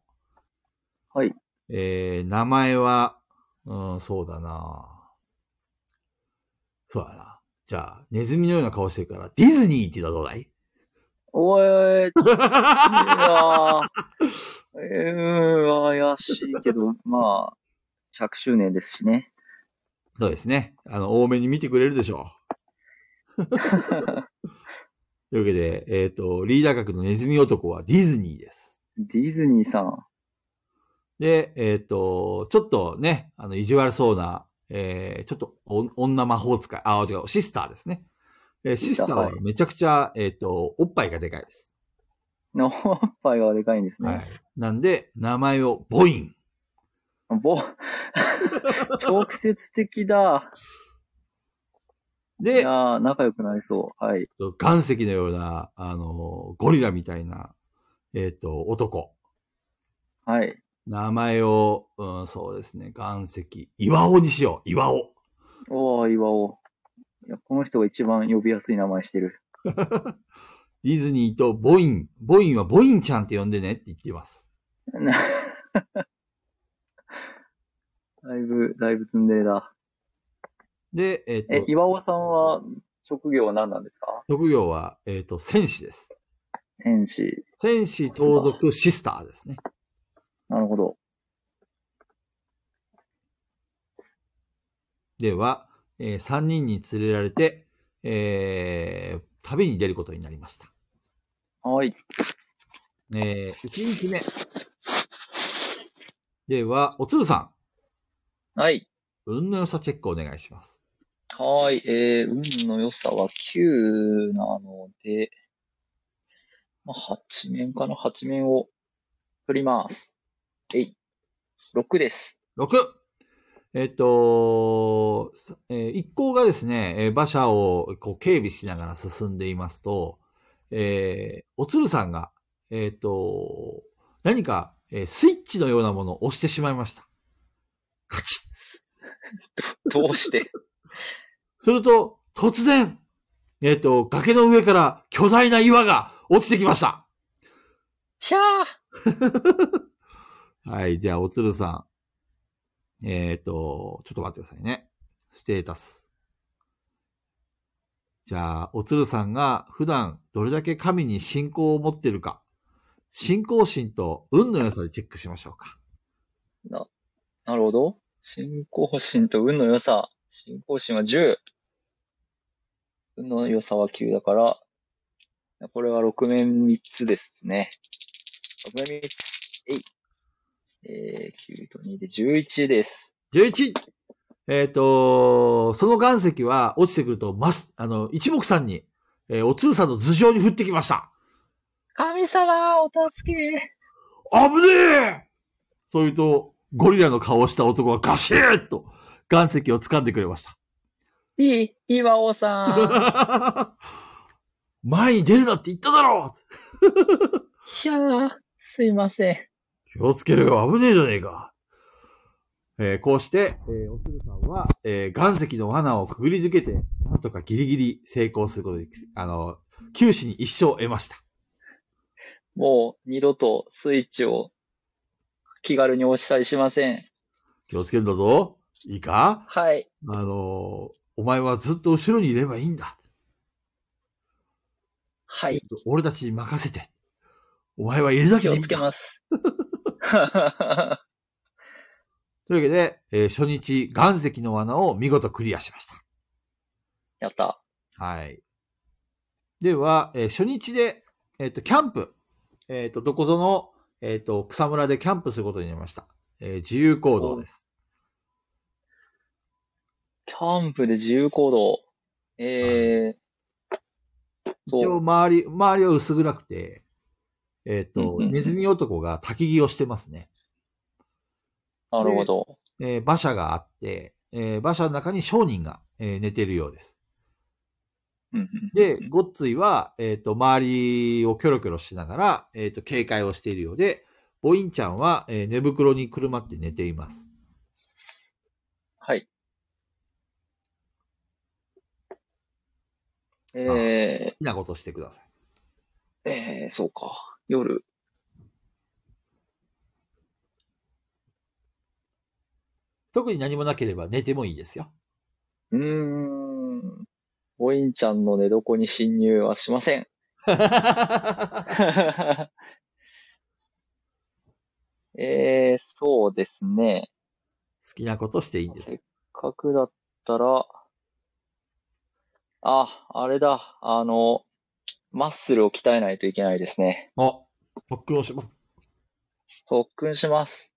Speaker 2: はい。
Speaker 1: えー名前は、うん、そうだなそうだな。じゃあ、ネズミのような顔してるから、ディズニーって言ったらどうだい
Speaker 2: おいおい、いやーえーうーん、怪しいけど、 まあ、100周年ですしね。
Speaker 1: そうですね。あの、多めに見てくれるでしょう。というわけで、えっ、と、リーダー格のネズミ男はディズニーです。
Speaker 2: ディズニーさん。
Speaker 1: で、えっ、と、ちょっとね、あの、意地悪そうな、えー、ちょっとお、女魔法使い、あ、違う、シスターですね。えーシスターはめちゃくちゃ、えっ、と、おっぱいがでかいです。
Speaker 2: の おっぱいはでかいんですね。
Speaker 1: はい。なんで、名前をボイン。
Speaker 2: ぼ、 直接的だ。い
Speaker 1: で、
Speaker 2: やー仲良くなりそう。はい。
Speaker 1: 岩石のような、あの、ゴリラみたいな、えっ、と、男。
Speaker 2: はい。
Speaker 1: 名前を、うん、そうですね、岩石。岩尾にしよう、岩尾。
Speaker 2: おー、岩尾。いやこの人が一番呼びやすい名前してる。
Speaker 1: ディズニーとボイン。ボインはボインちゃんって呼んでねって言ってます。
Speaker 2: なだいぶ、だいぶツンデレだ。
Speaker 1: で、えっ、
Speaker 2: え、
Speaker 1: と、
Speaker 2: 岩尾さんは職業は何なんですか
Speaker 1: 職業は、えっ、と、戦士です。
Speaker 2: 戦士。
Speaker 1: 戦士、盗賊、シスターですね。
Speaker 2: なるほど。
Speaker 1: では、え3人に連れられて、えー、旅に出ることになりました。
Speaker 2: はい。
Speaker 1: えー、1日目。では、おつるさ
Speaker 2: はい。
Speaker 1: ん、運の良さチェックお願いします。
Speaker 2: はーい。えー、運の良さは9なので、まあ、8面かな ?8 面を取ります。えい。6です。
Speaker 1: 6! えっと、さえー一行がですね、えー馬車をこう警備しながら進んでいますと、えーおつるさんが、えっ、と、何か、えースイッチのようなものを押してしまいました。カチッ
Speaker 2: どどうして
Speaker 1: すると、突然、えっ、と、崖の上から巨大な岩が落ちてきました。
Speaker 2: ひゃー
Speaker 1: はい、じゃあ、おつるさん。えっ、と、ちょっと待ってくださいね。ステータス。じゃあ、おつるさんが普段どれだけ神に信仰を持ってるか、信仰心と運の良さでチェックしましょうか。
Speaker 2: なるほど。信仰心と運の良さ。信仰心は10。運の良さは9だから、これは6面3つですね。6面3つ。えい。えー、9と2で11です。
Speaker 1: 11! えっ、と、その岩石は落ちてくると、ます、あの、一目散に、えーおつるさんの頭上に降ってきました。
Speaker 2: 神様、お助け。
Speaker 1: 危ねえそう言うと、ゴリラの顔をした男がガシッと岩石を掴んでくれました。
Speaker 2: いい、いいわ、王 さん。
Speaker 1: 前に出るなって言っただろ
Speaker 2: いやー、すいません。
Speaker 1: 気をつけるよ、危ねえじゃねえか。えーこうして、えーおつるさんは、えー岩石の罠をくぐり抜けて、なんとかギリギリ成功することで、あの、九死に一生を得ました。
Speaker 2: もう二度とスイッチを気軽に押したりしません。
Speaker 1: 気をつけるんだぞ。いいか
Speaker 2: はい。
Speaker 1: あのーお前はずっと後ろにいればいいんだ。
Speaker 2: はい。
Speaker 1: 俺たちに任せて。お前はいるだけで
Speaker 2: 気
Speaker 1: いい
Speaker 2: を
Speaker 1: んだ
Speaker 2: つけます。
Speaker 1: というわけで、えー初日、岩石の罠を見事クリアしました。
Speaker 2: やった。
Speaker 1: はい。では、えー初日で、えっ、と、キャンプ。えっ、と、どこぞの、えっ、と、草むらでキャンプすることになりました。えー自由行動です。
Speaker 2: キャンプで自由行動。えー、
Speaker 1: 一応、
Speaker 2: と、
Speaker 1: 周り、周りは薄暗くて、えっ、と、
Speaker 2: うんうん
Speaker 1: ネズミ男が焚き木をしてますね。
Speaker 2: なるほど。
Speaker 1: えー馬車があって、えー馬車の中に商人が、えー寝てるようです。
Speaker 2: うんうん
Speaker 1: で、ゴッツイは、えっ、と、周りをキョロキョロしながら、えっ、と、警戒をしているようで、ボインちゃんは、えー寝袋にくるまって寝ています。
Speaker 2: はい。え
Speaker 1: 好きなことをしてください。
Speaker 2: ー、えー、そうか。夜。
Speaker 1: 特に何もなければ寝てもいいですよ。
Speaker 2: うーん。ボインちゃんの寝床に侵入はしません。 えー、そうですね。
Speaker 1: 好きなことしていいんです
Speaker 2: せ。っかくだったら、あ、あれだ、あの、マッスルを鍛えないといけないですね。
Speaker 1: あ、特訓をします。
Speaker 2: 特訓します。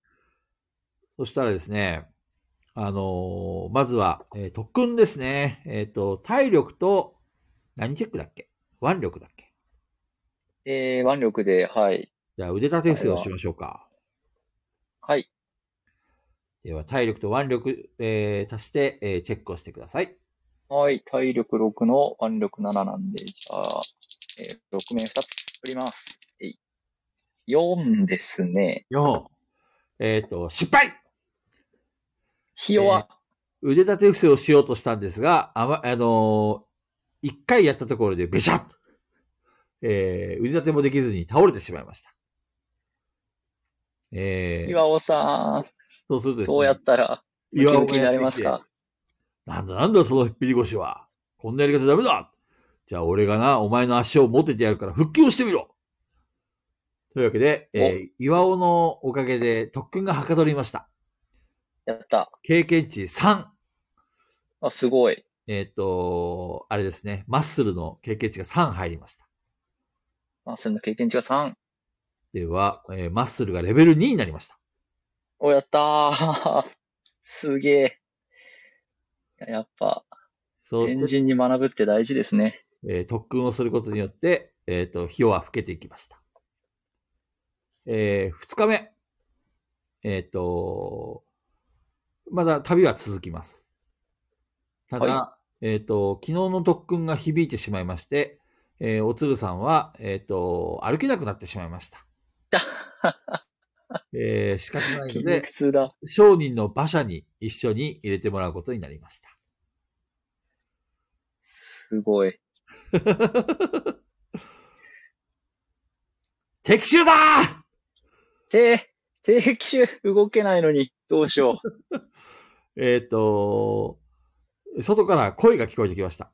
Speaker 1: そしたらですね、あのーまずは、えー特訓ですね。えっ、と、体力と、何チェックだっけ腕力だっけ
Speaker 2: えー、腕力で、はい。
Speaker 1: じゃあ腕立て伏せをしましょうか。
Speaker 2: はい。
Speaker 1: では、体力と腕力、えー足して、えーチェックをしてください。
Speaker 2: はい、体力6の腕力7なんで、じゃあ、えー、6面2つ振ります。えい4ですね。
Speaker 1: 4。えっ、と、失敗
Speaker 2: ひ弱。
Speaker 1: 腕立て伏せをしようとしたんですが、あま、あのー一回やったところでベシャッと、えー、腕立てもできずに倒れてしまいました。えー、
Speaker 2: 岩尾さ
Speaker 1: そうするとで
Speaker 2: ん、
Speaker 1: すね
Speaker 2: どうやったら、ム
Speaker 1: 岩
Speaker 2: キ
Speaker 1: 尾
Speaker 2: ムキになります
Speaker 1: がやって
Speaker 2: か
Speaker 1: きてなんだなんだそのひっぴり腰は。こんなやり方ダメだじゃあ俺がな、お前の足を持ててやるから腹筋をしてみろというわけで、えー、岩尾のおかげで特訓がはかどりました。
Speaker 2: やった。
Speaker 1: 経験値3。
Speaker 2: あ、すごい。
Speaker 1: えっ、と、あれですね、マッスルの経験値が3入りました。
Speaker 2: マッスルの経験値が3。
Speaker 1: では、えーマッスルがレベル2になりました。
Speaker 2: お、やったー。すげえ。いややっぱ、
Speaker 1: そう、
Speaker 2: 先人に学ぶって大事ですね。
Speaker 1: えー特訓をすることによって、えっ、と、費用は老けていきました。えー二日目。えっ、と、まだ旅は続きます。ただ、
Speaker 2: は
Speaker 1: えっ、と、昨日の特訓が響いてしまいまして、えーおつるさんは、えっ、と、歩けなくなってしまいま した。えー仕方ない
Speaker 2: 筋
Speaker 1: ので
Speaker 2: 肉、痛だ。
Speaker 1: 商人の馬車に一緒に入れてもらうことになりました。
Speaker 2: すごい。
Speaker 1: 敵襲だー
Speaker 2: 手、手機種動けないのに、どうしよう。
Speaker 1: えっ、と、外から声が聞こえてきました。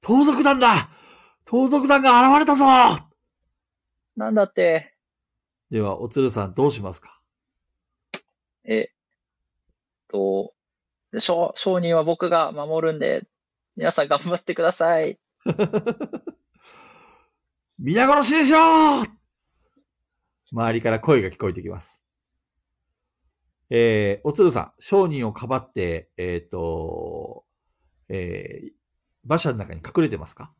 Speaker 1: 盗賊団だ盗賊団が現れたぞ
Speaker 2: なんだって。
Speaker 1: では、おつるさんどうしますか
Speaker 2: え、と、で商商人は僕が守るんで、皆さん頑張ってください。
Speaker 1: 皆殺しでしょう周りから声が聞こえてきます。えー、おつるさん、商人をかばって、えっ、と、えー、馬車の中に隠れてますか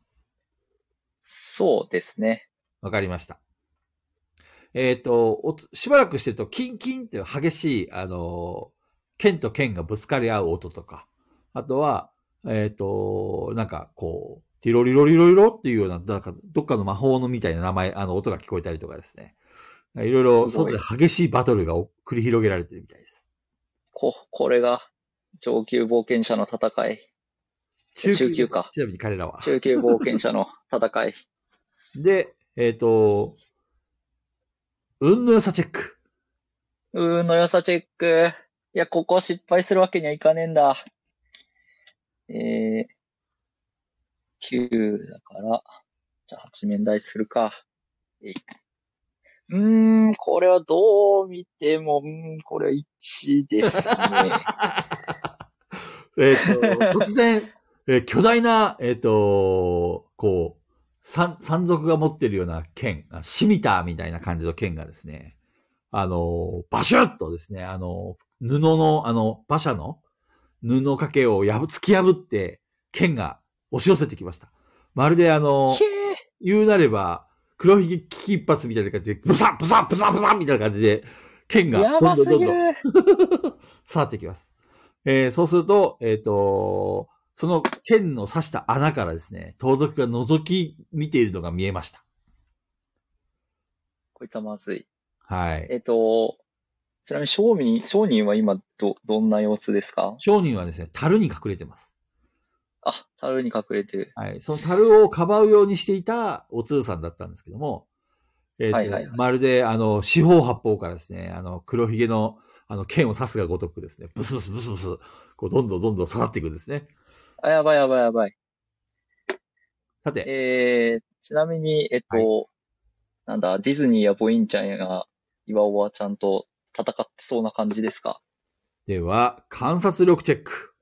Speaker 2: そうですね。
Speaker 1: わかりました。えっ、と、おつしばらくしてると、キンキンっていう激しい、あのー剣と剣がぶつかり合う音とか、あとは、えっ、と、なんかこう、ティロリロリロリロっていうような、なんかどっかの魔法のみたいな名前、あの音が聞こえたりとかですね。いろいろ、
Speaker 2: すごい
Speaker 1: 外で激しいバトルが繰り広げられてるみたいです。
Speaker 2: こ、これが上級冒険者の戦い。中級か
Speaker 1: ちなみに彼らは。
Speaker 2: 中級冒険者の戦い。
Speaker 1: で、えっ、と、運の良さチェック。
Speaker 2: うーんの良さチェック。いや、ここ失敗するわけにはいかねえんだ。えー、9だから、じゃあ8面台するか。えいうーん、これはどう見ても、うーん、これは1です ね。
Speaker 1: えっ、と、 突然、えー巨大な、えっ、と、こう、山、山賊が持ってるような剣、あシミターみたいな感じの剣がですね、あの、バシュッとですね、あの、布の、あの、馬車の布掛けをやぶ、突き破って、剣が押し寄せてきました。まるであの、
Speaker 2: ひえ
Speaker 1: 言うなれば、黒ひげ危機一発みたいな感じで、ブサッブサッブサッブサッみたいな感じで、剣が
Speaker 2: や
Speaker 1: ど
Speaker 2: ば
Speaker 1: んど
Speaker 2: す
Speaker 1: んどん
Speaker 2: ぎ
Speaker 1: どん
Speaker 2: る。
Speaker 1: 触ってきます。えーそうすると、えっ、と、その剣の刺した穴からですね、盗賊が覗き見ているのが見えました。
Speaker 2: こいつはまずい。
Speaker 1: はい。
Speaker 2: えっと、ちなみに商人、商人は今ど、どんな様子ですか
Speaker 1: 商人はですね、樽に隠れてます。
Speaker 2: あ、樽に隠れてる。
Speaker 1: はい。その樽をかばうようにしていたお通さんだったんですけども、えっ、と、
Speaker 2: はいはいはい
Speaker 1: まるで、あの、四方八方からですね、あの、黒ひげの、あの、剣を刺すがごとくですね、ブスブスブスブス、こう、どんどんどんどん刺さっていくんですね。
Speaker 2: あ、やばいやばいやばい。
Speaker 1: さて、
Speaker 2: えー、ちなみに、えっと、
Speaker 1: は
Speaker 2: なんだ、ディズニーやボインちゃんや岩尾はちゃんと戦ってそうな感じですか
Speaker 1: では、観察力チェック。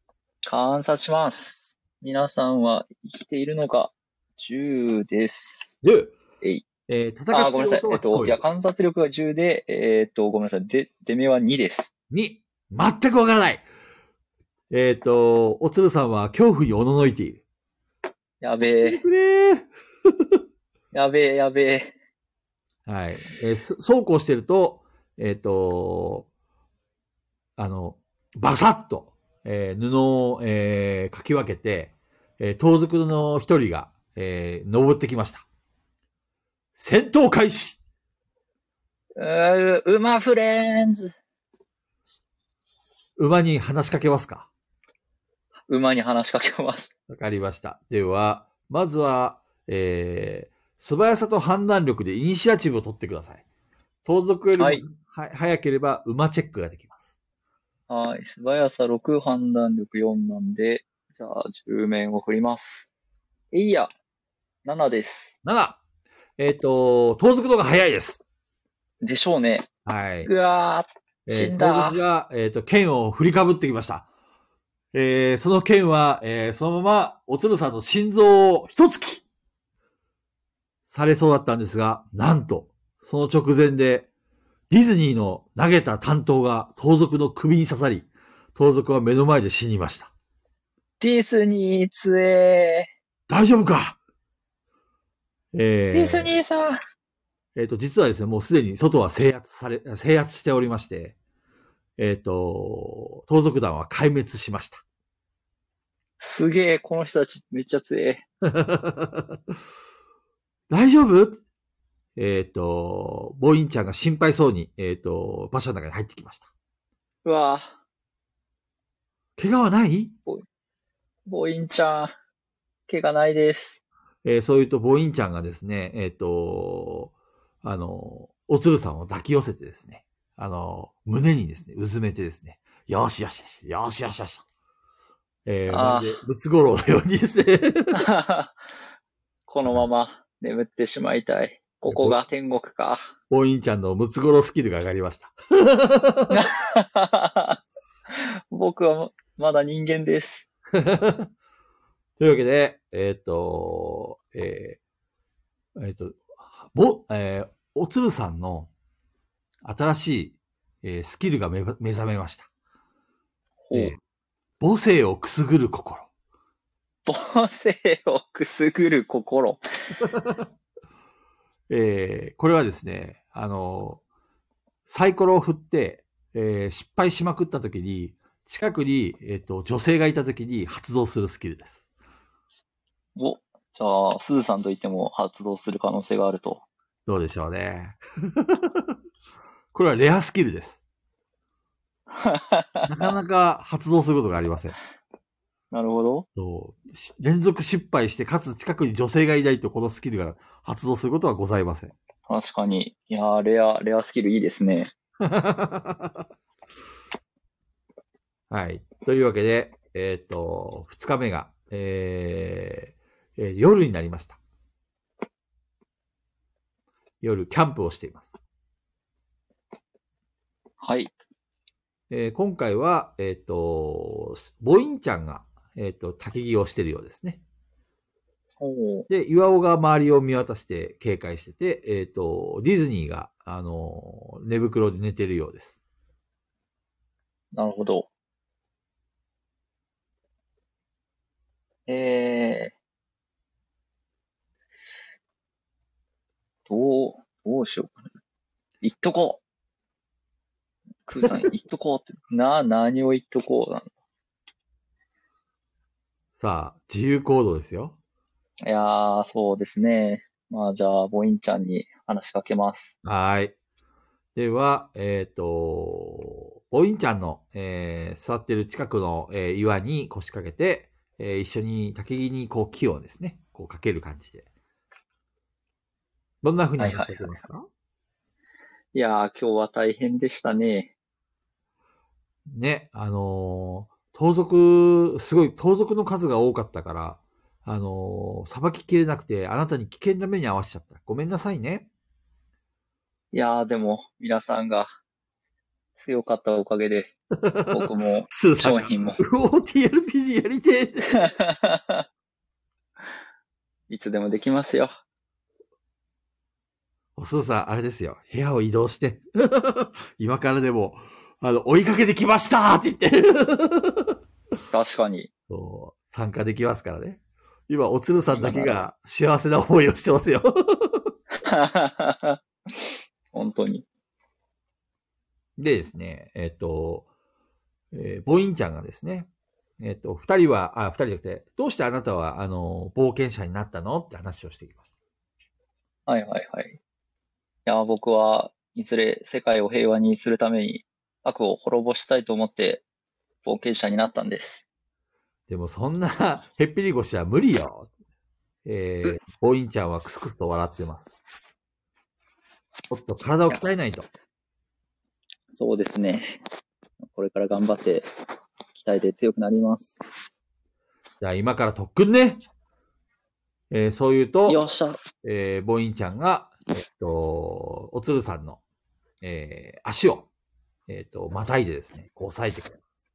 Speaker 2: 観察します。皆さんは生きているのか ?10 です。
Speaker 1: 10。
Speaker 2: えい
Speaker 1: えー戦って
Speaker 2: あー、ごめんなさい
Speaker 1: る。音
Speaker 2: え
Speaker 1: が聞こ
Speaker 2: っ、
Speaker 1: とえ
Speaker 2: い
Speaker 1: る
Speaker 2: や、観察力が10で、えーっと、ごめんなさい。で、出目は2です。
Speaker 1: に、全くわからない。えっ、と、おつるさんは恐怖におののいている。
Speaker 2: やべえ、
Speaker 1: くれー
Speaker 2: やべえ、やべえ。
Speaker 1: はい。えーそそうこうしてると、えっ、と、あの、バサッと、えー布を、えーかき分けて、えー盗賊の一人が、えー登ってきました。戦闘開始
Speaker 2: うー、うまフレンズ。
Speaker 1: 馬に話しかけますか
Speaker 2: 馬に話しかけます。
Speaker 1: わかりました。では、まずは、えー、素早さと判断力でイニシアチブを取ってください。盗賊よりも、
Speaker 2: はい
Speaker 1: は早ければ馬チェックができます。
Speaker 2: はい。素早さ6、判断力4なんで、じゃあ、10面を振ります。えいや、7です。
Speaker 1: 7! えっ、と、盗賊の方が早いです。
Speaker 2: でしょうね。
Speaker 1: はい。
Speaker 2: うわ
Speaker 1: えー
Speaker 2: ー、死んだ
Speaker 1: 盗。賊が、えっ、と、剣を振りかぶってきました。えー、その剣は、えー、そのまま、おつるさんの心臓を一突きされそうだったんですが、なんと、その直前で、ディズニーの投げた担当が盗賊の首に刺さり、盗賊は目の前で死にました。
Speaker 2: ディズニーつえ
Speaker 1: 大丈夫かえ
Speaker 2: ー。
Speaker 1: ー、
Speaker 2: ディズニーさん。
Speaker 1: えっ、と、実はですね、もうすでに外は制圧され、制圧しておりまして、えっ、と、盗賊団は壊滅しました。
Speaker 2: すげえ、この人たちめっちゃつえ
Speaker 1: 大丈夫えっ、と、ボインちゃんが心配そうに、えっ、と、馬車の中に入ってきました。
Speaker 2: ー。うわ
Speaker 1: 怪我はない
Speaker 2: ー、ボインちゃん。怪我ないです。
Speaker 1: えーそう言うと、ボインちゃんがですね、えっ、と、あの、おつるさんを抱き寄せてですね、あの、胸にですね、うずめてですね、よしよしよし、よしよしよし。えー、
Speaker 2: あ
Speaker 1: ま
Speaker 2: ー
Speaker 1: るで、ムツゴロウのようにですね、
Speaker 2: このまま眠ってしまいたい。ここが天 国か。
Speaker 1: ボインちゃんのムツゴロウスキルが上がりました。
Speaker 2: 僕はまだ人間です。
Speaker 1: というわけで、えっ、と、えーえっ、と、ぼ、えーおつるさんの新しい、えースキルが目ば目覚めました。
Speaker 2: ほう
Speaker 1: えー母性をくすぐる心。
Speaker 2: 母性をくすぐる心。
Speaker 1: えーこれはですね、あのサイコロを振って、えー失敗しまくった時に、近くに、えっと、女性がいた時に発動するスキルです。
Speaker 2: お、じゃあ、すずさんといっても発動する可能性があると。
Speaker 1: どうでしょうね。 これはレアスキルです。なかなか発動することがありません。
Speaker 2: なるほど。
Speaker 1: そうし連続失敗して、かつ近くに女性がいないとこのスキルが発動することはございません。
Speaker 2: 確かに。いやー、レア、レアスキルいいですね。
Speaker 1: はい。というわけで、えっ、と、2日目が、えーえー夜になりました。夜、キャンプをしています。
Speaker 2: はい。
Speaker 1: えー今回は、えっ、と、ボインちゃんが、えっ、と、焚き木をしているようですね。
Speaker 2: おー
Speaker 1: で、岩尾が周りを見渡して警戒してて、えっ、と、ディズニーが、あのー、寝袋で寝てるようです。
Speaker 2: なるほど。えー、どう、どうしようかな。言っとこう。クーさん、言っとこうって。 な、何を言っとこうな
Speaker 1: さあ、自由行動ですよ。
Speaker 2: いやー、そうですね。まあ、じゃあ、ボインちゃんに話しかけます。
Speaker 1: はーい。では、えっ、と、ボインちゃんの、えー座ってる近くの、えー岩に腰掛けて、えー一緒に焚き木にこう木をですね、こうかける感じで。どんな風にやってきますか、
Speaker 2: いやー、今日は大変でしたね。
Speaker 1: ね、あのー盗賊、すごい盗賊の数が多かったから、あのー、裁ききれなくて、あなたに危険な目に遭わしちゃった。ごめんなさいね。
Speaker 2: いやー、でも、皆さんが強かったおかげで、僕 も
Speaker 1: 通
Speaker 2: 商品 も
Speaker 1: OTRPG やりてー
Speaker 2: いつでもできますよ。
Speaker 1: おすずさん、あれですよ。部屋を移動して。 今からでも、あの、追いかけてきましたって言って。
Speaker 2: 確かに。
Speaker 1: そう参加できますからね。今、おつるさんだけが幸せな思いをしてますよ。
Speaker 2: 本当に。
Speaker 1: でですね、えっ、と、えーボインちゃんがですね、えっ、と、二人は、あ、二人じゃなくて、どうしてあなたは、あの、冒険者になったのって話をしてきまし
Speaker 2: はいはいはい。いやー、僕はいずれ世界を平和にするために悪を滅ぼしたいと思って冒険者になったんです。
Speaker 1: た。でも、そんな、 へっぴり腰は無理よ。えー、ボインちゃんはクスクスと笑ってます。ちょっと体を鍛えないと。
Speaker 2: そうですね。これから頑張って、鍛えて強くなります。
Speaker 1: じゃあ今から特訓ね。えーそう言う
Speaker 2: よ
Speaker 1: と、
Speaker 2: っしゃ。
Speaker 1: えー、ボインちゃんが、えっと、おつるさんの、えー足を、えっ、と、またいでですね、こう押さえてくれます。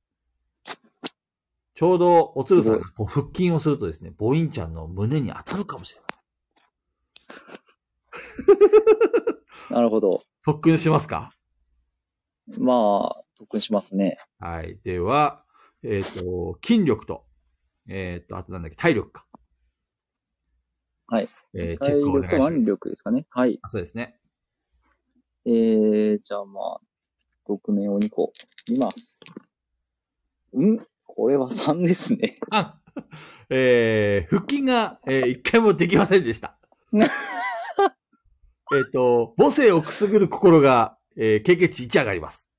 Speaker 1: ちょうど、おつるさんがこう腹筋をするとですね、ボインちゃんの胸に当たるかもしれない。
Speaker 2: なるほど。
Speaker 1: 特訓しますか
Speaker 2: まあ、特訓しますね。
Speaker 1: はい。では、えっ、と、筋力と、えっ、と、あとなんだっけ、体力か。
Speaker 2: はい。
Speaker 1: えーチ
Speaker 2: 体
Speaker 1: ェックをお
Speaker 2: 力
Speaker 1: 願いし
Speaker 2: と
Speaker 1: ます
Speaker 2: 腕。力ですかね。はい。
Speaker 1: あそうですね。
Speaker 2: えー、じゃあまあ、6面を2個見ます。んこれは3ですね。
Speaker 1: あ、えー、腹筋が、えー一回もできませんでした。えっと、母性をくすぐる心が、えー経験値1上がります。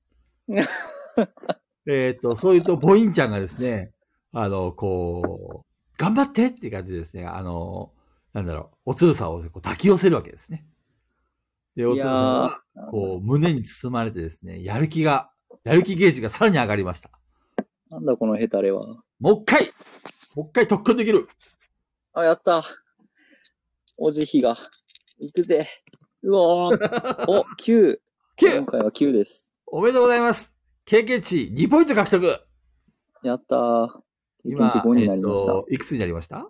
Speaker 1: えっと、そういうと、ボインちゃんがですね、あの、こう、頑張ってっていう感じでですね、あの、なんだろう、おつるさんをこう抱き寄せるわけですね。で、おつるさんは、こう、胸に包まれてですね、やる気が、やる気ゲージがさらに上がりました。
Speaker 2: なんだこのヘタレは。
Speaker 1: もう一回もう一回特訓できる
Speaker 2: あ、やった。お慈悲が。行くぜ。うおー。お、9。
Speaker 1: 9!
Speaker 2: 今回は9です。
Speaker 1: おめでとうございます経験値2ポイント獲得
Speaker 2: やったー。経験値5になりました。
Speaker 1: えっといくつになりました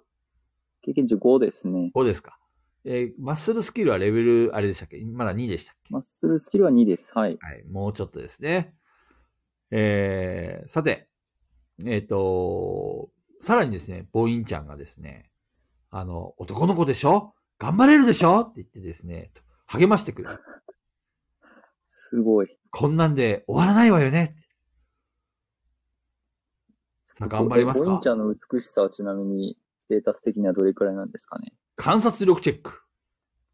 Speaker 2: 経験値5ですね。
Speaker 1: ?5 ですか。えーマッスルスキルはレベル、あれでしたっけまだ2でしたっけ
Speaker 2: マッスルスキルは2です。はい。
Speaker 1: はい、もうちょっとですね。えー、さて、えっ、と、さらにですね、ボインちゃんがですね、あの、男の子でしょ頑張れるでしょって言ってですね、励ましてくれる。
Speaker 2: すごい。
Speaker 1: こんなんで終わらないわよね。さあ頑張りますか
Speaker 2: ボインちゃんの美しさはちなみに、ステータス的にはどれくらいなんですかね。
Speaker 1: 観察力チェック。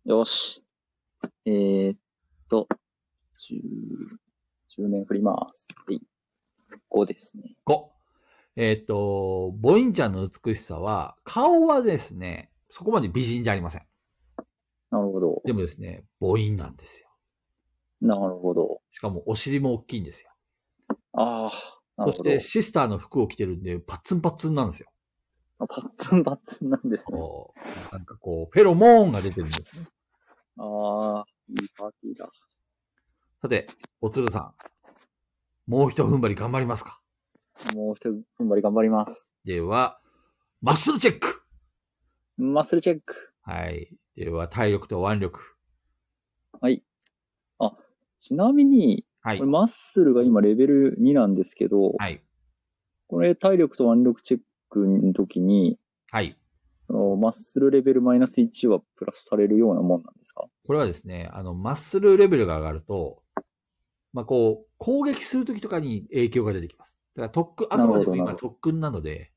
Speaker 2: よし。えー、っと、10、10面振ります。はい。5ですね。
Speaker 1: 5。えっ、と、ボインちゃんの美しさは、顔はですね、そこまで美人じゃありません。
Speaker 2: なるほど。
Speaker 1: でもですね、母音なんですよ。
Speaker 2: なるほど。
Speaker 1: しかもお尻も大きいんですよ。
Speaker 2: ああ、な
Speaker 1: そ
Speaker 2: る
Speaker 1: し
Speaker 2: ほど。
Speaker 1: てシスターの服を着てるんで、パッツンパッツンなんですよ。
Speaker 2: あパッツンパッツンなんですね。
Speaker 1: こう、なんかこう、フェロモーンが出てるんですね。
Speaker 2: ああ、いいパーティーだ。
Speaker 1: さて、おつるさん、もう一踏ん張り頑張りますか
Speaker 2: もう一人、頑張り頑張ります。
Speaker 1: では、マッスルチェック
Speaker 2: マッスルチェック。
Speaker 1: はい。では、体力と腕力。
Speaker 2: ちなみに、
Speaker 1: はい
Speaker 2: これ。マッスルが今レベル2なんですけど、
Speaker 1: はい。
Speaker 2: これ体力と腕力チェックの時に、
Speaker 1: はい。
Speaker 2: そのマッスルレベルマイナス1はプラスされるようなもんなんですか
Speaker 1: これはですね、あの、マッスルレベルが上がると、まあ、こう、攻撃するときとかに影響が出てきます。だから特訓、あくまでも今
Speaker 2: なるほどなるほ
Speaker 1: 特訓なので、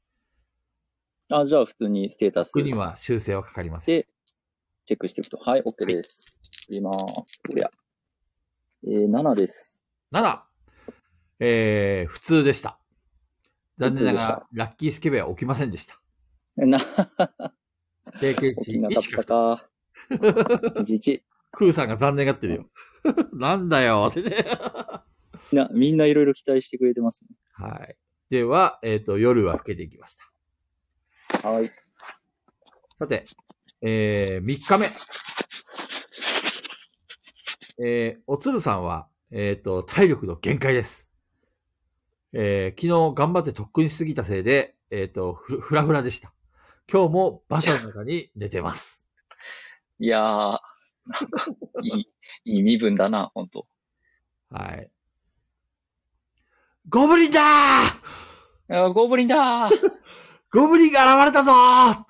Speaker 2: あ、じゃあ普通にステータス
Speaker 1: 特には修正はかかりません。
Speaker 2: でチェックしていくと。はい、OK です。振ります。おや。えー、7です。
Speaker 1: 7! えー、普通でした。残念な
Speaker 2: 普
Speaker 1: が
Speaker 2: 通でし
Speaker 1: ら
Speaker 2: た、
Speaker 1: ラッキースケベは起きませんでした。
Speaker 2: な、
Speaker 1: 経験値
Speaker 2: 起きなかった
Speaker 1: 1か。
Speaker 2: か。11。
Speaker 1: クーさんが残念がってるよ。なんだよ、って ね。
Speaker 2: な、みんないろいろ期待してくれてます
Speaker 1: はい。では、えっ、と、夜は更けていきました。
Speaker 2: ね。はい。
Speaker 1: さて、えー、3日目。えー、おつるさんは、えっ、と、体力の限界です。えー、昨日頑張って特訓しすぎたせいで、えっ、とふ、ふらふらでした。今日も馬車の中に寝てます。
Speaker 2: いやー、なんか、いい、いい身分だな、ほんと。
Speaker 1: はい。ゴブリンだー
Speaker 2: あーゴブリンだー
Speaker 1: ゴブリンが現れたぞー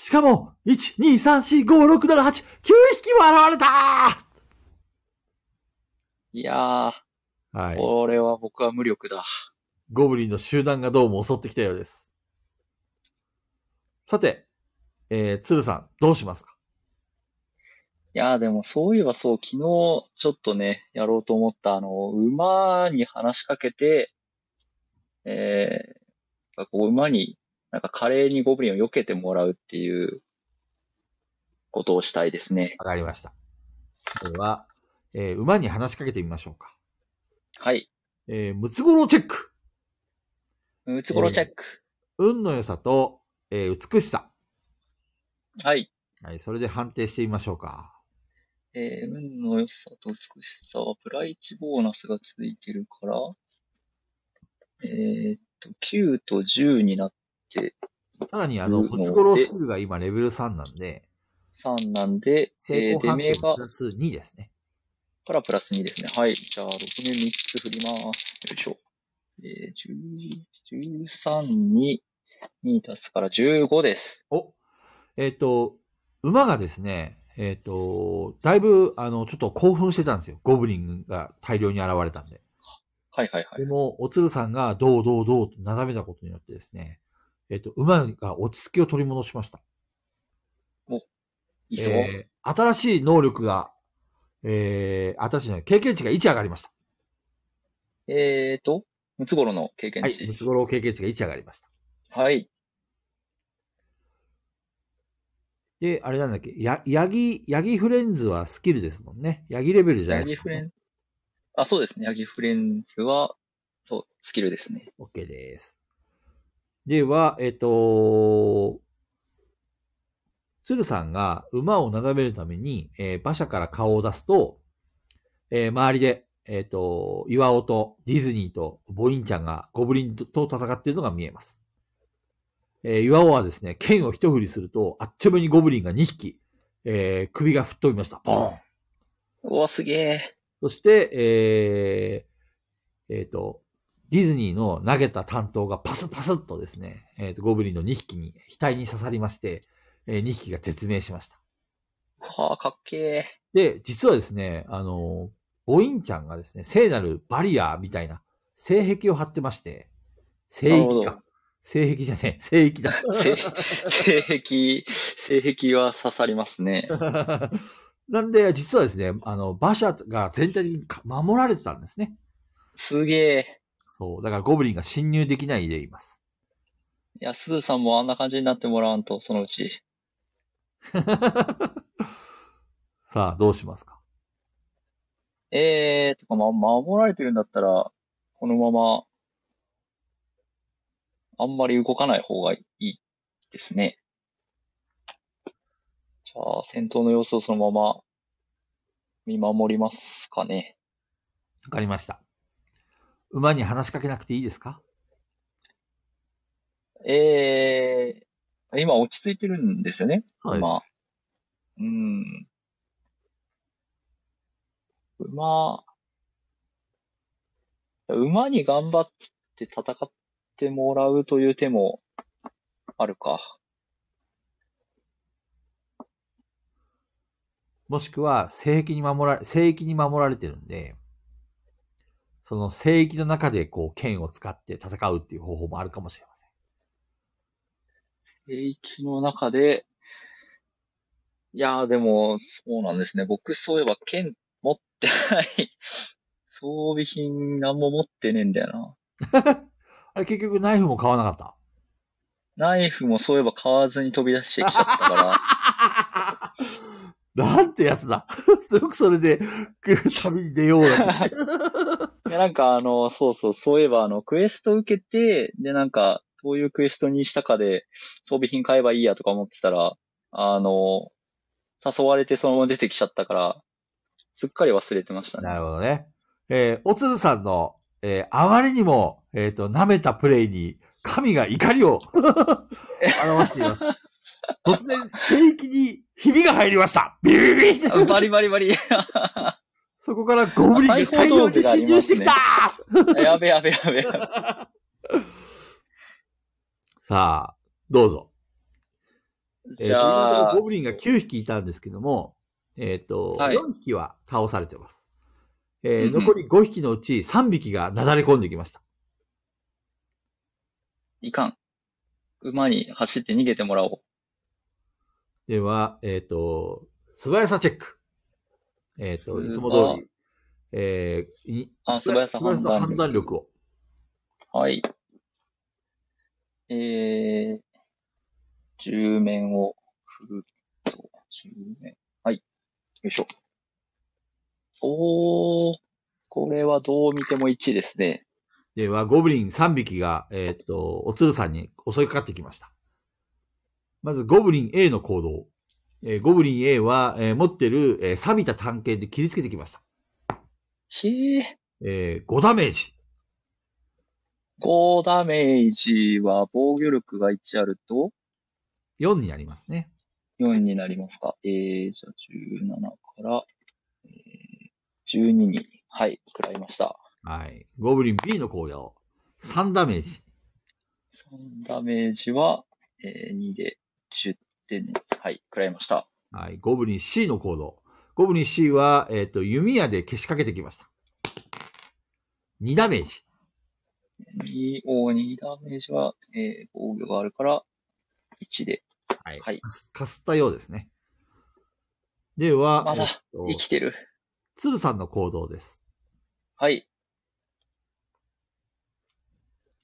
Speaker 1: しかも、1、2、3、4、5、6、7、8、9匹も現れた
Speaker 2: いや
Speaker 1: ーは
Speaker 2: ー、
Speaker 1: い。
Speaker 2: これは僕は無力だ。
Speaker 1: ゴブリンの集団がどうも襲ってきたようです。さて、えー、鶴さん、どうしますか
Speaker 2: いやー、でもそういえばそう、昨日ちょっとね、やろうと思った、あの、馬に話しかけて、えー、こう馬に、なんか華麗にゴブリンを避けてもらうっていうことをしたいですね。
Speaker 1: わかりました。では、えー馬に話しかけてみましょうか。
Speaker 2: はい。
Speaker 1: えー、ムツゴロウチェック
Speaker 2: ムツゴロウチェック。
Speaker 1: 運の良さと、えー美しさ。
Speaker 2: はい。
Speaker 1: はい、それで判定してみましょうか。
Speaker 2: えー、運の良さと美しさはプライチボーナスがついてるから、えーっと、9と10になっ
Speaker 1: さらに、あの、
Speaker 2: うん
Speaker 1: ムツゴロウスキルが今レベル3なんで、
Speaker 2: 3なんで、
Speaker 1: 成
Speaker 2: えー、
Speaker 1: 功
Speaker 2: 出
Speaker 1: 判
Speaker 2: 目
Speaker 1: 定
Speaker 2: が
Speaker 1: プ、ラス2ですね。
Speaker 2: からプラス2ですね。はい。じゃあ、6面3つ振ります。よいしょ。えー、10 13に2足すから15です。
Speaker 1: お、えっ、と、馬がですね、えっ、と、だいぶ、あの、ちょっと興奮してたんですよ。ゴブリンが大量に現れたんで。
Speaker 2: はいはいは
Speaker 1: で
Speaker 2: い。
Speaker 1: も、おつるさんが、どうどうどうとなだめたことによってですね、えっ、と、馬が落ち着きを取り戻しました。
Speaker 2: いいぞ。
Speaker 1: えー新しい能力が、えー、新しいの経験値が1上がりました。
Speaker 2: えーと、ムツゴロウの経験
Speaker 1: は
Speaker 2: 値。
Speaker 1: い。ムツゴロウ経験値が1上がりました。
Speaker 2: はい。
Speaker 1: で、あれなんだっけ、や、ヤギ、ヤギフレンズはスキルですもんね。ヤギレベルじゃな
Speaker 2: ヤ
Speaker 1: い、
Speaker 2: ギフレンズ。あ、そうですね。ヤギフレンズは、そう、スキルですね。
Speaker 1: OK です。では、えっ、と、鶴さんが馬を眺めるために、えー馬車から顔を出すと、えー周りで、えっ、と、岩尾とディズニーとボインちゃんがゴブリンとと戦っているのが見えます。えー岩尾はですね、剣を一振りすると、あっちゃめにゴブリンが2匹、えー首が吹っ飛びました。ボーン
Speaker 2: うわ、すげえ。
Speaker 1: そして、えー、えーと、ディズニーの投げた担当がパスパスッとですね、えーと、ゴブリンの2匹に、額に刺さりまして、え2匹が絶命しました。
Speaker 2: はあ、かっけえ。
Speaker 1: で、実はですね、あの、ボインちゃんがですね、聖なるバリアみたいな、性癖を張ってまして、聖
Speaker 2: なるほ
Speaker 1: 域
Speaker 2: ど
Speaker 1: か。性癖じゃねえ、性域だ。
Speaker 2: 性性癖、性癖は刺さりますね。
Speaker 1: なんで、実はですね、あの、馬車が全体的にか守られてたんですね。
Speaker 2: すげえ。
Speaker 1: そう。だからゴブリンが侵入できないでいます。
Speaker 2: いや、すずさんもあんな感じになってもらわんと、そのうち。
Speaker 1: さあ、どうしますか
Speaker 2: えー、とか、ま、守られてるんだったら、このまま、あんまり動かない方がいいですね。じゃあ、戦闘の様子をそのまま、見守りますかね。
Speaker 1: わかりました。馬に話しかけなくていいですか
Speaker 2: えー、今落ち着いてるんですよね。
Speaker 1: そうです
Speaker 2: まあ、うん。馬、馬に頑張って戦ってもらうという手もあるか。
Speaker 1: もしくは、聖域に守られ、聖域に守られてるんで、その聖域の中でこう、剣を使って戦うっていう方法もあるかもしれません。
Speaker 2: 兵域の中で、いやーでも、そうなんですね。僕、そういえば剣持ってない。 装備品何も持ってねえんだよな。
Speaker 1: あれ結局ナイフも買わなかっ た。
Speaker 2: ナイフもそういえば買わずに飛び出してきちゃったから。
Speaker 1: なんてやつだ。 よくそれで、く旅に出ようなんて。
Speaker 2: いや、なんかあの、そうそう、そういえばあの、クエスト受けて、で、なんか、どういうクエストにしたかで、装備品買えばいいやとか思ってたら、あの、誘われてそのまま出てきちゃったから、すっかり忘れてましたね。
Speaker 1: なるほどね。えーおつるさんの、えーあまりにも、えっ、と、舐めたプレイに、神が怒りを、表しています。突然、聖域に、ひびが入りましたビビビビって
Speaker 2: あバリバリバ リ。
Speaker 1: そこからゴブリンが大量に侵入してきた、
Speaker 2: やべ やべやべ。
Speaker 1: さあ、どうぞ。
Speaker 2: じゃ
Speaker 1: えーと今のとこ
Speaker 2: あ
Speaker 1: ろ、ゴブリンが9匹いたんですけども、えっ、と、
Speaker 2: はい
Speaker 1: 4匹は倒されてます。えー
Speaker 2: うんうん
Speaker 1: 残り5匹のうち3匹がなだれ込んできました。
Speaker 2: いかん。馬に走って逃げてもらおう。
Speaker 1: では、えっ、と、素早さチェック。えっ、と、いつも通り、えーい
Speaker 2: あ素早さ判断力
Speaker 1: の判断力を。
Speaker 2: はい。えー、10面を振ると、10面。はい。よいしょ。おー、これはどう見ても1ですね。
Speaker 1: では、ゴブリン3匹が、えっ、と、おつるさんに襲いかかってきました。まず、ゴブリン A の行動。えーゴブリン A は、えー持ってる、えー錆びた探検で切りつけてきました。
Speaker 2: へえ。
Speaker 1: えー5ダメージ。
Speaker 2: 5ダメージは防御力が1あると
Speaker 1: 4になりますね。
Speaker 2: 4になりますか。えー、じゃあ17から、えー、12に、はい、食らいました。
Speaker 1: はい。ゴブリン B の行動。3ダメージ。
Speaker 2: 3ダメージは、えー、2で10点、はい、食らいました。
Speaker 1: はい。ゴブリン C の行動。ゴブリン C は、えっ、と、弓矢でけしかけてきました。2ダメージ。
Speaker 2: 2お2ダメージは、えー防御があるから、1で。
Speaker 1: はい
Speaker 2: はい
Speaker 1: かすかすったようですね。では、
Speaker 2: まだ
Speaker 1: えっと
Speaker 2: 生きてる。
Speaker 1: 鶴さんの行動です。
Speaker 2: はい。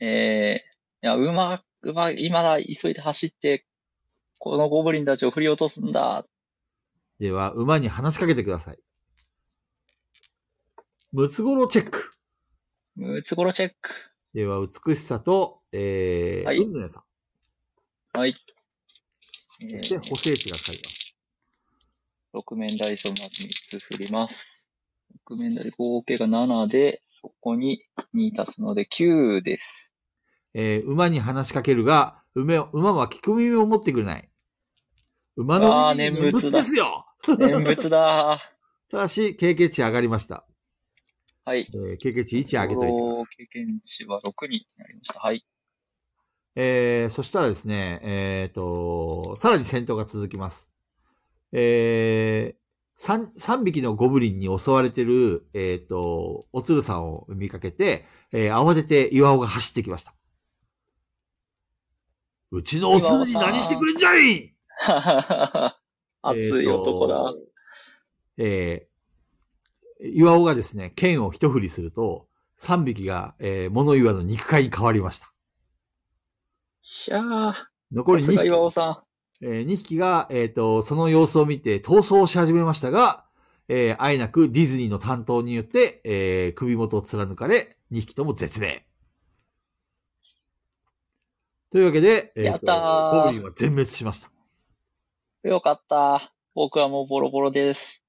Speaker 2: えー、いや、馬、馬、今だ、急いで走って、このゴブリンたちを振り落とすんだ。
Speaker 1: では、馬に話しかけてください。ムツゴロウチェック。
Speaker 2: ムツゴロウチェック。
Speaker 1: では、美しさと、えー、
Speaker 2: はい
Speaker 1: 運の良さ。
Speaker 2: はい。え
Speaker 1: そして、
Speaker 2: ー、
Speaker 1: 補正値が書いてます。
Speaker 2: 6面ダイスをまず3つ振ります。6面ダイス合計が7で、そこに2足すので9です。
Speaker 1: えー馬に話しかけるが、馬馬は聞く耳を持ってくれない。馬の耳に
Speaker 2: あー念
Speaker 1: 念
Speaker 2: 仏
Speaker 1: 仏
Speaker 2: だ
Speaker 1: ですよ
Speaker 2: 念仏だ
Speaker 1: ただし、経験値上がりました。
Speaker 2: ー。はい。
Speaker 1: えー経験値1上げといて。
Speaker 2: 経験値は6になりました。はい。
Speaker 1: えー、そしたらですね、えー、と、さらに戦闘が続きます。えー、3, 三匹のゴブリンに襲われてる、えー、と、おつるさんを見かけて、えー、慌てて岩尾が走ってきました。うちのおつむに何してくれんじゃい
Speaker 2: 熱い男だ。
Speaker 1: えー、岩尾がですね、剣を一振りすると、3匹が、えー、物岩の肉塊に変わりました。
Speaker 2: いやー、
Speaker 1: 残り
Speaker 2: さす
Speaker 1: 2
Speaker 2: が
Speaker 1: 匹
Speaker 2: 岩尾さ
Speaker 1: えー2匹が、えっ、と、その様子を見て逃走し始めましたが、えー、あいなくディズニーの担当によって、えー首元を貫かれ、2匹とも絶命。というわけで、えー
Speaker 2: やっ
Speaker 1: と
Speaker 2: たー
Speaker 1: ゴブリンは全滅しました。
Speaker 2: ん。よかった。僕はもうボロボロです。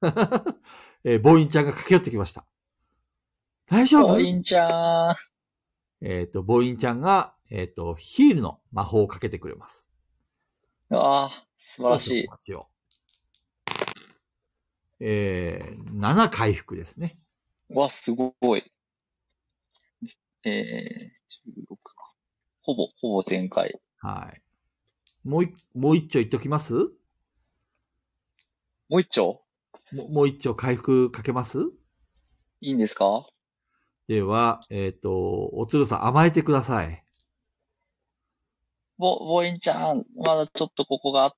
Speaker 1: えー、ボインちゃんが駆け寄ってきました。大丈夫
Speaker 2: おいんちゃん。
Speaker 1: えっ、と、ボインちゃんが、えっ、と、ヒールの魔法をかけてくれます。
Speaker 2: ああ、素晴らしい。
Speaker 1: い。えー、7回復ですね。
Speaker 2: うわ、すごい。えー、16か。ほぼ、ほぼ全開。
Speaker 1: はい。もうい、もう一丁言っときます
Speaker 2: もう一丁
Speaker 1: ももう一丁回復かけます
Speaker 2: いいんですか
Speaker 1: では、えっ、と、おつるさん甘えてください。
Speaker 2: ぼ、ぼいんちゃん、まだちょっとここが、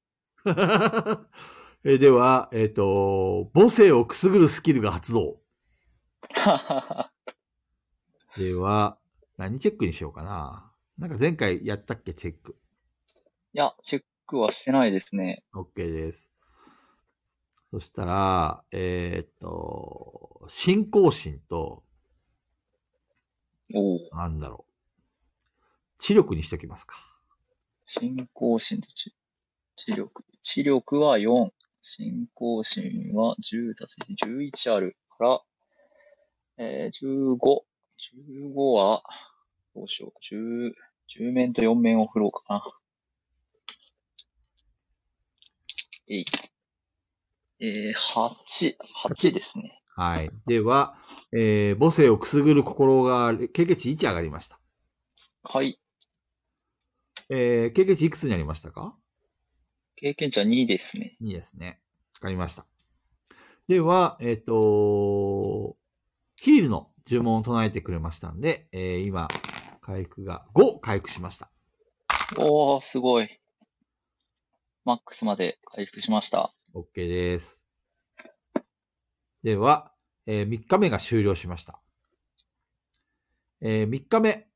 Speaker 1: えでは、えっ、と、母性をくすぐるスキルが発動。では、何チェックにしようかな。なんか前回やったっけ、チェック。
Speaker 2: いや、チェックはしてないですね。
Speaker 1: OK です。そしたら、えっ、と、信仰心と、
Speaker 2: おお、
Speaker 1: なんだろう。知力にしときますか。
Speaker 2: 進行心と知知力。知力は4。進行心は10足せ11あるから、えー、15。15は、どうしよう。10、10面と4面を振ろうかな。えい。えー、8。8ですね。
Speaker 1: はい。では、えー母性をくすぐる心が、経験値1上がりました。
Speaker 2: はい。
Speaker 1: えー経験値いくつにありましたか
Speaker 2: 経験値は2ですね。
Speaker 1: ?2 ですね。わかりました。では、えっ、と、ヒールの呪文を唱えてくれましたんで、えー今、回復が5回復しました。
Speaker 2: おー、すごい。マックスまで回復しました。
Speaker 1: OK です。では、え3日目が終了しました。え3日目、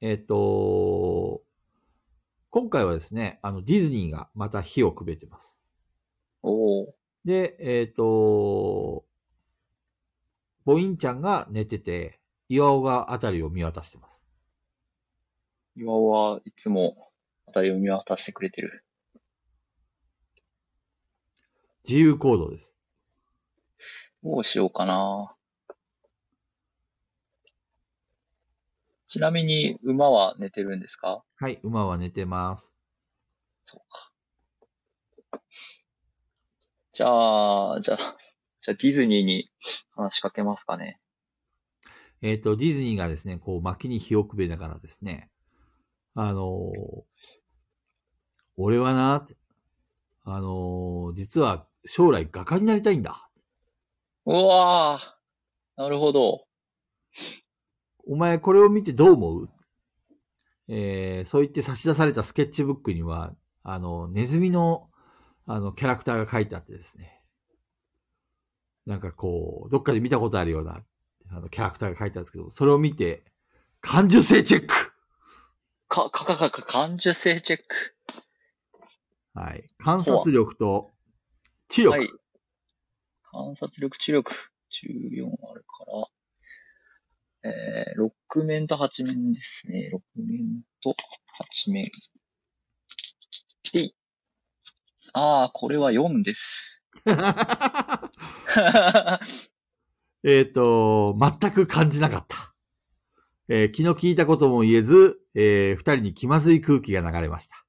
Speaker 1: えっ、と今回はですね、あの、ディズニーがまた火をくべてます。
Speaker 2: おー。
Speaker 1: で、えっ、とボインちゃんが寝てて、岩尾があたりを見渡してます。
Speaker 2: 岩尾はいつも辺りを見渡してくれてる。
Speaker 1: 自由行動です。
Speaker 2: どうしようかな。ちなみに馬は寝てるんですか
Speaker 1: はい、馬は寝てます。
Speaker 2: そうか。じゃあ、じゃあ、じゃあディズニーに話しかけますかね。
Speaker 1: えっ、と、ディズニーがですね、こう、薪に火をくべながらですね、あのー俺はな、あのー実は将来画家になりたいんだ。
Speaker 2: うわーなるほど。
Speaker 1: お前これを見てどう思うえーそう言って差し出されたスケッチブックには、あの、ネズミの、あの、キャラクターが書いてあってですね。なんかこう、どっかで見たことあるような、あの、キャラクターが書いてあるんですけど、それを見て、感受性チェック
Speaker 2: か、かかかか、感受性チェック。
Speaker 1: はい。観察力と知力。
Speaker 2: はい。観察力、知力、14あるから、えー、6面と8面ですね。6面と8面。えい。ああ、これは4です。
Speaker 1: えっと、全く感じなかった。えー気の利いたことも言えず、えー二人に気まずい空気が流れました。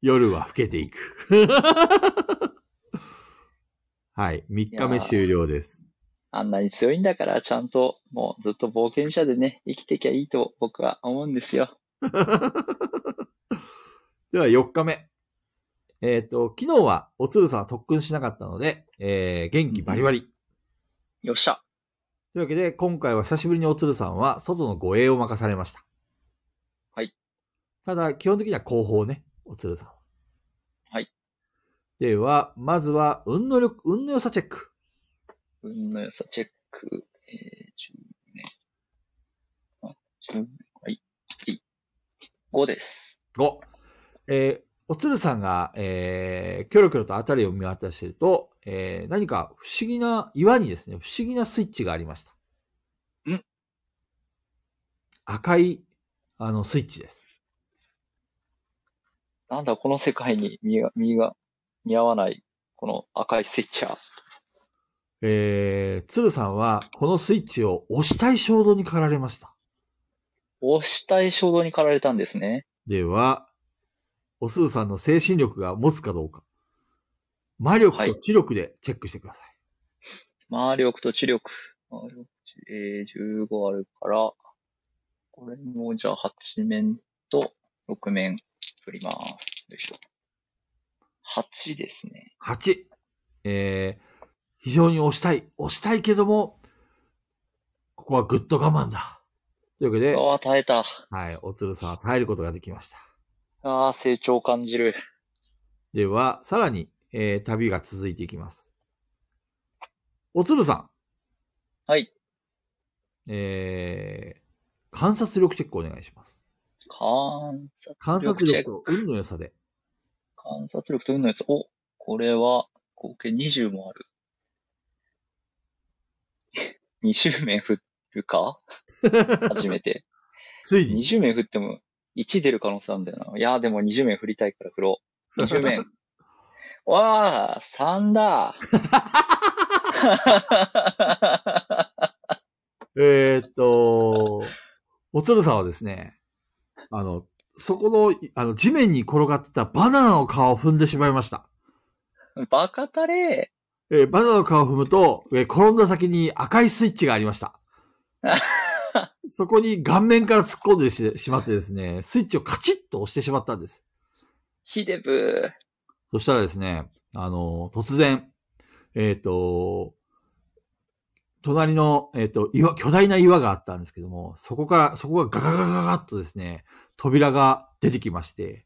Speaker 1: 夜は更けていく。 はい。3日目終了です。
Speaker 2: あんなに強いんだから、ちゃんと、もうずっと冒険者でね、生きてきゃいいと僕は思うんですよ。
Speaker 1: では4日目。えっ、と、昨日はおつるさんは特訓しなかったので、えー元気バリバリ。
Speaker 2: よっしゃ。
Speaker 1: というわけで、今回は久しぶりにおつるさんは外の護衛を任されました。
Speaker 2: はい。
Speaker 1: ただ、基本的には後方ね、おつるさん。
Speaker 2: はい。
Speaker 1: では、まずは、運の力、運の良さチェック。
Speaker 2: 運の良さチェック、えー、10名。あ、10名。はい。はい。5です。
Speaker 1: 5。えーおつるさんが、えー、キョロキョロと辺りを見渡していると、えー何か不思議な、岩にですね、不思議なスイッチがありました。
Speaker 2: ん
Speaker 1: 赤い、あの、スイッチです。
Speaker 2: なんだ、この世界に身が、身が、似合わない、この赤いスイッチャー。
Speaker 1: えー、つるさんは、このスイッチを押したい衝動に駆られました。
Speaker 2: 押したい衝動に駆られたんですね。
Speaker 1: では、おすずさんの精神力が持つかどうか、魔力と知力でチェックしてください。
Speaker 2: 魔力と知力。魔力、えー、15あるから、これもじゃあ8面と6面振ります。よいしょ。8ですね。
Speaker 1: 8、えー非常に押したい、押したいけども、ここはぐっと我慢だ。というわけで、
Speaker 2: ああ、耐えた。
Speaker 1: はい、おつるさんは耐えることができました。
Speaker 2: ああ、成長感じる。
Speaker 1: では、さらに、えー旅が続いていきます。おつるさん。
Speaker 2: はい。
Speaker 1: えー観察力チェックお願いします。
Speaker 2: 観察
Speaker 1: 観察力と運の良さで。
Speaker 2: 観察力と運のやつ。お、これは合計20もある。20面振 るか初めて。
Speaker 1: ついに。
Speaker 2: 20面振っても1出る可能性あるんだよな。いや、でも20面振りたいから振ろう。20面。 わあ、3だ。
Speaker 1: えーっと、おつるさんはですね、あの、そこの、あの、地面に転がってたバナナの皮を踏んでしまいました。
Speaker 2: バカたれ。
Speaker 1: えーバナナの皮を踏むと、えー転んだ先に赤いスイッチがありました。そこに顔面から突っ込んでししまってですね、スイッチをカチッと押してしまったんです。
Speaker 2: ヒデブ
Speaker 1: そしたらですね、あの、突然、えっ、と、隣の、えっ、と、岩、巨大な岩があったんですけども、そこから、そこがガガガガガッとですね、扉が出てきまして、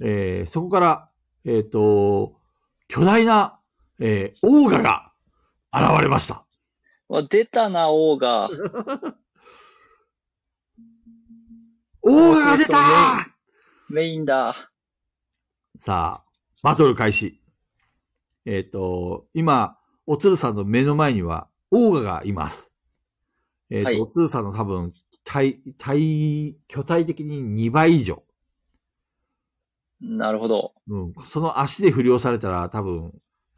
Speaker 1: えーそこから、えっ、と、巨大な、えー、オーガが現れました。
Speaker 2: ー。わ出たな、王が。
Speaker 1: オーガが出たー
Speaker 2: メインだ。
Speaker 1: さあ、バトル開始。えっ、と、今、おつるさんの目の前には、オーガがいます。えっ、と、
Speaker 2: はい
Speaker 1: おつるさんの多分、体、体、巨体的に2倍以上。
Speaker 2: なるほど。
Speaker 1: うん。その足で振り押されたら、多分、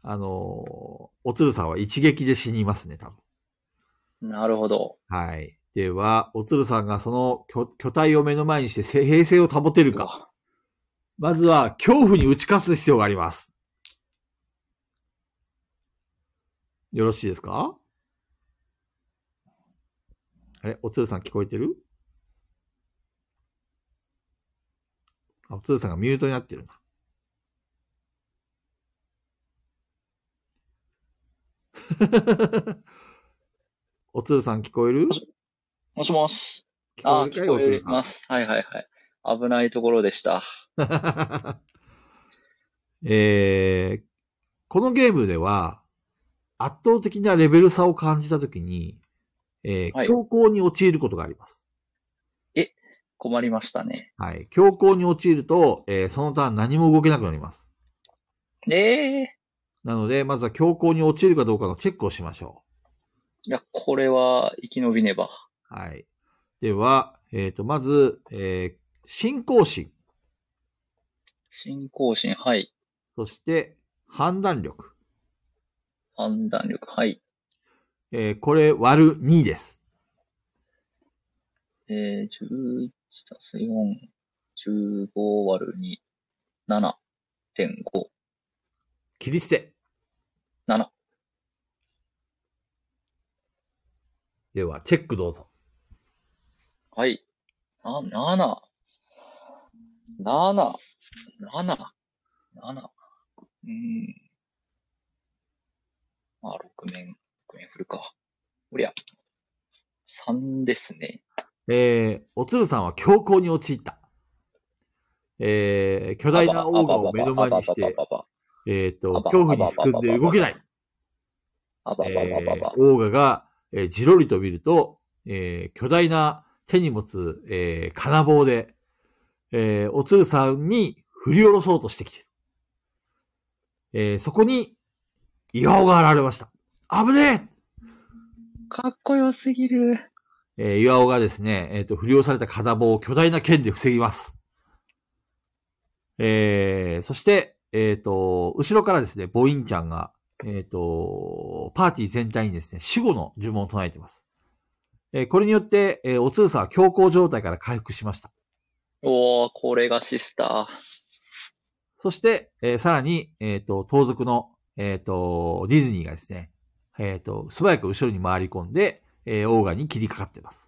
Speaker 1: あのーおつるさんは一撃で死にますね、多分。
Speaker 2: なるほど。
Speaker 1: はい。では、おつるさんがその巨巨体を目の前にしてせ平静を保てる
Speaker 2: う
Speaker 1: か。
Speaker 2: わ
Speaker 1: まずは、恐怖に打ち勝つ必要があります。よろしいですかあれおつるさん聞こえてるあ、おつるさんがミュートになってるな。 おつるさん聞こえる
Speaker 2: もしもし。
Speaker 1: 聞
Speaker 2: あ、
Speaker 1: こえるか
Speaker 2: 聞
Speaker 1: いお
Speaker 2: こ
Speaker 1: つ
Speaker 2: え
Speaker 1: るさん
Speaker 2: ま。す。はいはいはい。危ないところでした。
Speaker 1: えーこのゲームでは、圧倒的なレベル差を感じたときに、えー
Speaker 2: はい
Speaker 1: 強行に陥ることがあります。
Speaker 2: 困りましたね。
Speaker 1: はい。強行に陥ると、えーそのターン何も動けなくなります。
Speaker 2: ええ
Speaker 1: なので、まずは強行に陥るかどうかのチェックをしましょ
Speaker 2: いや、これは生き延びねば。
Speaker 1: う。はい。では、えっ、と、まず、えー信仰心、
Speaker 2: 信仰心、はい。
Speaker 1: そして判断力。
Speaker 2: 判断力、はい。
Speaker 1: えーこれ割る2です。
Speaker 2: えー、11たす4、15割る2、7.5。
Speaker 1: 切り捨て。
Speaker 2: 7。
Speaker 1: では、チェックどうぞ。
Speaker 2: はい。あ、7。7。7。7。うん。まあ、6面、6面振るか。おりゃ。3ですね。
Speaker 1: えー、おつるさんは強行に陥った。えー、巨大なオーガを目の前にして、
Speaker 2: パパ
Speaker 1: えっ、
Speaker 2: あ
Speaker 1: と、
Speaker 2: ば
Speaker 1: 恐怖に仕組んで動けない。
Speaker 2: パパ
Speaker 1: え
Speaker 2: パ
Speaker 1: ー
Speaker 2: パパパ、
Speaker 1: オーガが、えーじろりと見ると、えー巨大な手に持つ、えー金棒で、えーおつるさんに振り下ろそうとしてきてる。えーそこに、岩尾が現れました。危ね
Speaker 2: かっこよすぎる。
Speaker 1: ええー岩尾がですね、えっ、と、振り下ろされた金棒を巨大な剣で防ぎます。えーそして、えっ、と、後ろからですね、ボインちゃんが、えっ、と、パーティー全体にですね、死後の呪文を唱えています。えーこれによって、えーおつるさんは強行状態から回復しました。
Speaker 2: おー、これがシスタ
Speaker 1: そして、えーさらに、えっ、と、盗賊の、えっ、と、ディズニーがですね、えっ、と、素早く後ろに回り込んで、えーオーガに切りかかっています。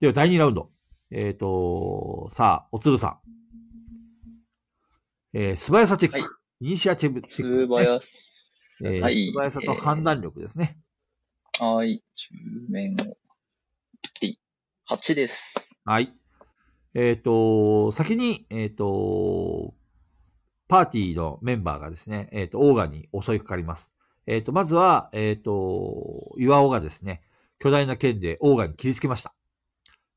Speaker 1: では、第2ラウンド。えっ、と、さあ、おつるさん。えー素早さチェック。
Speaker 2: はい
Speaker 1: イニシアチブ
Speaker 2: ー。
Speaker 1: チェッ
Speaker 2: 素
Speaker 1: クですね、えー
Speaker 2: 早はい
Speaker 1: 素早さと判断力ですね。
Speaker 2: さ。はい、10面を。はい、8です。
Speaker 1: はい。えっ、と、先に、えっ、と、パーティーのメンバーがですね、えっ、と、オーガに襲いかかります。えっ、と、まずは、えっ、と、岩尾がですね、巨大な剣でオーガに切りつけました。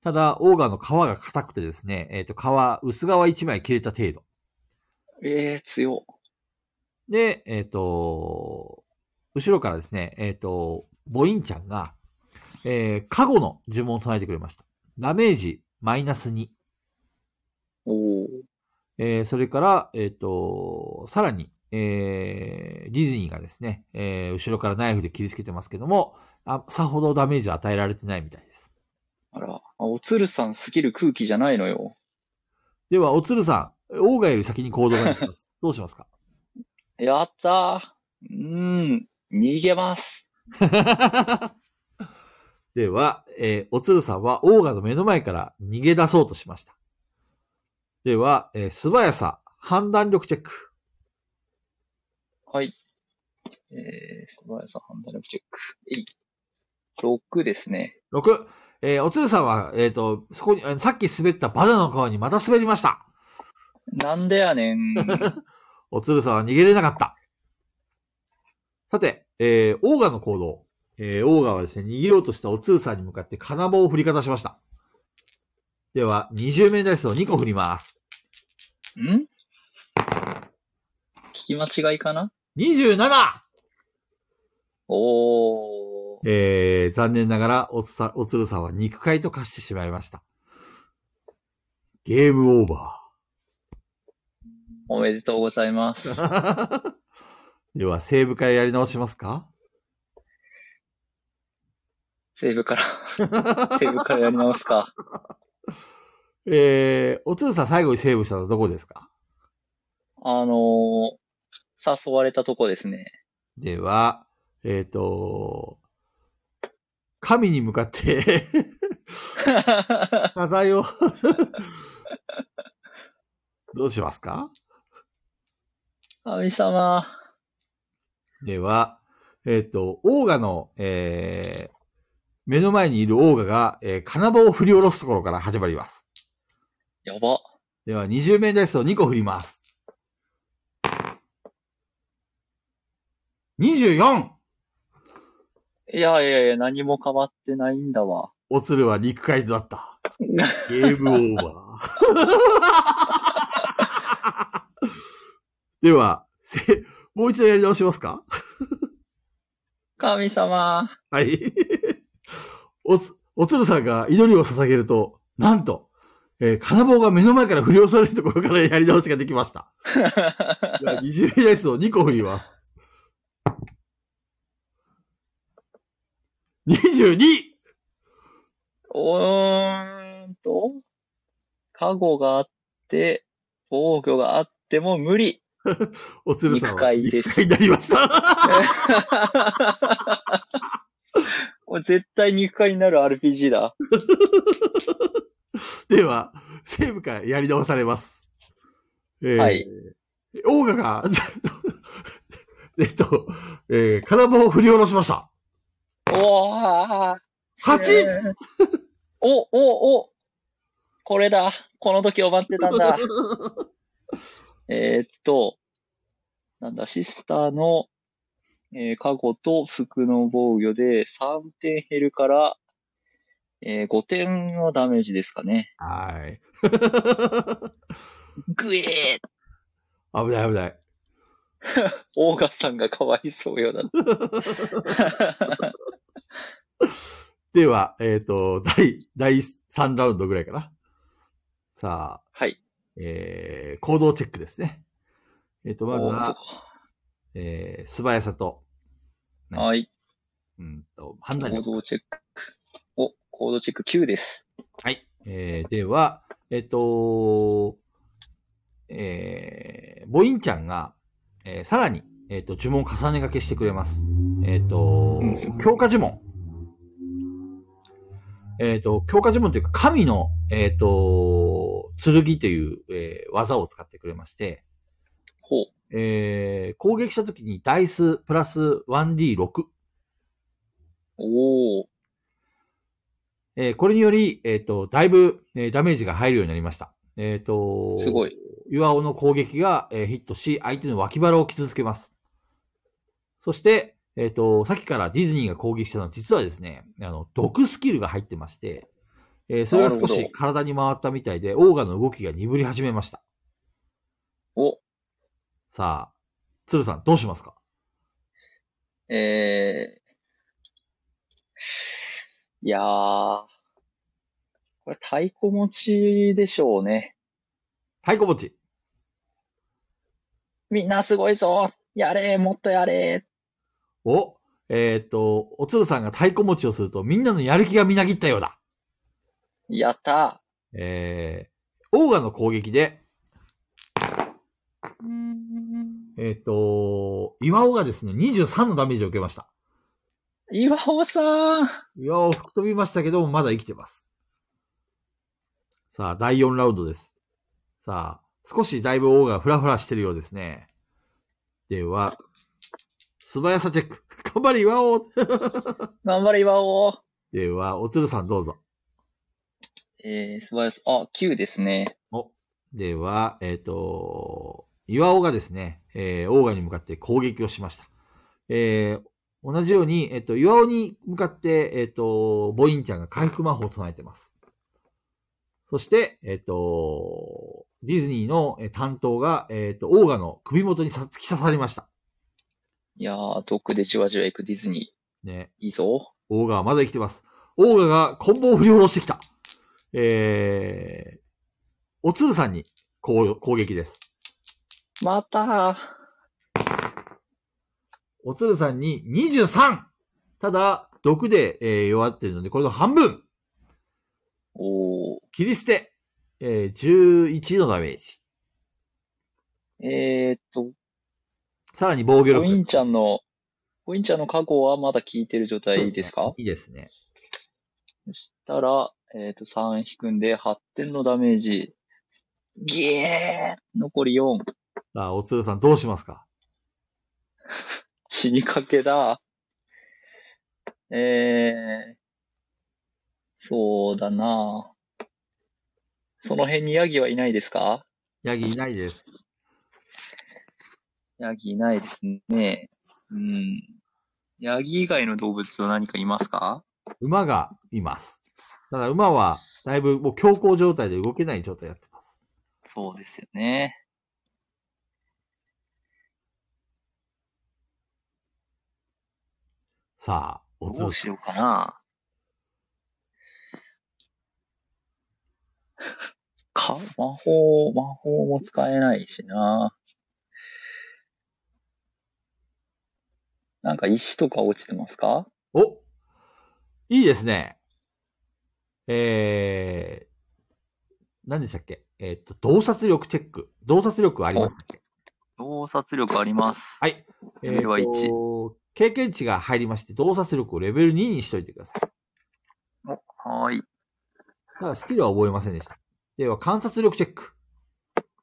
Speaker 1: ただ、オーガの皮が硬くてですね、えっ、と、皮、薄皮1枚切れた程度。
Speaker 2: えー、強っ。
Speaker 1: で、えっ、と、後ろからですね、えっ、と、ボインちゃんが、えー、過去の呪文を唱えてくれました。ダメージマイナス2。
Speaker 2: おー、
Speaker 1: えーそれから、えっ、と、さらに、えーディズニーがですね、えー後ろからナイフで切りつけてますけども、あさほどダメージは与えられてないみたいです。
Speaker 2: あら、あおつるさんすぎる空気じゃないのよ。
Speaker 1: では、おつるさん、オーガより先に行動ができます。どうしますか
Speaker 2: やったー。うーん、逃げます。
Speaker 1: では、えーおつるさんはオーガの目の前から逃げ出そうとしました。では、えー素早さ、判断力チェック。
Speaker 2: はい。えー、素早さ判断力チェック。えい。6ですね。
Speaker 1: 6、えーおつるさんは、えっ、と、そこに、あのさっき滑ったバナナの皮にまた滑りました。
Speaker 2: なんでやねん。
Speaker 1: おつるさんは逃げれなかった。さて、えー、オーガの行動。えー、オーガはですね、逃げようとしたおつるさんに向かって金棒を振りかざしました。では、20面ダイスを2個振ります。
Speaker 2: ん聞き間違いかな
Speaker 1: 27!
Speaker 2: おー。
Speaker 1: えー、残念ながらおつさ、おつるさんは肉塊と化してしまいました。ゲームオーバ
Speaker 2: おめでとうございます。
Speaker 1: ー。では、セーブからやり直しますか
Speaker 2: セーブから、 セーブからやり直すか。
Speaker 1: えー、おつるさん最後にセーブしたのはどこですか
Speaker 2: あのー、誘われたとこですね。
Speaker 1: では、えっ、と、神に向かって謝罪をどうしますか
Speaker 2: 神様。
Speaker 1: では、えっ、と、オーガの、えー目の前にいるオーガが、えー金棒を振り下ろすところから始まります。
Speaker 2: やば。
Speaker 1: では、20面ダイスを2個振ります。24!
Speaker 2: いやいやいや、何も変わってないんだわ。
Speaker 1: おつるは肉塊だ った。ゲームオーバー。 では、せもう一度やり直しますか
Speaker 2: 神様。
Speaker 1: はい。 おつ、おつるさんが祈りを捧げると、なんと、えー金棒が目の前から振り落とされるところからやり直しができました。で は20名ダイスを2個振ります。22!
Speaker 2: おーんと、加護があって、防御があっても無理。
Speaker 1: おつるさんは
Speaker 2: 肉塊です
Speaker 1: 肉塊になりました。
Speaker 2: もう絶対肉塊になる RPG だ。
Speaker 1: では、セーブからやり直されます。えー
Speaker 2: はい。
Speaker 1: オーガが、 えっと、えー、金棒を振り下ろしました。
Speaker 2: おー
Speaker 1: 八
Speaker 2: お、お、お、これだ。この時を待ってたんだ。えーっと、なんだ、シスターの、えー、過去と服の防御で3点減るから、えー5点のダメージですかね。
Speaker 1: はい。
Speaker 2: グエー
Speaker 1: 危ない危ない。
Speaker 2: オーガさんがかわいそうよだって。
Speaker 1: では、えっ、と、第、第3ラウンドぐらいかな。さあ、
Speaker 2: はい。
Speaker 1: えー、行動チェックですね。えっ、と、まず
Speaker 2: おーそう
Speaker 1: は、
Speaker 2: か
Speaker 1: えー、素早さと、ね
Speaker 2: はい。
Speaker 1: うんと、判断
Speaker 2: 行
Speaker 1: 力。
Speaker 2: 動チェック。お、行動チェック9です。
Speaker 1: はい。えー、では、えっ、と、えー、ボインちゃんが、えー、さらに、えっ、と、呪文を重ね掛けしてくれます。えっ、と
Speaker 2: うん、
Speaker 1: 強化呪文。えっ、と、強化呪文というか、神の、えっ、と、剣という、えー技を使ってくれまして、
Speaker 2: ほう。
Speaker 1: えー、攻撃したときにダイスプラス 1D6。
Speaker 2: おー。
Speaker 1: えーこれにより、えっ、と、だいぶ、えーダメージが入るようになりました。えっ、と、
Speaker 2: すごい。
Speaker 1: 岩尾の攻撃が、えーヒットし、相手の脇腹を傷つけます。そして、えっ、と、さっきからディズニーが攻撃したのは、実はですね、あの、毒スキルが入ってまして、えーそれが
Speaker 2: なる
Speaker 1: 少
Speaker 2: ほど
Speaker 1: し体に回ったみたいで、オーガの動きが鈍り始めました。
Speaker 2: お、
Speaker 1: さあ、鶴さん、どうしますか
Speaker 2: えー、いやー、これ太鼓持ちでしょうね。
Speaker 1: 太鼓持ち。
Speaker 2: みんなすごいぞやれもっとやれ
Speaker 1: お、えっ、と、お鶴さんが太鼓持ちをすると、みんなのやる気がみなぎったようだ。
Speaker 2: やった
Speaker 1: えー、オーガの攻撃で、えっ、と、岩尾がですね、23のダメージを受けました。
Speaker 2: 岩尾さん
Speaker 1: 岩尾を吹き飛びましたけども、まだ生きてます。さあ、第4ラウンドです。さあ、少しだいぶオーガがフラフラしてるようですね。では、素早さチェック。頑張れ、岩尾
Speaker 2: 頑張れ岩尾
Speaker 1: では、おつるさんどうぞ。
Speaker 2: えー、素晴らしい。あ、9ですね。
Speaker 1: では、えっ、と、岩尾がですね、えー、オーガに向かって攻撃をしました。えー、同じように、えっ、と、岩尾に向かって、えっ、と、ボインちゃんが回復魔法を唱えてます。そして、えっ、と、ディズニーのえー担当が、えっ、と、オーガの首元にさ突き刺さりました。
Speaker 2: いやー、毒でじわじわ行くディズニ
Speaker 1: ね、
Speaker 2: ー。いいぞ。
Speaker 1: オーガはまだ生きてます。オーガが棍棒を振り下ろしてきた。えー、おつるさんに攻攻撃です。
Speaker 2: また
Speaker 1: おつるさんに 23! ただ、毒で、えー弱ってるので、これの半分
Speaker 2: おー。
Speaker 1: 切り捨て、えー、11のダメージ。
Speaker 2: えーっと、
Speaker 1: さらに防御力。
Speaker 2: ボインちゃんの、ボインちゃんの過去はまだ聞いてる状態ですか
Speaker 1: いいですね。
Speaker 2: そしたら、えっ、と、3引くんで、8点のダメージ。ギエー残り4。
Speaker 1: さあ、おつるさんどうしますか
Speaker 2: 死にかけだ。えー、そうだなその辺にヤギはいないですか
Speaker 1: ヤギいないです。
Speaker 2: ヤギいないですね。うん。ヤギ以外の動物は何かいますか
Speaker 1: 馬がいます。ただ、馬は、だいぶもう強行状態で動けない状態やってます。
Speaker 2: そうですよね。
Speaker 1: さあ、おつ
Speaker 2: ど
Speaker 1: る
Speaker 2: う
Speaker 1: さ
Speaker 2: しようかな。か、魔法、魔法も使えないしな。なんか石とか落ちてますか
Speaker 1: ん。おいいですね。えー、何でしたっけえーっ、と、洞察力チェック。洞察力ありましたっけ
Speaker 2: 洞察力あります。
Speaker 1: はい
Speaker 2: レベルは
Speaker 1: えーと経験値が入りまして、洞察力をレベル2にしといてください。
Speaker 2: はーい。
Speaker 1: ただ、スキルは覚えませんでした。では、観察力チェック。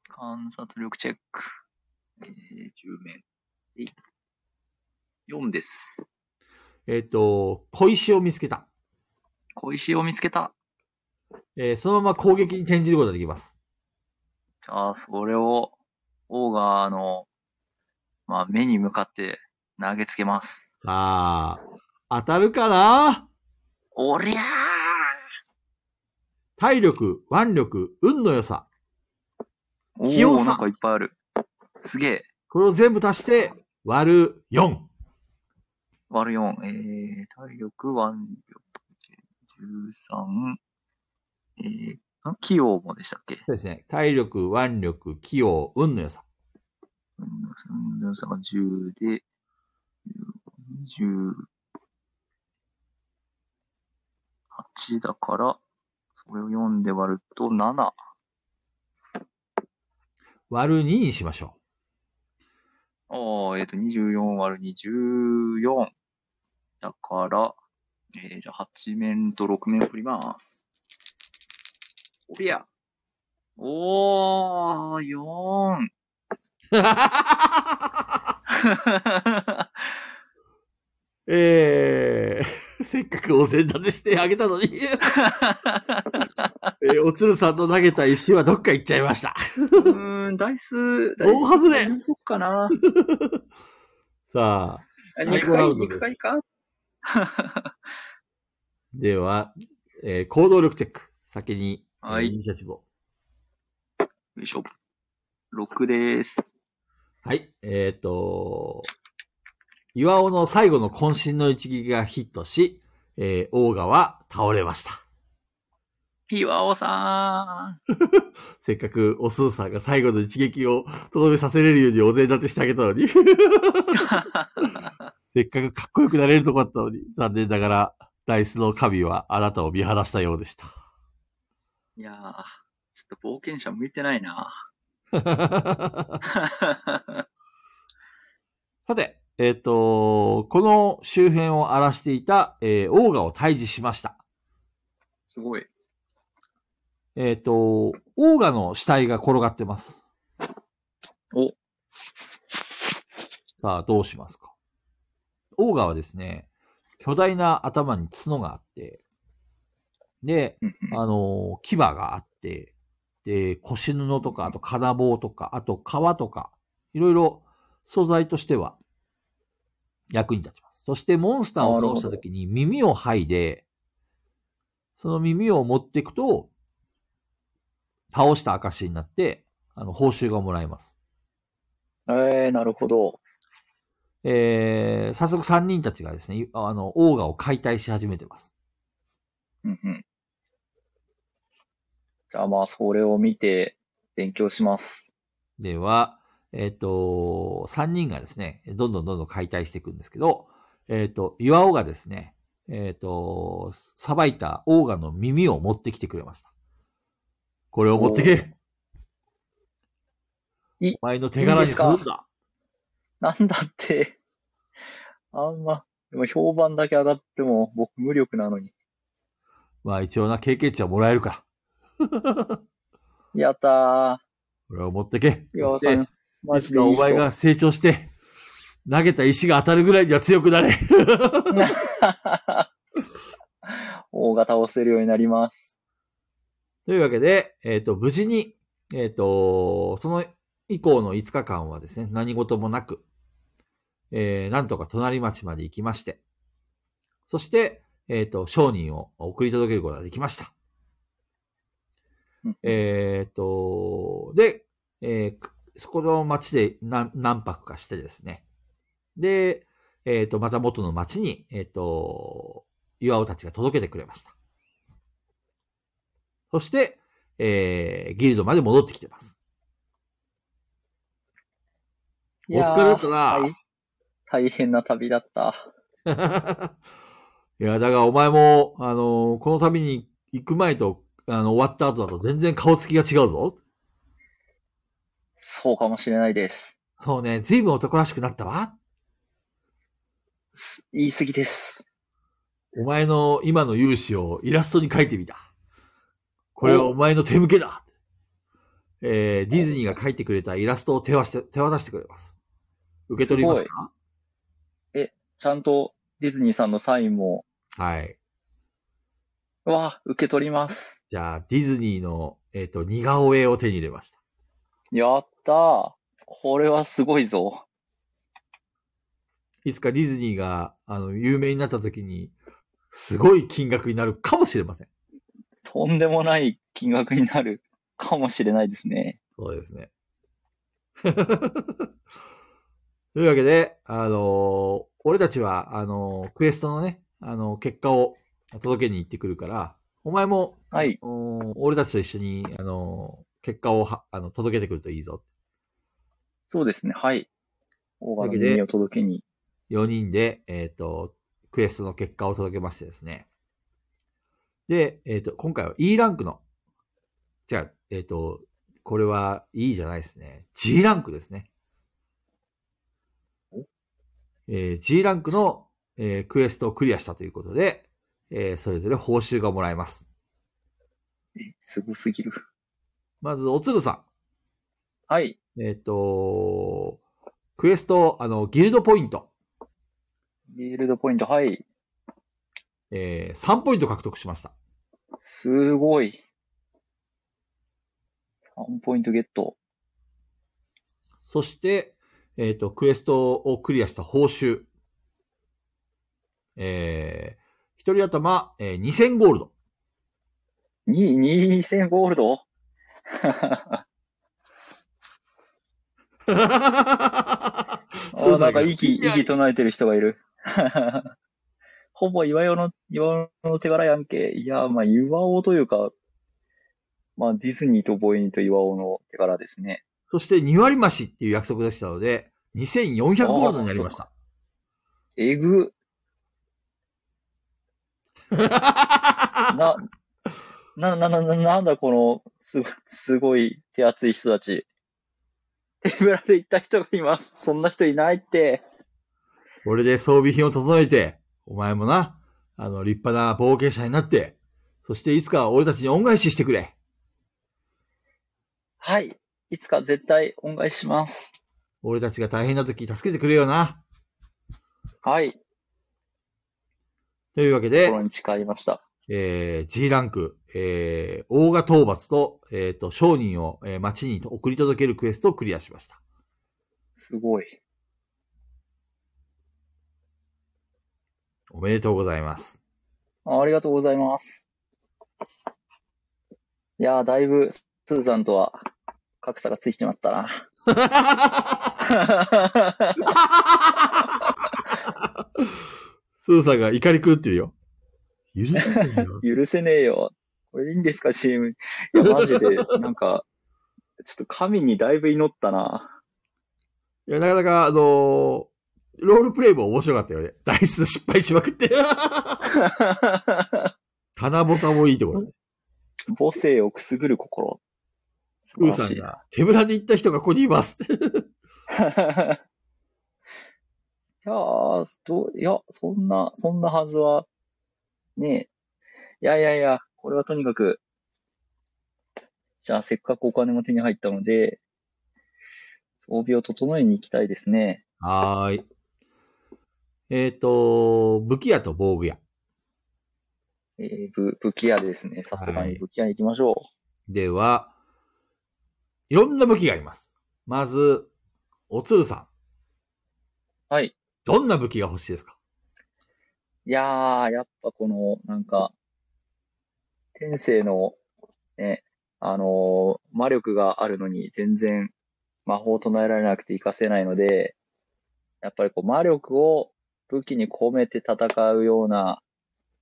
Speaker 2: 観察力チェック。えー、10面。えい4です。
Speaker 1: えっ、と、小石を見つけた。
Speaker 2: 小石を見つけた。
Speaker 1: えーそのまま攻撃に転じることができます。
Speaker 2: じゃあ、それを、オーガーの、まあ、目に向かって投げつけます。
Speaker 1: さあ、当たるかな
Speaker 2: おりゃー
Speaker 1: 体力、腕力、運の良さ。
Speaker 2: お
Speaker 1: 器用
Speaker 2: ー、
Speaker 1: さ
Speaker 2: なんかいっぱいある。すげえ。
Speaker 1: これを全部足して、割る4。
Speaker 2: 割る4。えー、体力、腕力、13。えー、ん器用もでしたっけ
Speaker 1: そうですね。体力、腕力、器用、運の良さ。
Speaker 2: 運動差が10で、28だから、それを4で割ると7。
Speaker 1: 割る2にしましょ
Speaker 2: おー、えっ、と、24割る2、14。だから、えー、じゃあ8面と6面を振ります。おりゃ。おー、4。
Speaker 1: う。 えー、 せっかくお膳立てしてあげたのに、えーおつるさんの投げた石はどっか行っちゃいました。
Speaker 2: うーん、ダイス、ダイス。
Speaker 1: 大外れ
Speaker 2: そっか な。
Speaker 1: さあ、
Speaker 2: あ
Speaker 1: 最
Speaker 2: 肉
Speaker 1: 後ラウンド
Speaker 2: 塊
Speaker 1: です
Speaker 2: 肉塊か
Speaker 1: では、えー行動力チェック。先に、えー
Speaker 2: はい
Speaker 1: イニシアチブを。
Speaker 2: よいしょ。6です。
Speaker 1: はい。えっ、と、岩尾の最後の渾身の一撃がヒットし、えー、オーガは倒れました。
Speaker 2: ピワオ さ
Speaker 1: せっかくおすーさんが最後の一撃をとどめさせれるようにお膳立てしてあげたのに。せっかくかっこよくなれるとこだったのに、残念ながら、ダイスの神はあなたを見放したようでした。
Speaker 2: ん。いやー、ちょっと冒険者向いてないな。
Speaker 1: さて、えっ、と、この周辺を荒らしていた、えー、オーガを退治しました。
Speaker 2: すごい。
Speaker 1: えっ、と、オーガの死体が転がってます。
Speaker 2: お、
Speaker 1: さあ、どうしますかオーガはですね、巨大な頭に角があって、で、
Speaker 2: うんうん
Speaker 1: あのー牙があって、で、腰布とか、あと金棒とか、あと皮とか、いろいろ素材としては役に立ちます。そしてモンスターを倒した時に耳を剥いで、その耳を持っていくと、倒した証になって、あの、報酬がもらえます。
Speaker 2: えー、なるほど。
Speaker 1: えー、早速3人たちがですね、あの、オーガを解体し始めてます。
Speaker 2: うんうん。じゃあまあ、それを見て勉強します。
Speaker 1: では、えっ、と、3人がですね、どんどんどんどん解体していくんですけど、えっ、と、岩尾がですね、えっ、と、さばいたオーガの耳を持ってきてくれました。これを持ってけ
Speaker 2: おい
Speaker 1: お前の手柄にする
Speaker 2: いいん
Speaker 1: ん
Speaker 2: です
Speaker 1: だ
Speaker 2: なんだって、 あんま、でも評判だけ上がっても僕無力なのに。
Speaker 1: まあ一応な経験値はもらえるから、
Speaker 2: やったー。
Speaker 1: これを持ってけ
Speaker 2: ピワオ
Speaker 1: そ
Speaker 2: さ
Speaker 1: して
Speaker 2: ん、マ
Speaker 1: い
Speaker 2: ジ
Speaker 1: つ
Speaker 2: で
Speaker 1: か
Speaker 2: い
Speaker 1: お
Speaker 2: い人。
Speaker 1: 前が成長して、投げた石が当たるぐらいには強くなれ
Speaker 2: 大型を倒せるようになります。
Speaker 1: というわけで、えっ、と、無事に、えっ、と、その以降の5日間はですね、何事もなく、えー、なんとか隣町まで行きまして、そして、えっ、と、商人を送り届けることができました。
Speaker 2: うん
Speaker 1: えっ、と、で、えーそこの町で何何泊かしてですね、で、えっ、と、また元の町に、えっ、と、岩尾たちが届けてくれました。そして、えー、ギルドまで戻ってきてます。 お
Speaker 2: いやー
Speaker 1: 疲れだったな。
Speaker 2: はい。大変な旅だった。
Speaker 1: いや、だからお前も、あのーこの旅に行く前と、あの、終わった後だと全然顔つきが違うぞ。
Speaker 2: そうかもしれないです。
Speaker 1: そうね、随分男らしくなったわ。
Speaker 2: す言い過ぎです。
Speaker 1: お前の今の勇姿をイラストに描いてみた。これは
Speaker 2: お
Speaker 1: お前の手向けだ。えー、ディズニーが描いてくれたイラストを手はして手渡してくれます。受け取りますか
Speaker 2: ちゃんとディズニーさんのサインも
Speaker 1: はい。
Speaker 2: わあ、受け取ります。
Speaker 1: じゃあ、ディズニーの、えっ、と、似顔絵を手に入れました。
Speaker 2: やったー。これはすごいぞ。
Speaker 1: いつかディズニーが、あの、有名になった時に、すごい金額になるかもしれません。
Speaker 2: とんでもない金額になるかもしれないですね。
Speaker 1: そうですね。 というわけで、あのー俺たちは、あのークエストのね、あのー結果を届けに行ってくるから、お前も、
Speaker 2: はい。
Speaker 1: おー俺たちと一緒に、あのー結果をはあの届けてくるといいぞ。
Speaker 2: そうですね。はい。オーガの
Speaker 1: というわけで
Speaker 2: 耳を届けに。
Speaker 1: 4人で、えっ、と、クエストの結果を届けましてですね。で、えっ、と、今回は E ランクの、じゃあ、えっ、と、これは E じゃないですね。G ランクですね。えー G ランクの、えークエストをクリアしたということで、えーそれぞれ報酬がもらえます。
Speaker 2: えすごすぎる。
Speaker 1: まず、おつるさ
Speaker 2: はい。
Speaker 1: ん。えっ、と、クエスト、あの、ギルドポイント、
Speaker 2: ギルドポイント、はい。
Speaker 1: えー3ポイント獲得しました。
Speaker 2: すごい。3ポイントゲット。
Speaker 1: そして、えっ、と、クエストをクリアした報酬。えー、一人頭、えー2000ゴールド。
Speaker 2: 2、2000ゴールド あなん か息、息唱えてる人がいる。 ほぼ岩尾の、岩尾の手柄やんけ。いや、まあ岩尾というか、まあディズニーとボーインと岩尾の手柄ですね。
Speaker 1: そして2割増しっていう約束でしたので、2400ゴールドになりま した。
Speaker 2: えぐ。な、な、な、な、ななんだこの、すご、すごい手厚い人たち。手ぶらで行った人がいます。そんな人いないって。
Speaker 1: これで装備品を整えて、お前もな、あの、立派な冒険者になって、そしていつかは俺たちに恩返ししてくれ。
Speaker 2: はい。いつか絶対恩返しします。
Speaker 1: 俺たちが大変な時助けてくれよな。
Speaker 2: はい。
Speaker 1: というわけで、
Speaker 2: 心に誓いました。
Speaker 1: えー G ランク、えー、大賀討伐と、えっ、と、商人を、えー町に送り届けるクエストをクリアしました。
Speaker 2: すごい。
Speaker 1: おめでとうございます。
Speaker 2: あありがとうございます。いやー、だいぶ、スーさんとは、格差がついちまっ たな。。
Speaker 1: スーさんが怒り狂ってるよ。許せないよ
Speaker 2: 許せねえよ。これいいんですか、CM。いや、マジ で、なんか、ちょっと神にだいぶ祈ったな。
Speaker 1: いや、なかなか、あのーロールプレイも面白かったよね。ダイス失敗しまくって。 棚ぼたもいいところ。
Speaker 2: 母性をくすぐる心。素
Speaker 1: スー
Speaker 2: 晴ら
Speaker 1: さ
Speaker 2: し
Speaker 1: ん
Speaker 2: いな。
Speaker 1: が、手ぶらで行った人がここにいます。
Speaker 2: いやー、どう、いや、そんな、そんなはずは、ねえ。いやいやいや、これはとにかく、じゃあせっかくお金も手に入ったので、装備を整えに行きたいですね。
Speaker 1: はーい。えっ、と、武器屋と防具屋。
Speaker 2: えー、ぶ武器屋ですね。さすが
Speaker 1: はい
Speaker 2: に武器屋に行きましょ
Speaker 1: では、いろんな武器があります。まず、おつるさん。
Speaker 2: う。はい。
Speaker 1: どんな武器が欲しいですか
Speaker 2: いやー、やっぱこの、なんか、天性の、ね、あのー魔力があるのに全然魔法を唱えられなくて活かせないので、やっぱりこう魔力を武器に込めて戦うような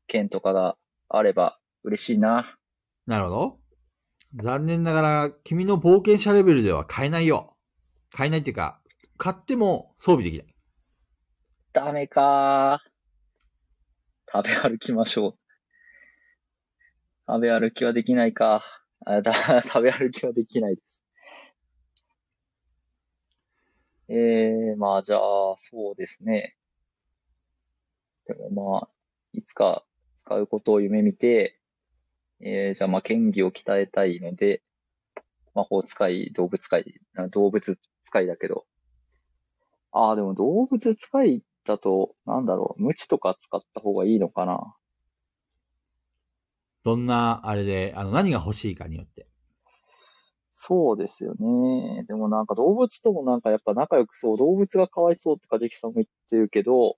Speaker 2: 剣とかがあれば嬉しいな。
Speaker 1: なるほど。残念ながら、君の冒険者レベルでは買えないよ。買えないっていうか、買っても装備できない。
Speaker 2: ダメかー。食べ歩きましょう。食べ歩きはできないか。あ、だ、 食べ歩きはできないです。ええまあじゃあ、そうですね。でもまあ、いつか使うことを夢見て、えー、じゃあまあ、剣技を鍛えたいので、魔法使い、動物使い、あ動物使いだけど。ああ、でも動物使いだと、なんだろう、鞭とか使った方がいいのかな。
Speaker 1: どんな、あれで、あの、何が欲しいかによって。
Speaker 2: そうですよね。でもなんか動物ともなんかやっぱ仲良くそう、動物がかわいそうってカジキさんも言ってるけど、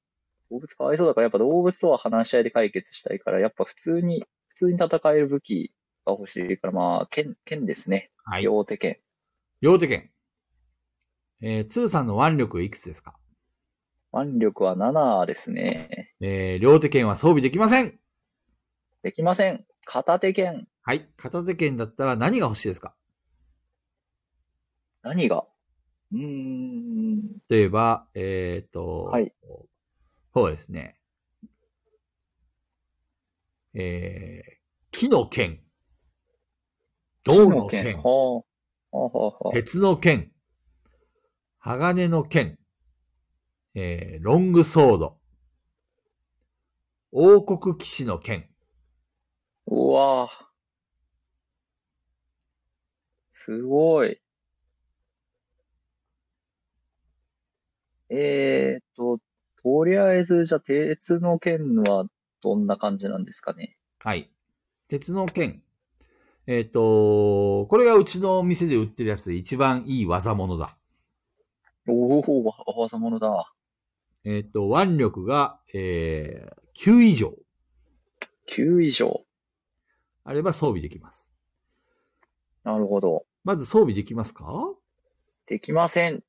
Speaker 2: 動物かわいそうだからやっぱ動物とは話し合いで解決したいから、やっぱ普通に、普通に戦える武器が欲しいから、まあ、剣、剣ですね。
Speaker 1: はい。
Speaker 2: 両手剣。
Speaker 1: 両手剣。えー、通さんの腕力いくつですか
Speaker 2: 腕力は7ですね。
Speaker 1: えー、両手剣は装備できません
Speaker 2: できません。片手剣。
Speaker 1: はい。片手剣だったら何が欲しいですか
Speaker 2: 何がうーん。
Speaker 1: 例えば、えーっと、
Speaker 2: はい
Speaker 1: そうですね。えー、木の剣。銅の剣。
Speaker 2: 木ほう。ほうほうほう。
Speaker 1: 鉄の剣。鋼の剣。えー、ロングソード。王国騎士の剣。
Speaker 2: うわぁ。すごい。えーっと、とりあえず、じゃあ、鉄の剣はどんな感じなんですかね。
Speaker 1: はい。鉄の剣。えっ、と、これがうちの店で売ってるやつで一番いい技物だ。
Speaker 2: おお、わ技物だ。
Speaker 1: えっ、と、腕力が、えー、9以上
Speaker 2: 9以上。
Speaker 1: あれば装備できます。
Speaker 2: なるほど。
Speaker 1: まず装備できますか
Speaker 2: できません。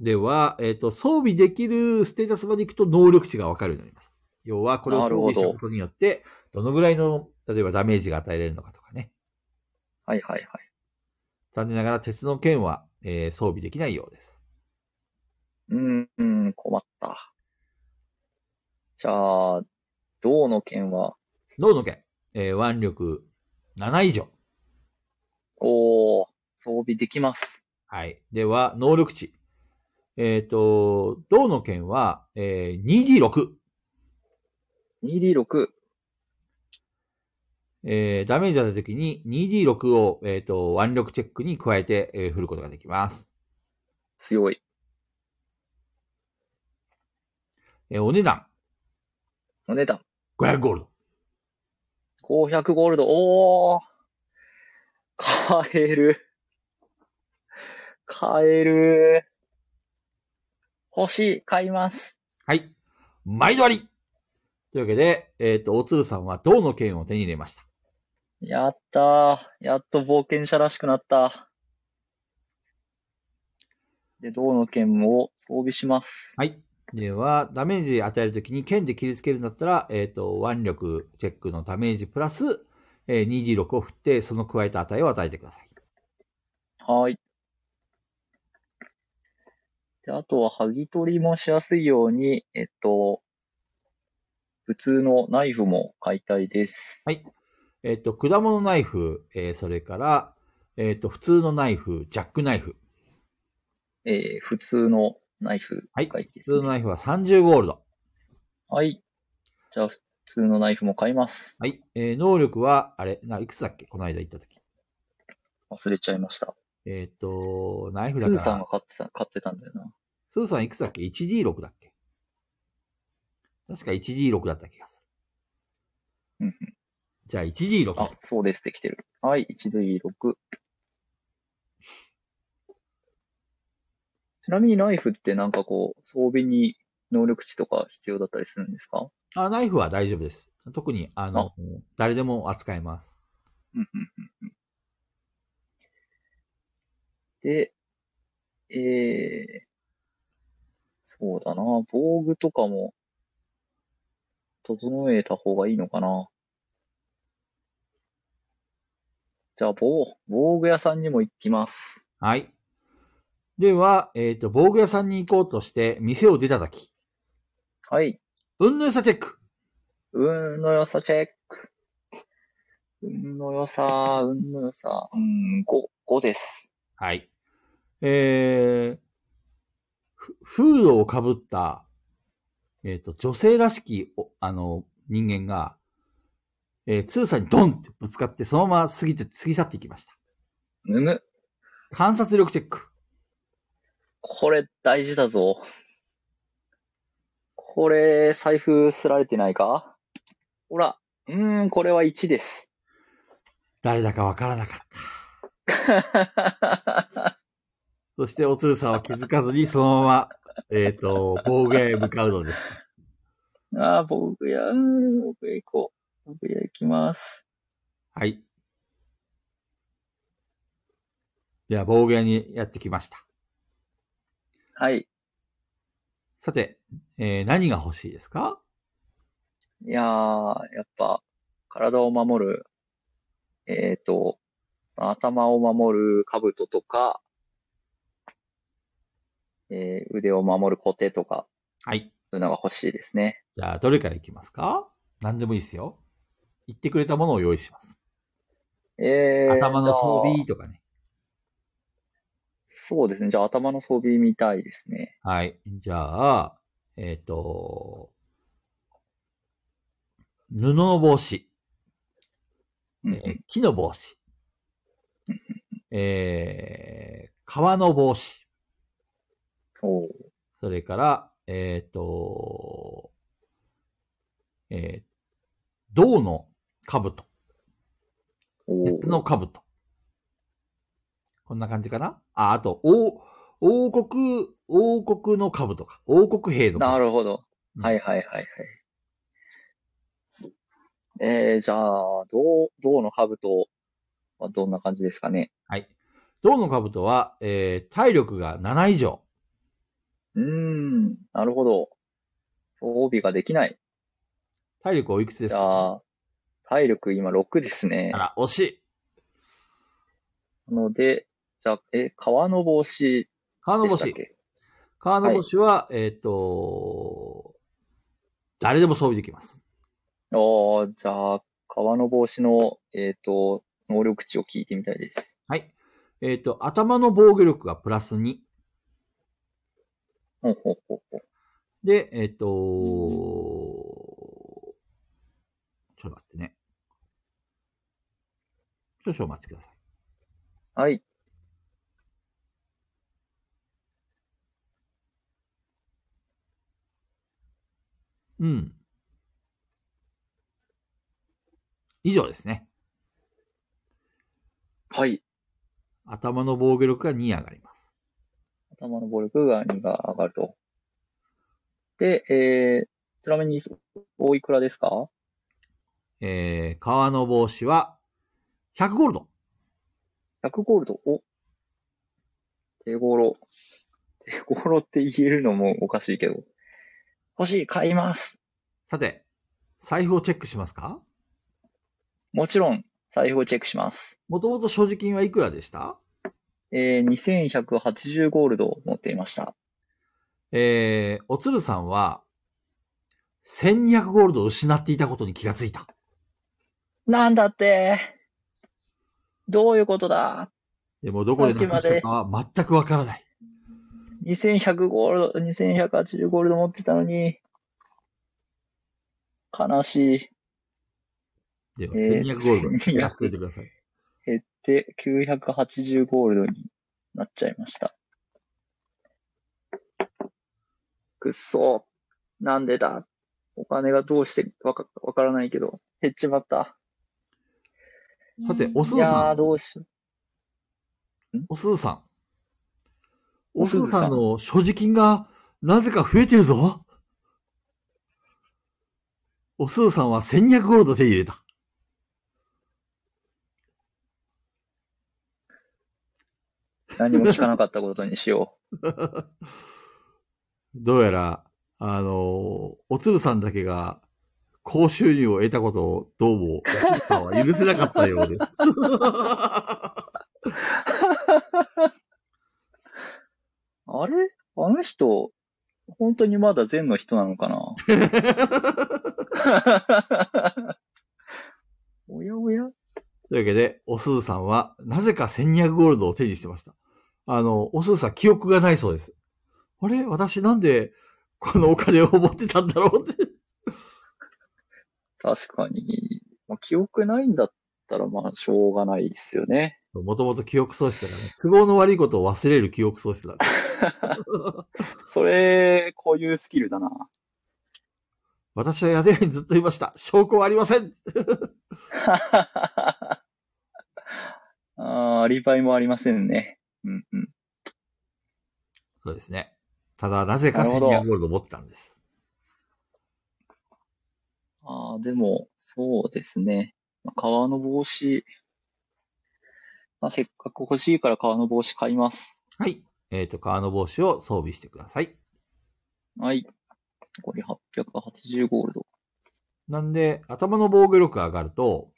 Speaker 1: では、えっ、と、装備できるステータスまで行くと能力値がわかるようになります。要は、これを
Speaker 2: なるほ
Speaker 1: 装
Speaker 2: ど
Speaker 1: 備したことによって、どのぐらいの、例えばダメージが与えられるのかとかね。
Speaker 2: はいはいはい。
Speaker 1: 残念ながら鉄の剣は、えー装備できないようです。
Speaker 2: うーん、困った。じゃあ、銅の剣は、
Speaker 1: 脳の剣、えー腕力7以上。
Speaker 2: おー、装備できます。
Speaker 1: はい。では、能力値。えっ、と、銅の剣は、えー、2D6。
Speaker 2: 2D6。
Speaker 1: えーダメージだった時に 2D6 を、えっ、と、腕力チェックに加えて、えー振ることができます。
Speaker 2: 強い。
Speaker 1: えーお値段、
Speaker 2: お値段。
Speaker 1: 500ゴールド。
Speaker 2: 500ゴールド。おー。買える。買える。欲しい。買います。
Speaker 1: はい。毎度ありというわけで、えっ、と、おつるさんは銅の剣を手に入れました。
Speaker 2: やったー。やっと冒険者らしくなった。で、銅の剣を装備します。
Speaker 1: はい。では、ダメージ与えるときに剣で切りつけるんだったら、えっ、と、腕力チェックのダメージプラス、えー 2D6 を振って、その加えた値を与えてください。
Speaker 2: はい。で、あとは、剥ぎ取りもしやすいように、えっと、普通のナイフも解体です。
Speaker 1: はいえっ、と、果物ナイフ、えーそれから、えっ、と、普通のナイフ、ジャックナイフ。
Speaker 2: えー普通のナイフ
Speaker 1: はい
Speaker 2: 解体
Speaker 1: 普
Speaker 2: で
Speaker 1: 通
Speaker 2: す、
Speaker 1: の
Speaker 2: ね。
Speaker 1: ナイフは30ゴールド。
Speaker 2: はい。じゃあ、普通のナイフも買います。
Speaker 1: はい。えー能力は、あれ、ないくつだっけこの間言ったとき。
Speaker 2: 忘れちゃいました。
Speaker 1: えっ、と、ナイフ
Speaker 2: ス
Speaker 1: だか
Speaker 2: ー
Speaker 1: ら。
Speaker 2: さんが買ってた、買ってたんだよな。
Speaker 1: スーさんいくつだっけ ?1D6 だっけ確か 1D6 だった気がす
Speaker 2: うんう
Speaker 1: る
Speaker 2: ん。
Speaker 1: じゃあ 1D6
Speaker 2: あ、そうです。できてる。はい。1 d 6。ちなみにナイフってなんかこう、装備に能力値とか必要だったりするんですか
Speaker 1: あ。ナイフは大丈夫です。特に、あの、誰でも扱えます。
Speaker 2: うんうんうんうんで、えー、そうだな、防具とかも、整えた方がいいのかな。じゃあ、防、防具屋さんにも行きます。
Speaker 1: はい。では、えっ、と、防具屋さんに行こうとして、店を出たとき、
Speaker 2: はい。
Speaker 1: 運の良さチェック。
Speaker 2: 運の良さチェック。運の良さ、運の良さ。うん、5、5です。
Speaker 1: はい。えー、フフードをかぶった、えっ、と、女性らしき、おあの、人間が、えー、通さんにドンってぶつかって、そのまま過ぎて、過ぎ去っていきました。
Speaker 2: むむ。
Speaker 1: 観察力チェック。
Speaker 2: これ大事だぞ。これ、財布すられてないかほら。うーん、これは1です。
Speaker 1: 誰だかわからなかった。そして、お通さんは気づかずに、そのまま、 えっ、と、防具屋へ向かうのです。
Speaker 2: ああ、僕や、僕へ行こう。僕へ行きます。
Speaker 1: はい。では、防具屋にやってきました。
Speaker 2: はい。
Speaker 1: さて、えー何が欲しいですか
Speaker 2: いやー、やっぱ、体を守る、えっ、と、頭を守る兜とか、えー腕を守るコテとか、
Speaker 1: はい。
Speaker 2: そういうのが欲しいですね。
Speaker 1: じゃあ、どれからいきますか何でもいいですよ。言ってくれたものを用意します。
Speaker 2: えー、
Speaker 1: 頭の
Speaker 2: じゃあ
Speaker 1: 装備とかね。
Speaker 2: そうですね。じゃあ頭の装備みたいですね。
Speaker 1: はい。じゃあ、えっ、と、布の帽子、
Speaker 2: うん
Speaker 1: えー木の帽子、えー、革の帽子、
Speaker 2: おー
Speaker 1: それから、えっ、と、えー、銅の兜、
Speaker 2: おー
Speaker 1: 鉄の兜。こんな感じかなあ、あと、王、王国、王国の兜か。王国兵の兜。
Speaker 2: なるほど。
Speaker 1: うん
Speaker 2: はいはいはいはい。えー、じゃあ、銅、銅の兜はどんな感じですかね。
Speaker 1: はい。銅の兜は、えー、体力が7以上。
Speaker 2: うーん、なるほど。装備ができない。
Speaker 1: 体力おいくつで
Speaker 2: じ
Speaker 1: すか
Speaker 2: ゃあ、体力今6ですね。
Speaker 1: あ
Speaker 2: な
Speaker 1: ら、惜しい。
Speaker 2: ので、じゃあ、え、革の帽子
Speaker 1: 川の
Speaker 2: で
Speaker 1: 帽
Speaker 2: したっ
Speaker 1: 子。
Speaker 2: け
Speaker 1: 川の帽子は、えーっ、と、誰でも装備できます。
Speaker 2: あーじゃあ、革の帽子の、えっ、と、能力値を聞いてみたいです。
Speaker 1: はい。えーっ、と、頭の防御力がプラス2。
Speaker 2: ほうほうほうほう。
Speaker 1: で、えーっ、と、ちょっと待ってね。少々お待ちください。
Speaker 2: はい。
Speaker 1: うん。以上ですね。
Speaker 2: はい。
Speaker 1: 頭の防御力が2上がります。
Speaker 2: 頭の暴力が2が上がると。で、えー、ちなみに、おいくらですか
Speaker 1: えー、革の帽子は、100ゴールド。
Speaker 2: ?100 ゴールド。お手頃。 手頃って言えるのもおかしいけど。欲しい、買います。
Speaker 1: さて、財布をチェックしますか
Speaker 2: もちろん、財布をチェックします。
Speaker 1: もともと所持金はいくらでした
Speaker 2: えー、2180ゴールドを持っていました。
Speaker 1: えー、おつるさんは、1200ゴールドを失っていたことに気がついた。
Speaker 2: なんだってどういうことだ
Speaker 1: でもどこでなくしたかは全くわからない。
Speaker 2: ?2100 ゴールド、2180ゴールド持ってたのに。悲しい。
Speaker 1: では、
Speaker 2: えー
Speaker 1: 1200ゴールドに減らしておいてください。
Speaker 2: 減って980ゴールドになっちゃいました。くっそー。なんでだお金がどうしてわかわからないけど、減っちまった。
Speaker 1: さて、おす
Speaker 2: い
Speaker 1: ず
Speaker 2: や
Speaker 1: さ
Speaker 2: ー、
Speaker 1: ん、
Speaker 2: どうしよ
Speaker 1: おすずさん。お
Speaker 2: お
Speaker 1: す
Speaker 2: す
Speaker 1: ず
Speaker 2: ず
Speaker 1: さ
Speaker 2: さ
Speaker 1: ん
Speaker 2: ん
Speaker 1: の所持金がなぜか増えてるぞ。おすずさんは1200ゴールド手に入れた。
Speaker 2: う。何も聞かなかったことにしよ
Speaker 1: どうやら、あのーおつるさんだけが、高収入を得たことを、どうも、おつるさんは許せなかったようです。
Speaker 2: う。 あれあの人、本当にまだ善の人なの かなおやおや
Speaker 1: というわけで、おすずさんは、なぜか1200ゴールドを手にしてました。あの、おすずさん、記憶がないそうです。あれ私なんで、このお金を持ってたんだろうって。
Speaker 2: 確かに、まあ、記憶ないんだったら、まあ、しょうがないですよね。
Speaker 1: もともと記憶喪失だからね。都合の悪いことを忘れる記憶喪失だから。
Speaker 2: それ、こういうスキルだな。
Speaker 1: 私は宿屋にずっといました。証拠はありません
Speaker 2: あーリバイもありませんね。うんうん。
Speaker 1: そうですね。ただ、なぜか
Speaker 2: なるほど
Speaker 1: 1200ゴールド持ってたんです。
Speaker 2: ああ、でも、そうですね。まあ革の帽子、まあ、せっかく欲しいから革の帽子買います。
Speaker 1: はい。えっ、と、革の帽子を装備してください。
Speaker 2: はい。これ880ゴールド。
Speaker 1: なんで、頭の防御力が上がると、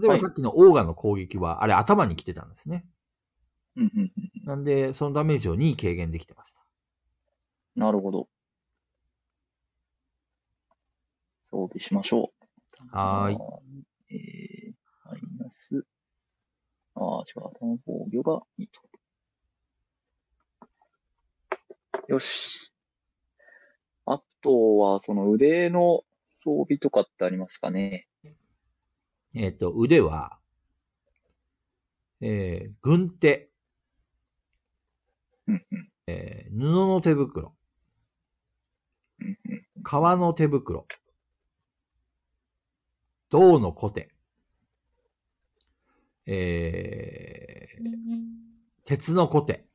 Speaker 1: 例えばさっきのオーガの攻撃は、あれ頭に来てたんですね。
Speaker 2: うんうんうん。
Speaker 1: なんで、そのダメージを2軽減できてました。
Speaker 2: なるほど。装備しましょう。
Speaker 1: はーい。
Speaker 2: えー、マイナス。ああ、違う。頭の防御が2と。よし。あとは、その腕の装備とかってありますかね。
Speaker 1: えっ、と、腕は、えー、軍手、
Speaker 2: うんうん
Speaker 1: えー、布の手袋、
Speaker 2: うんうん
Speaker 1: 革の手袋、銅のコテ、えー、鉄のコテ、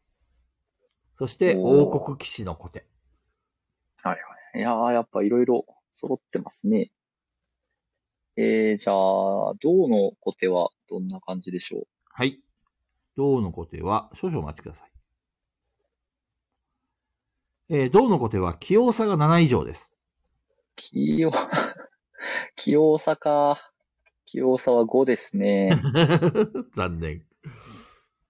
Speaker 1: そして
Speaker 2: おー
Speaker 1: 王国騎士のコテ。
Speaker 2: いやー、やっぱいろいろ揃ってますね。えー、じゃあ、銅の小手はどんな感じでしょう
Speaker 1: はい。銅のコテは、少々お待ちください。えー、銅のコテは器用さが7以上です。
Speaker 2: 器 用、器用さか。器用さは5で すね。
Speaker 1: 残念。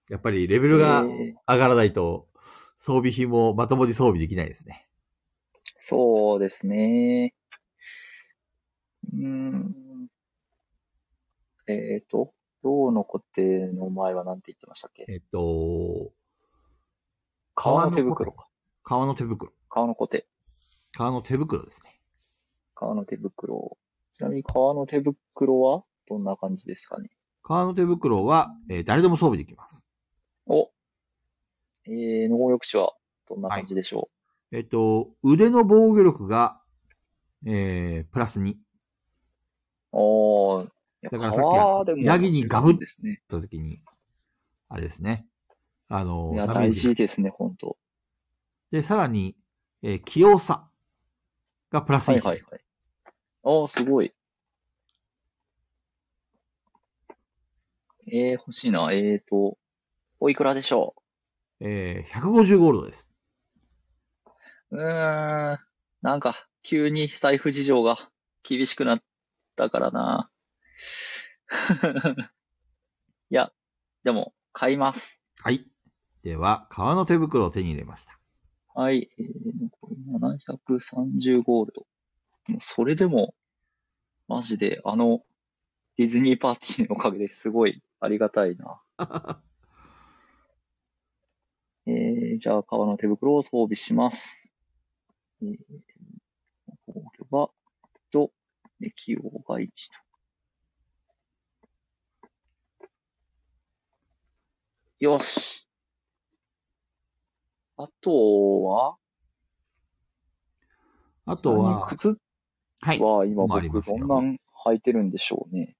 Speaker 1: やっぱりレベルが
Speaker 2: えー
Speaker 1: 上がらないと、装備品もまともに装備できないですね。
Speaker 2: そうですね。うーん。えっ、ー、と、銅の固定の前は何て言ってましたっけ
Speaker 1: えっと、
Speaker 2: 革の手袋
Speaker 1: か。革の手袋。
Speaker 2: 革の固定。
Speaker 1: 革の手袋ですね。
Speaker 2: 革の手袋。ちなみに革の手袋はどんな感じですかね
Speaker 1: 革の手袋は、えー誰でも装備できます。
Speaker 2: おえー、能力値はどんな感じでしょ
Speaker 1: えっと、腕の防御力が、えー、プラス2。
Speaker 2: う、おー、い
Speaker 1: だ
Speaker 2: や
Speaker 1: からさっき
Speaker 2: 革でも
Speaker 1: ヤギにガブッ
Speaker 2: ですね。
Speaker 1: った時に、あれですね。あの
Speaker 2: い、や、
Speaker 1: ダメー
Speaker 2: 大
Speaker 1: ジ
Speaker 2: 事ですね、本当
Speaker 1: で、さらに、えー器用さがプラス
Speaker 2: はい
Speaker 1: 1。
Speaker 2: はいはい。ああ、すごい。えー、欲しいな。えーと、おいくらでしょ
Speaker 1: えー、150ゴールドです。
Speaker 2: ううーん、なんか、急に財布事情が厳しくなったからな。 いや、でも、買います。
Speaker 1: はい。では、革の手袋を手に入れました。
Speaker 2: はい、えー、残り730ゴールド。もうそれでも、マジで、あの、ディズニーパーティーのおかげですごいありがたい な。えー、じゃあ、革の手袋を装備します。えー、防御が1と、で、器用が1と。よし。あとは、
Speaker 1: あとは、
Speaker 2: 靴
Speaker 1: はい。
Speaker 2: は今
Speaker 1: まあありま
Speaker 2: 僕
Speaker 1: すけ
Speaker 2: ど
Speaker 1: ど
Speaker 2: んなん履いてるんでしょうね。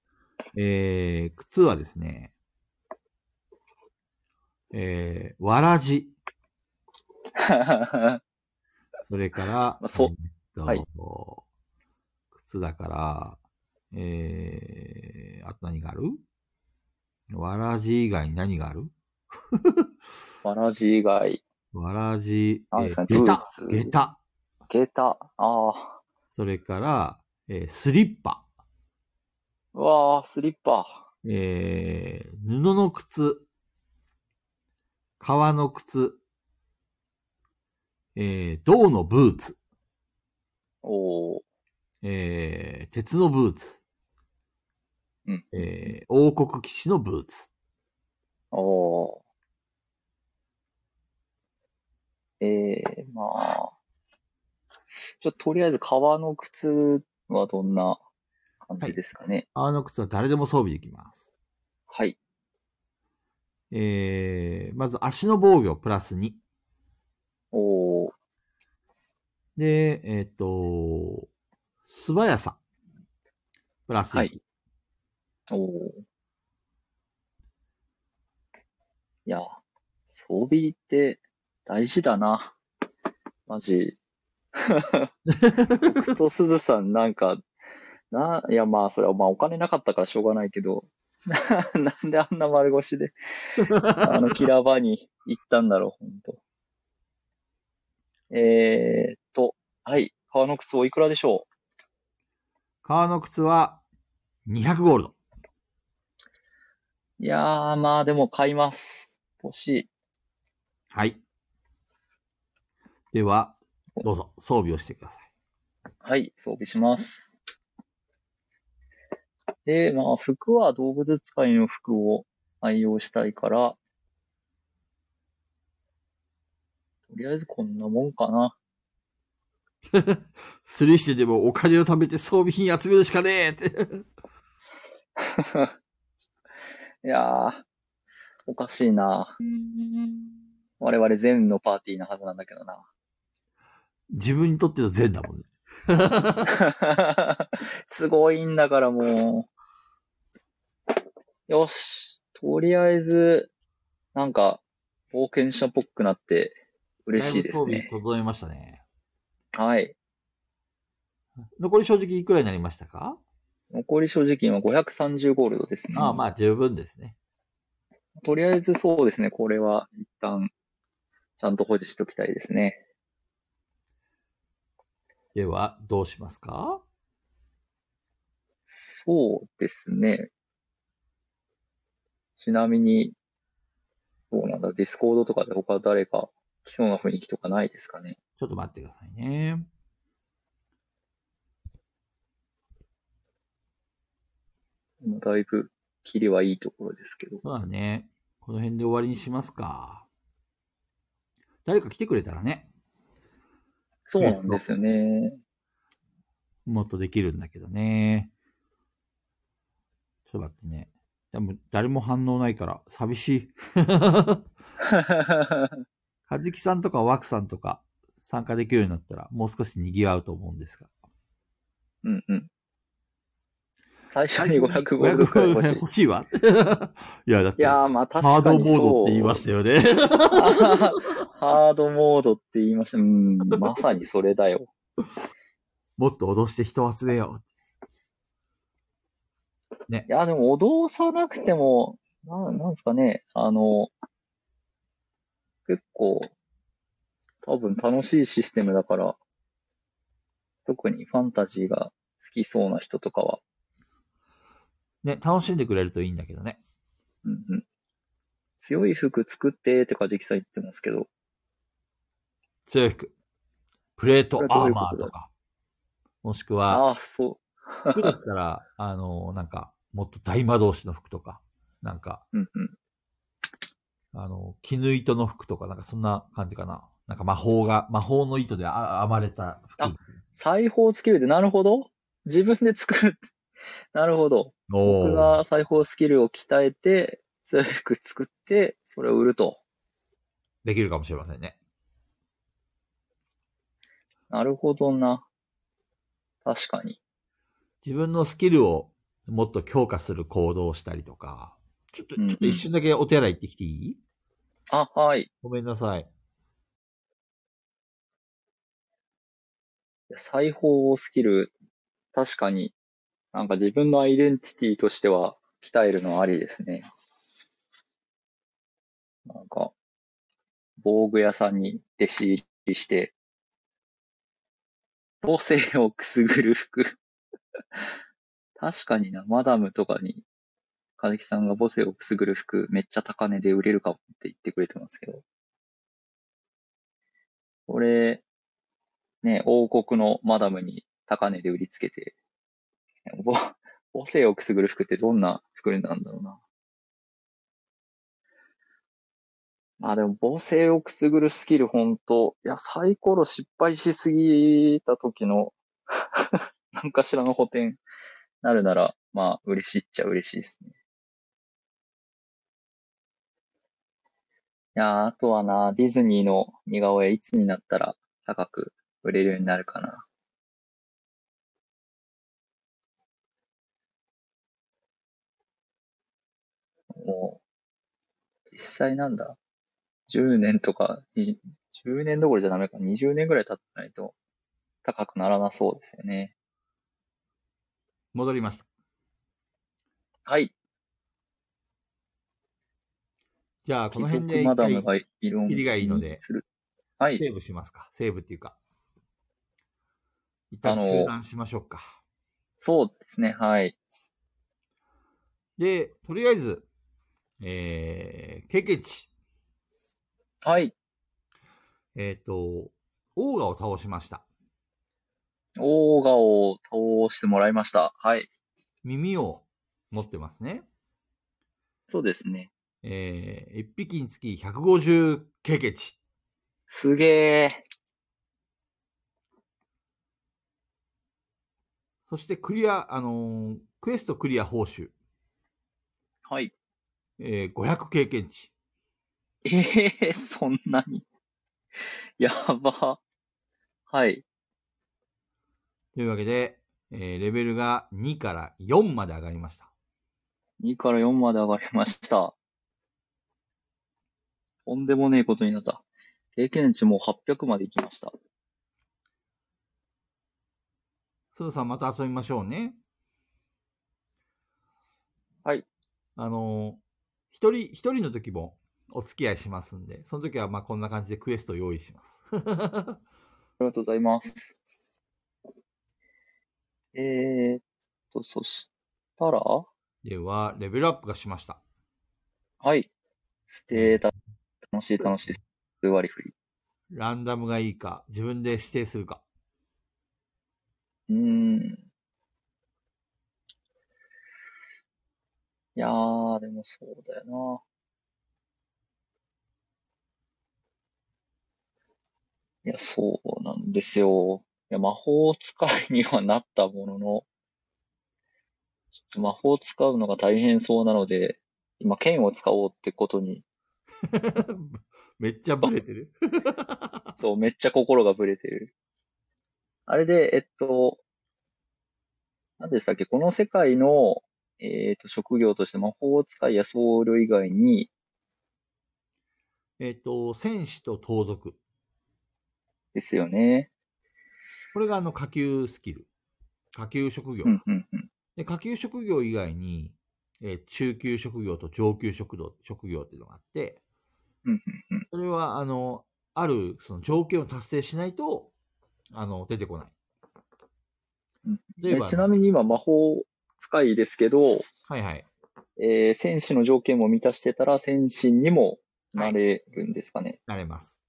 Speaker 1: えー、靴はですね、えー、わらじ、それから、
Speaker 2: あそう
Speaker 1: えーっと
Speaker 2: はい
Speaker 1: 靴だから、えー、あと何があるわらじ以外に何がある
Speaker 2: わらじ以外、
Speaker 1: わらじ、え
Speaker 2: 何ですか
Speaker 1: ー
Speaker 2: ね
Speaker 1: 下駄、
Speaker 2: ブーツ
Speaker 1: 下駄、
Speaker 2: 下駄、ああ、
Speaker 1: それから、えースリッパ、
Speaker 2: うわあ、スリッパ。
Speaker 1: えー、布の靴、革の靴、えー、銅のブーツ、
Speaker 2: おー
Speaker 1: えー、鉄のブーツ、
Speaker 2: うん
Speaker 1: えー、王国騎士のブーツ。
Speaker 2: おーえー、まあ。ちょ、とりあえず革の靴はどんな感じですかね。
Speaker 1: 革の靴は誰でも装備できます。
Speaker 2: はい。
Speaker 1: えー、まず足の防御プラス2。
Speaker 2: おー
Speaker 1: で、えっ、と、素早さプラス1。
Speaker 2: はいおーいや、装備って大事だな。マジ。僕と鈴さんなんか、な、いやまあそれはまあお金なかったからしょうがないけど、 なんであんな丸腰で、あのキラーバーに行ったんだろう、ほんと。えーっと、はい。革の靴おいくらでしょ
Speaker 1: 革の靴は200ゴールド。
Speaker 2: ういやー、まあでも買います。欲しい。
Speaker 1: はい。では、どうぞ、装備をしてください。
Speaker 2: はい、装備します。で、まあ、服は動物使いの服を愛用したいから、とりあえずこんなもんかな。
Speaker 1: 釣りしてでもお金を貯めて装備品集めるしかねえって。
Speaker 2: いやー、おかしいな。我々全のパーティーなはずなんだけどな。
Speaker 1: 自分にとっての善だもんね。
Speaker 2: すごいんだからもう。よし。とりあえず、なんか、冒険者っぽくなって嬉しいです
Speaker 1: だぶ
Speaker 2: ね。
Speaker 1: 装備整えましたね。
Speaker 2: はい。
Speaker 1: 残り正直いくらになりましたか
Speaker 2: 残り正直今530ゴールドですね。
Speaker 1: ああ、まあ十分ですね。
Speaker 2: とりあえずそうですね。これは一旦、ちゃんと保持しておきたいですね。
Speaker 1: では、どうしますか
Speaker 2: そうですね。ちなみに、どうなんだ、ディスコードとかで他誰か来そうな雰囲気とかないですかね。
Speaker 1: ちょっと待ってくださいね。
Speaker 2: もうだいぶ、キリはいいところですけど。
Speaker 1: そうだね。この辺で終わりにしますか。誰か来てくれたらね、
Speaker 2: そうなんですよね。
Speaker 1: もっとできるんだけどね。ちょっと待ってね。多分誰も反応ないから、寂しい。 かずきさんとかワクさんとか参加できるようになったら、もう少し賑わうと思うんですが。
Speaker 2: うんうん。最初に500ゴールドくらい欲しい。
Speaker 1: 欲しいわ。 いや、だっ
Speaker 2: い
Speaker 1: て、
Speaker 2: や
Speaker 1: ハ
Speaker 2: ー、まあ
Speaker 1: ー
Speaker 2: 確か
Speaker 1: ドモ
Speaker 2: に
Speaker 1: ードっ
Speaker 2: そう。
Speaker 1: て言いましたよね。
Speaker 2: ハードモードって言いました。うん、まさにそれだよ。
Speaker 1: もっと脅して人を集めよ
Speaker 2: いや、でも脅さなくても、ななんですかね、あの、結構、多分楽しいシステムだから、特にファンタジーが好きそうな人とかは、
Speaker 1: う。ね、楽しんでくれるといいんだけどね。
Speaker 2: うんうん、強い服作ってってかじきさん言ってますけど、
Speaker 1: 強い服。プレート
Speaker 2: これはど
Speaker 1: ア
Speaker 2: う
Speaker 1: ー
Speaker 2: いうこ
Speaker 1: マー
Speaker 2: とだ
Speaker 1: とか。もしくは、
Speaker 2: ああ、そ
Speaker 1: 服だったら、 あの、なんか、もっと大魔導士の服とか、なんか、
Speaker 2: う、うんうん。
Speaker 1: あの、絹糸の服とか、なんかそんな感じかな。なんか魔法が、魔法の糸であ編まれた服。
Speaker 2: あ裁縫スキルで、なるほど。自分で作る。 なるほど。
Speaker 1: お
Speaker 2: 僕
Speaker 1: ー
Speaker 2: が裁縫スキルを鍛えて、強い服作って、それを売ると。
Speaker 1: できるかもしれませんね。
Speaker 2: なるほどな。確かに。
Speaker 1: 自分のスキルをもっと強化する行動をしたりとか、ちょっと、ち
Speaker 2: うんうん
Speaker 1: ょっと一瞬だけお手洗い行ってきていい、
Speaker 2: あ、はい。い
Speaker 1: ごめんなさい。
Speaker 2: や裁縫スキル、確かに、なんか自分のアイデンティティとしては、鍛えるのはありですね。なんか、防具屋さんに弟子入りして、母性をくすぐる服。確かにな、マダムとかに、かずきさんが母性をくすぐる服、めっちゃ高値で売れるかもって言ってくれてますけど。これ、ね、王国のマダムに高値で売りつけて、ぼ 母性をくすぐる服ってどんな服なんだろうな。まあでも母性をくすぐるスキルほんと、いや、サイコロ失敗しすぎた時の、 なんかしらの補填なるなら、まあ嬉しいっちゃ嬉しいですね。いやー、あとはな、ディズニーの似顔絵いつになったら高く売れるようになるかな。もう、実際なんだ、10年とか、に10年どころじゃダメか、20年ぐらい経ってないと高くならなそうですよね。
Speaker 1: 戻りました。
Speaker 2: はい。
Speaker 1: じゃあ、こ
Speaker 2: 貴
Speaker 1: の辺で
Speaker 2: 族マ
Speaker 1: 一
Speaker 2: ダ
Speaker 1: 回
Speaker 2: ムが異論を
Speaker 1: 切りがいいのです
Speaker 2: る。はい。
Speaker 1: セーブしますか。セーブっていうか。一旦
Speaker 2: あの
Speaker 1: 中断しましょうか。
Speaker 2: そうですね、はい。
Speaker 1: で、とりあえず、えー、経験値。
Speaker 2: はい。
Speaker 1: えっ、と、オーガを倒しました。
Speaker 2: オーガを通してもらいました。はい。
Speaker 1: 耳を持ってますね。
Speaker 2: そうですね。
Speaker 1: えー、一匹につき150経験値。
Speaker 2: すげえ。
Speaker 1: そしてクリア、あのークエストクリア報酬。
Speaker 2: はい。
Speaker 1: えー、500経験値。
Speaker 2: ええ そんなに。やば。はい。
Speaker 1: というわけで、えー、レベルが2から4まで上がりました。
Speaker 2: 2から4まで上がりました。とんでもねえことになった。経験値もう800まで行きました。
Speaker 1: すずさんまた遊びましょうね。
Speaker 2: はい。
Speaker 1: あのー一人、一人の時もお付き合いしますんで、その時はまあこんな感じでクエストを用意します。
Speaker 2: ありがとうございます。えー、っと、そしたら、
Speaker 1: では、レベルアップがしました。
Speaker 2: はい。ステータ、楽しい楽しい、数割振り。
Speaker 1: ランダムがいいか、自分で指定するか。
Speaker 2: うーん。いやー、でもそうだよな。いや、そうなんですよ。いや、魔法使いにはなったものの、ちょっと魔法使うのが大変そうなので、今、剣を使おうってことに、
Speaker 1: めっちゃブレてる。
Speaker 2: そう、めっちゃ心がブレてる。あれで、えっと、何でしたっけ、この世界の、えっと、職業として魔法使いや僧侶以外に、
Speaker 1: えっと、戦士と盗賊。
Speaker 2: ですよね。
Speaker 1: これがあの、下級スキル。下級職業。
Speaker 2: うん、うん、うん。
Speaker 1: で下級職業以外に、えー中級職業と上級職業職業っていうのがあって、
Speaker 2: うんうん
Speaker 1: それは、あの、ある、その条件を達成しないと、あの、出てこない。
Speaker 2: うん
Speaker 1: 例え
Speaker 2: え
Speaker 1: ば、
Speaker 2: ちなみに今、魔法使いですけど、
Speaker 1: はいはい。
Speaker 2: えー戦士の条件も満たしてたら、戦士にもなれるんですかね。
Speaker 1: なれます。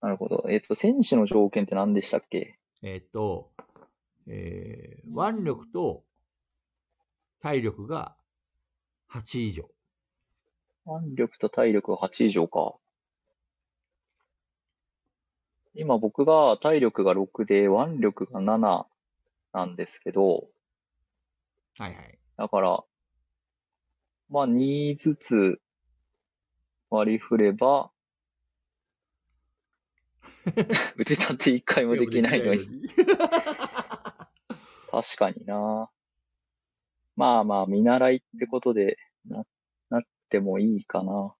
Speaker 2: なるほど。えっと、戦士の条件って何でしたっけ
Speaker 1: えっ、と、えー腕力と体力が8以上。
Speaker 2: 腕力と体力が8以上か。今僕が体力が6で腕力が7なんですけど、
Speaker 1: はいはい。
Speaker 2: だから、まあ2ずつ割り振れば、 腕立て1回もできないのに。確かにな。まあまあ、見習いってことでな、なってもいいかな。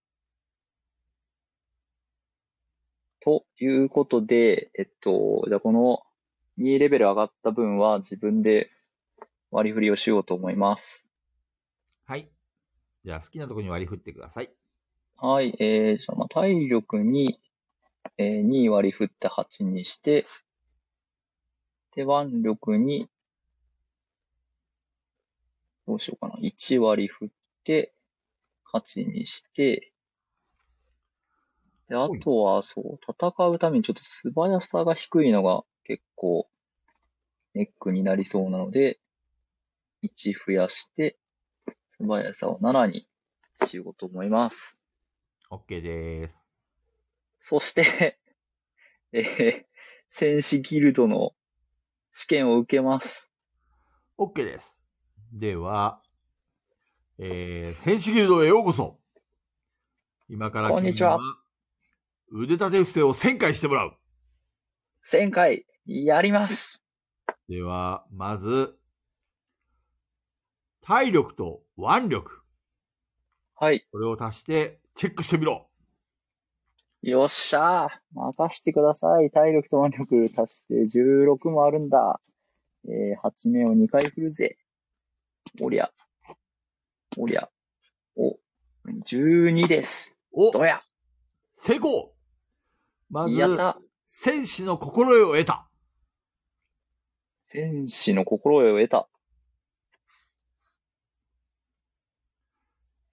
Speaker 2: ということで、えっと、じゃあこの2レベル上がった分は自分で割り振りをしようと思います。
Speaker 1: はい。じゃあ、好きなところに割り振ってください。
Speaker 2: はい、えー、じゃあまあ体力に、えー、2割り振って8にして、で、腕力に、どうしようかな、1割り振って8にして、で、あとは、そう、戦うためにちょっと素早さが低いのが結構ネックになりそうなので、1増やして、素早さを7にしようと思います。
Speaker 1: OK でーす。
Speaker 2: そして、 えー戦士ギルドの試験を受けます。
Speaker 1: OK です。では、えー、戦士ギルドへようこそ今から
Speaker 2: こんにちは
Speaker 1: 君腕立て伏せを1000回してもらう
Speaker 2: 1000回やります。
Speaker 1: では、まず、体力と腕力。
Speaker 2: はい。
Speaker 1: これを足して、チェックしてみろ
Speaker 2: よっしゃー任してください体力と魔力足して16もあるんだ。えー、8名を2回振るぜ。おりゃ。おりゃ。お、12です。
Speaker 1: お
Speaker 2: どや
Speaker 1: 成功まず、
Speaker 2: やった
Speaker 1: 戦士の心得を得た
Speaker 2: 戦士の心得を得た。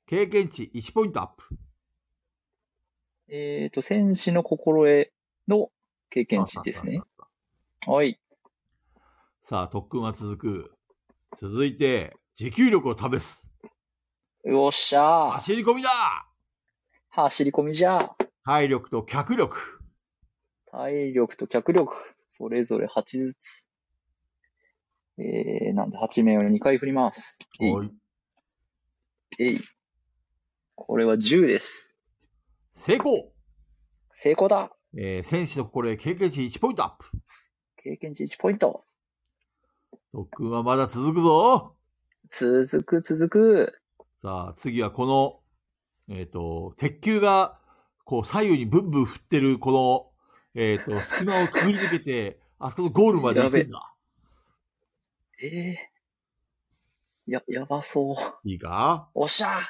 Speaker 1: 経験値1ポイントアップ。
Speaker 2: えっ、と、戦士の心得の経験値ですね。。はい。
Speaker 1: さあ、特訓は続く。続いて、持久力を試す。
Speaker 2: よっしゃー
Speaker 1: 走り込みだ
Speaker 2: 走り込みじゃー
Speaker 1: 体力と脚力。
Speaker 2: 体力と脚力、それぞれ8ずつ。えー、なんで8面を2回振ります。えい
Speaker 1: おい
Speaker 2: えい。これは10です。
Speaker 1: 成功
Speaker 2: 成功だ
Speaker 1: えー、戦士の心得経験値1ポイントアップ。
Speaker 2: 経験値1ポイント。
Speaker 1: 特訓はまだ続くぞ
Speaker 2: 続く続く。
Speaker 1: さあ、次はこの、えっ、と、鉄球が、こう、左右にブンブン振ってる、この、えっ、と、隙間をくぐり抜けて、あそこのゴールまで行くんだ。
Speaker 2: えー。や、やばそう。
Speaker 1: いいか
Speaker 2: おっしゃー
Speaker 1: さ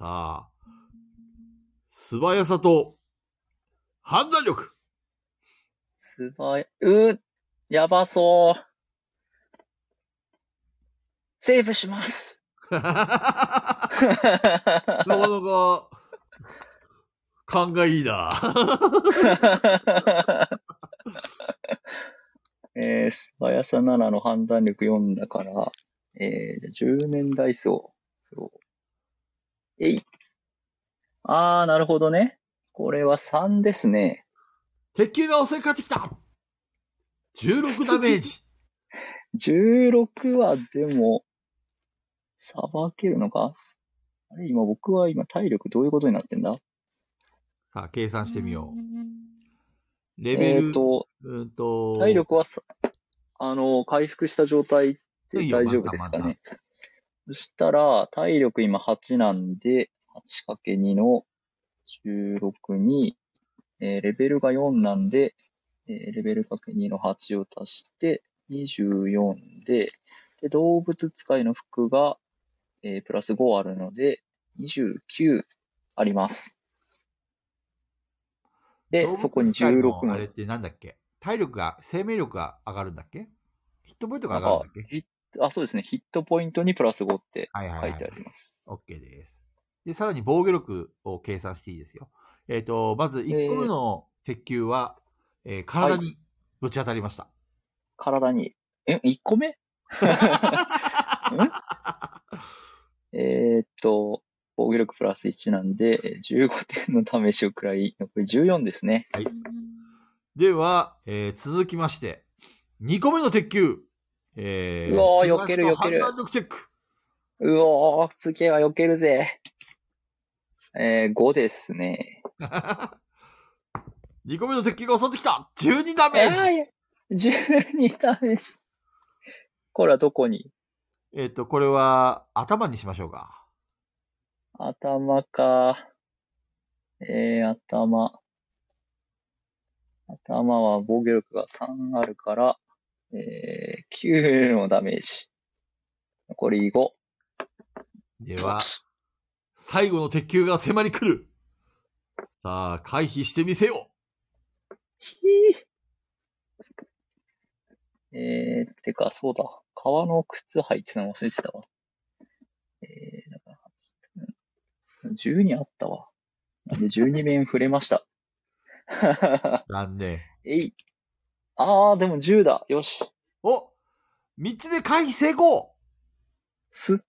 Speaker 1: あ、素早さと、判断力
Speaker 2: すばい、うーやばそう。セーブします。
Speaker 1: なかなか、勘がいいな。
Speaker 2: えー、素早さ7の判断力4だから、えー、じゃあ10面ダイスを。えい。あー、なるほどね。これは3ですね。
Speaker 1: 鉄球が襲いかかってきた !16 ダメー ジ
Speaker 2: 16はでも、さばけるのかあれ、今僕は今体力どういうことになってんだ
Speaker 1: さあ、計算してみよ
Speaker 3: う。
Speaker 1: う。レベ
Speaker 2: えっ、
Speaker 1: ル、
Speaker 2: と、
Speaker 1: うんと、
Speaker 2: 体力はさ、あの、回復した状態って
Speaker 1: いい
Speaker 2: 大
Speaker 1: よ
Speaker 2: 丈夫ですか
Speaker 1: まだま
Speaker 2: ね。そしたら、体力今8なんで、8×2 の16に、えーレベルが4なんで、えーレベル ×2 の8を足して、24で、で動物使いの服が、えープラス5あるので、29あります。で、そこに16
Speaker 1: の。
Speaker 2: の
Speaker 1: あれってなんだっけ体力が、生命力が上がるんだっけヒットポイントが上がるんだっけ
Speaker 2: ヒット、あ、そうですね。ヒットポイントにプラス5って
Speaker 1: はいはいはい。
Speaker 2: 書いてあります。
Speaker 1: OK です。で、さらに防御力を計算していいですよ。えっ、と、まず1個目の鉄球は、えー体にぶち当たりました。
Speaker 2: 体に。え、1個目 えーっと、防御力プラス1なんで、えー15点の試しをくらい、残り14ですね。
Speaker 1: では、えー続きまして、2個目の鉄球。え
Speaker 2: うおー避ける避ける
Speaker 1: 判断力チェック。
Speaker 2: うおー、次は避けるぜ。えー、5ですね。
Speaker 1: 2個目の鉄球が襲ってきた !12 ダメ
Speaker 2: え
Speaker 1: ージ
Speaker 2: ー、12試し。これはどこに
Speaker 1: えっ、と、これは頭にしましょうか。
Speaker 2: 頭か。えー、頭。頭は防御力が3あるから、えー、9のダメージ。残り5。
Speaker 1: では、最後の鉄球が迫り来る。さあ、回避してみせよ
Speaker 2: ひーえー、てか、そうだ。革の靴履いてたの忘れてたわ。えー、だから、12あったわ。なんで12面触れました。
Speaker 1: うなんで。
Speaker 2: えい。あー、でも10だ。よし。
Speaker 1: お三つで回避成功
Speaker 2: す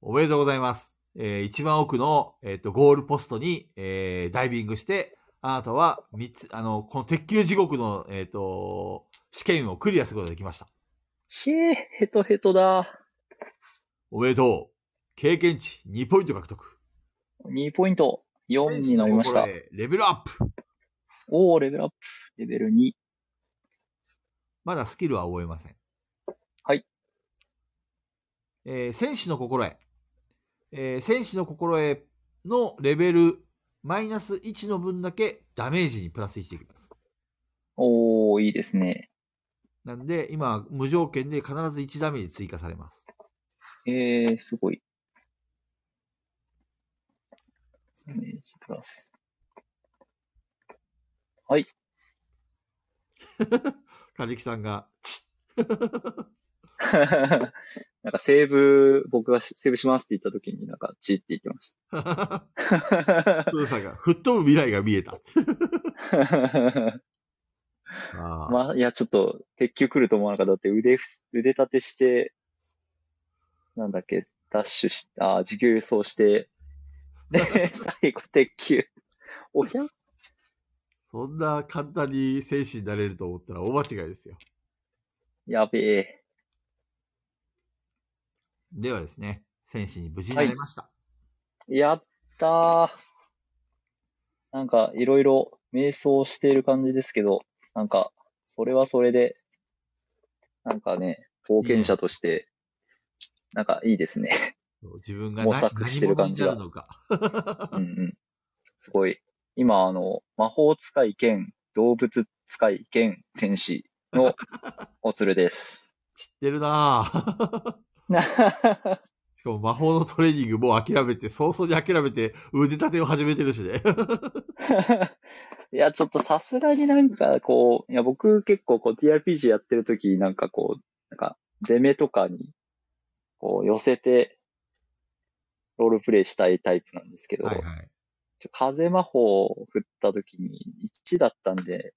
Speaker 1: おめでとうございます。えー一番奥の、えっ、と、ゴールポストに、えーダイビングして、あなたは三つ、あの、この鉄球地獄の、えっ、と、試験をクリアすることができました。
Speaker 2: ひえ、ヘトヘトだ。
Speaker 1: おめでとう経験値2ポイント獲得。
Speaker 2: 2ポイント。4になりました
Speaker 1: 選手。の心得レベルアップ
Speaker 2: おー、レベルアップ。レベル2。
Speaker 1: まだスキルは覚えません。
Speaker 2: はい。
Speaker 1: えー戦士の心得。えー戦士の心得のレベルマイナス1の分だけダメージにプラス1できます。
Speaker 2: おー、いいですね。
Speaker 1: なんで、今、無条件で必ず1ダメージ追加されます。
Speaker 2: えー、すごい。ダメージプラス。 はい。
Speaker 1: カジキさんが、チ
Speaker 2: なんか、セーブ、僕がしセーブしますって言った時になんか、チーって言ってまし
Speaker 1: ッ
Speaker 2: た。
Speaker 1: トゥーさんが、吹っ飛ぶ未来が見えた。あー
Speaker 2: まあ、いや、ちょっと、鉄球来ると思わなかった。だって腕ふす、腕立てして、なんだっけ、ダッシュし、あー、持久走して、で、 最後、鉄球。おひゃ
Speaker 1: そんな簡単に戦士になれると思ったら大間違いですよ。
Speaker 2: やべえ。
Speaker 1: ではですね、戦士に無事になりました。
Speaker 2: やったー。なんか、いろいろ、瞑想している感じですけど、なんか、それはそれで、なんかね、冒険者として、なんかいいですね。
Speaker 1: 自分が
Speaker 2: 模索してる感じが
Speaker 1: 何者になるのか。
Speaker 2: うんうん。すごい。今、あの、魔法使い兼動物使い兼戦士 のおつるです。
Speaker 1: 知ってるなぁ。
Speaker 2: な
Speaker 1: しかも魔法のトレーニングもう諦めて、早々に諦めて、腕立てを始めてるしね。
Speaker 2: いや、ちょっとさすがになんかこう、いや、僕結構こう TRPG やってる時なんかこう、なんか出目とかにこう寄せてロールプレイしたいタイプなんですけど、
Speaker 1: はい はい。
Speaker 2: ちょ風魔法を振った時に1だったんで、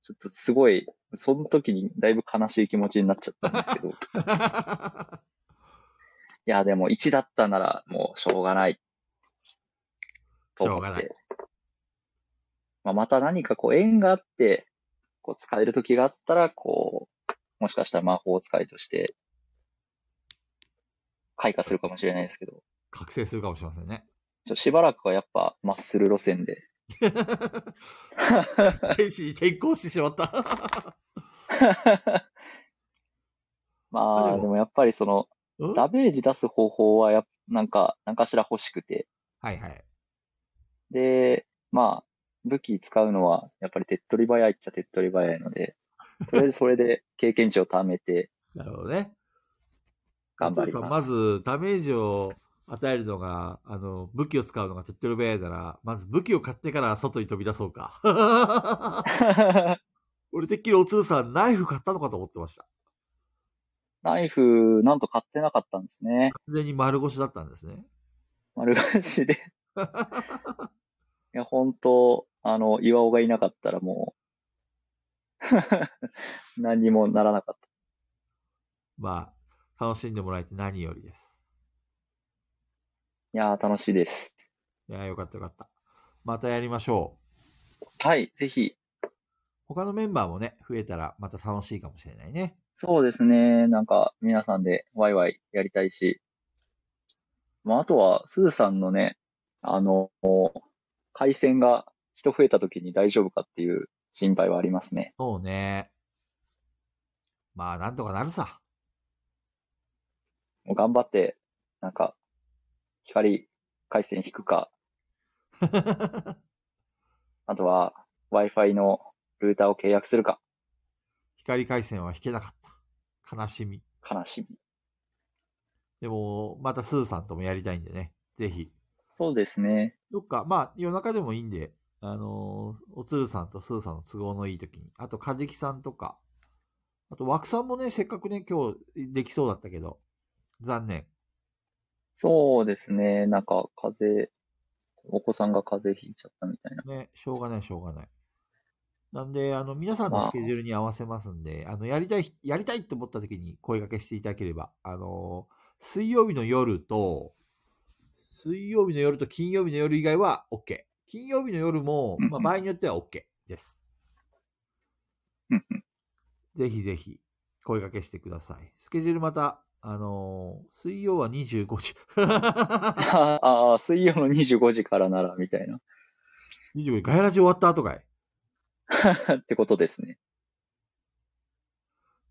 Speaker 2: ちょっとすごい、その時にだいぶ悲しい気持ちになっちゃったんです けど、いや、でも1だったならもうしょうがない。と思
Speaker 1: しょうが
Speaker 2: っ
Speaker 1: な
Speaker 2: て
Speaker 1: い。
Speaker 2: まあ、また何かこう縁があって、こう使える時があったら、こう、もしかしたら魔法使いとして、開花するかもしれないですけど、ちょ
Speaker 1: 覚醒するかもしれません ね。
Speaker 2: っとしばらくはやっぱマッスル路線で。
Speaker 1: 天使に転向してしまった。あ
Speaker 2: ま
Speaker 1: で
Speaker 2: あ、
Speaker 1: も
Speaker 2: でもやっぱりその、
Speaker 1: うん
Speaker 2: ダメージ出す方法はやっ、なんか、なんかしら欲しくて、
Speaker 1: はいはい。
Speaker 2: で、まあ、武器使うのは、やっぱり手っ取り早いっちゃ手っ取り早いの で、とりあえずそれで経験値を貯めて
Speaker 1: なるほどね。
Speaker 2: 頑張ります。
Speaker 1: まず、ダメージを与えるのが、あの、武器を使うのが手っ取り早いなら、まず武器を買ってから外に飛び出そうか。 俺てっきりおつるさん、ナイフ買ったのかと思ってました。
Speaker 2: ナイフ、なんと買ってなかったんですね。
Speaker 1: 完全に丸腰だったんですね。
Speaker 2: 丸返し で。いや、本当あの、岩尾がいなかったらもう、 何にもならなかっ
Speaker 1: まあ、楽しんでもらえて何よりです。
Speaker 2: た。いやー、楽しいです。
Speaker 1: いやー、よかったよかった。またやりましょう。
Speaker 2: はい、ぜひ。
Speaker 1: 他のメンバーもね、増えたらまた楽しいかもしれないね。
Speaker 2: そうですね。なんか、皆さんでワイワイやりたいし。まあ、あとは、すずさんのね、あの、回線が人増えた時に大丈夫かっていう心配はありますね。
Speaker 1: そうね。まあ、なんとかなるさ。
Speaker 2: もう頑張って、なんか、光回線引くか、あとは Wi-Fi のルーターを契約するか、
Speaker 1: 光回線は引けなかった。悲しみ。
Speaker 2: 悲しみ。
Speaker 1: でも、またスーさんともやりたいんでね。ぜひ。
Speaker 2: そうですね。
Speaker 1: どっか、まあ、夜中でもいいんで、あのーおつるさんとスーさんの都合のいい時に、あと、かじきさんとか、あと、枠さんもね、せっかくね、今日できそうだったけど、残念。
Speaker 2: そうですね。なんか、風邪、お子さんが風邪ひいちゃったみたいな。
Speaker 1: ね、しょうがない、しょうがない。なんで、あの、皆さんのスケジュールに合わせますんで、あの、やりたい、やりたいと思った時に声掛けしていただければ、あのー水曜日の夜と、水曜日の夜と金曜日の夜以外は OK。金曜日の夜も、
Speaker 2: うんうん
Speaker 1: まあ、場合によっては OK です。
Speaker 2: うんうん
Speaker 1: ぜひぜひ、声掛けしてください。スケジュールまた、あのー水曜は25時。
Speaker 2: ああ、水曜の25時からなら、みたいな。
Speaker 1: 25時、ガヤラジ終わった後かい。
Speaker 2: ってことですね。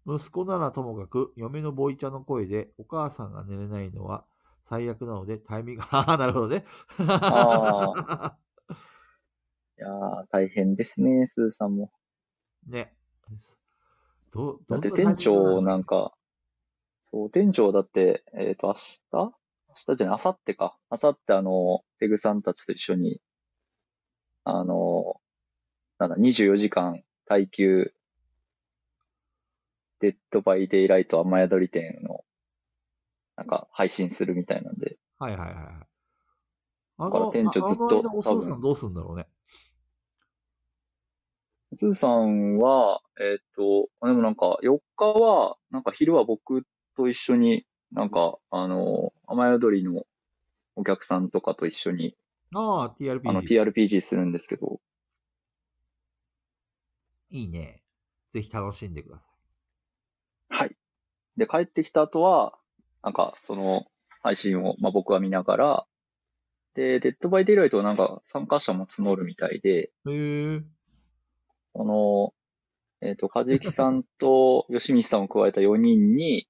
Speaker 1: 息子ならともかく、嫁のボイちゃんの声で、お母さんが寝れないのは、最悪なので、タイミング、 ああ、なるほどね。
Speaker 2: あいやー、大変ですね、スーさんも。
Speaker 1: ね。ど、ど
Speaker 2: だっ
Speaker 1: んな
Speaker 2: て
Speaker 1: タイミン
Speaker 2: 店
Speaker 1: グ
Speaker 2: 長なんか、そう、店長だって、えっ、と、明日明日じゃない、明後日か。明後日あの、ペグさんたちと一緒に、あの、なんだ、24時間耐久、デッドバイデイライト雨宿り店の、なんか、配信するみたいなんで。
Speaker 1: はいはいはいはい。あ
Speaker 2: だから
Speaker 1: の、
Speaker 2: 店長
Speaker 1: あ
Speaker 2: ずっと
Speaker 1: あの間おす
Speaker 2: 多
Speaker 1: ー
Speaker 2: 分
Speaker 1: さんどうすんだろうね。
Speaker 2: ズーさんは、えーっと、でもなんか、4日は、なんか昼は僕と一緒に、なんか、あの、雨宿りのお客さんとかと一緒に、
Speaker 1: ああ、TRP。
Speaker 2: あの、TRPG するんですけど、
Speaker 1: いいね。ぜひ楽しんでくださ
Speaker 2: はい。で、帰ってきた後は、なんか、その、配信を、まあ、僕は見ながら、で、デッドバイデイライトはなんか、参加者も募るみたいで、
Speaker 1: い。へえ。
Speaker 2: その、えっ、と、和幸さんと吉光さんを加えた4人に、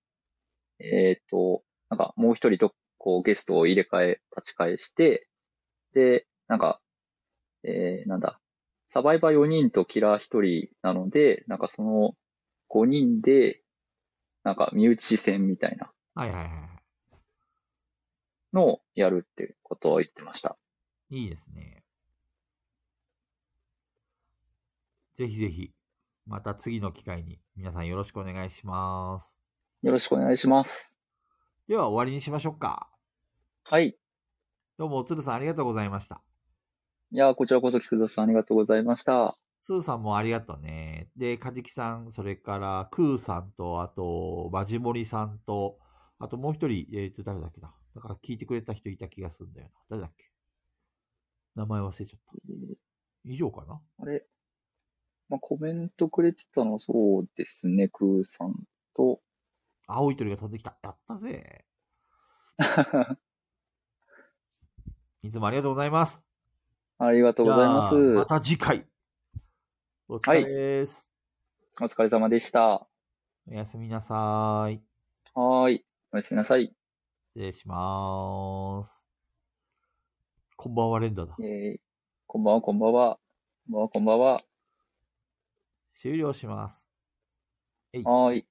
Speaker 2: えっ、と、なんかもう一人とこうゲストを入れ替え、立ち返して、で、なんか、えー、なんだ、サバイバー4人とキラー1人なので、なんかその5人で、なんか身内戦みたいな
Speaker 1: はいはいはいは
Speaker 2: のをやるってことを言ってました。
Speaker 1: い。いいですね。ぜひぜひ、また次の機会に皆さんよろしくお願いします。
Speaker 2: よろしくお願いします。
Speaker 1: では終わりにしましょうか。
Speaker 2: はい。
Speaker 1: どうもおつるさんありがとうございました。
Speaker 2: いやー、こちらこそ菊田さんありがとうございました。
Speaker 1: スーさんもありがとうね。で、カジキさん、それから、クーさんと、あと、マジモリさんと、あともう一人、えっ、と、誰だっけな。だから聞いてくれた人いた気がするんだよな。誰だっけ名前忘れちゃった。以上かな
Speaker 2: あれ、まあ、コメントくれてたのはそうですね、クーさんと。
Speaker 1: 青い鳥が飛んできた。やったぜ。いつもありがとうございます。
Speaker 2: ありがとうございま
Speaker 1: じ
Speaker 2: す。
Speaker 1: ゃあまた次回。お疲れです。
Speaker 2: お疲れ様でした。
Speaker 1: おやすみなさい。
Speaker 2: はーい。おやすみなさい。
Speaker 1: 失礼しまーす。こんばんは、レンダだ
Speaker 2: え。ー、こんばんは、こんばんは。こんばんは、こんばんは。
Speaker 1: 終了します。
Speaker 2: はーい。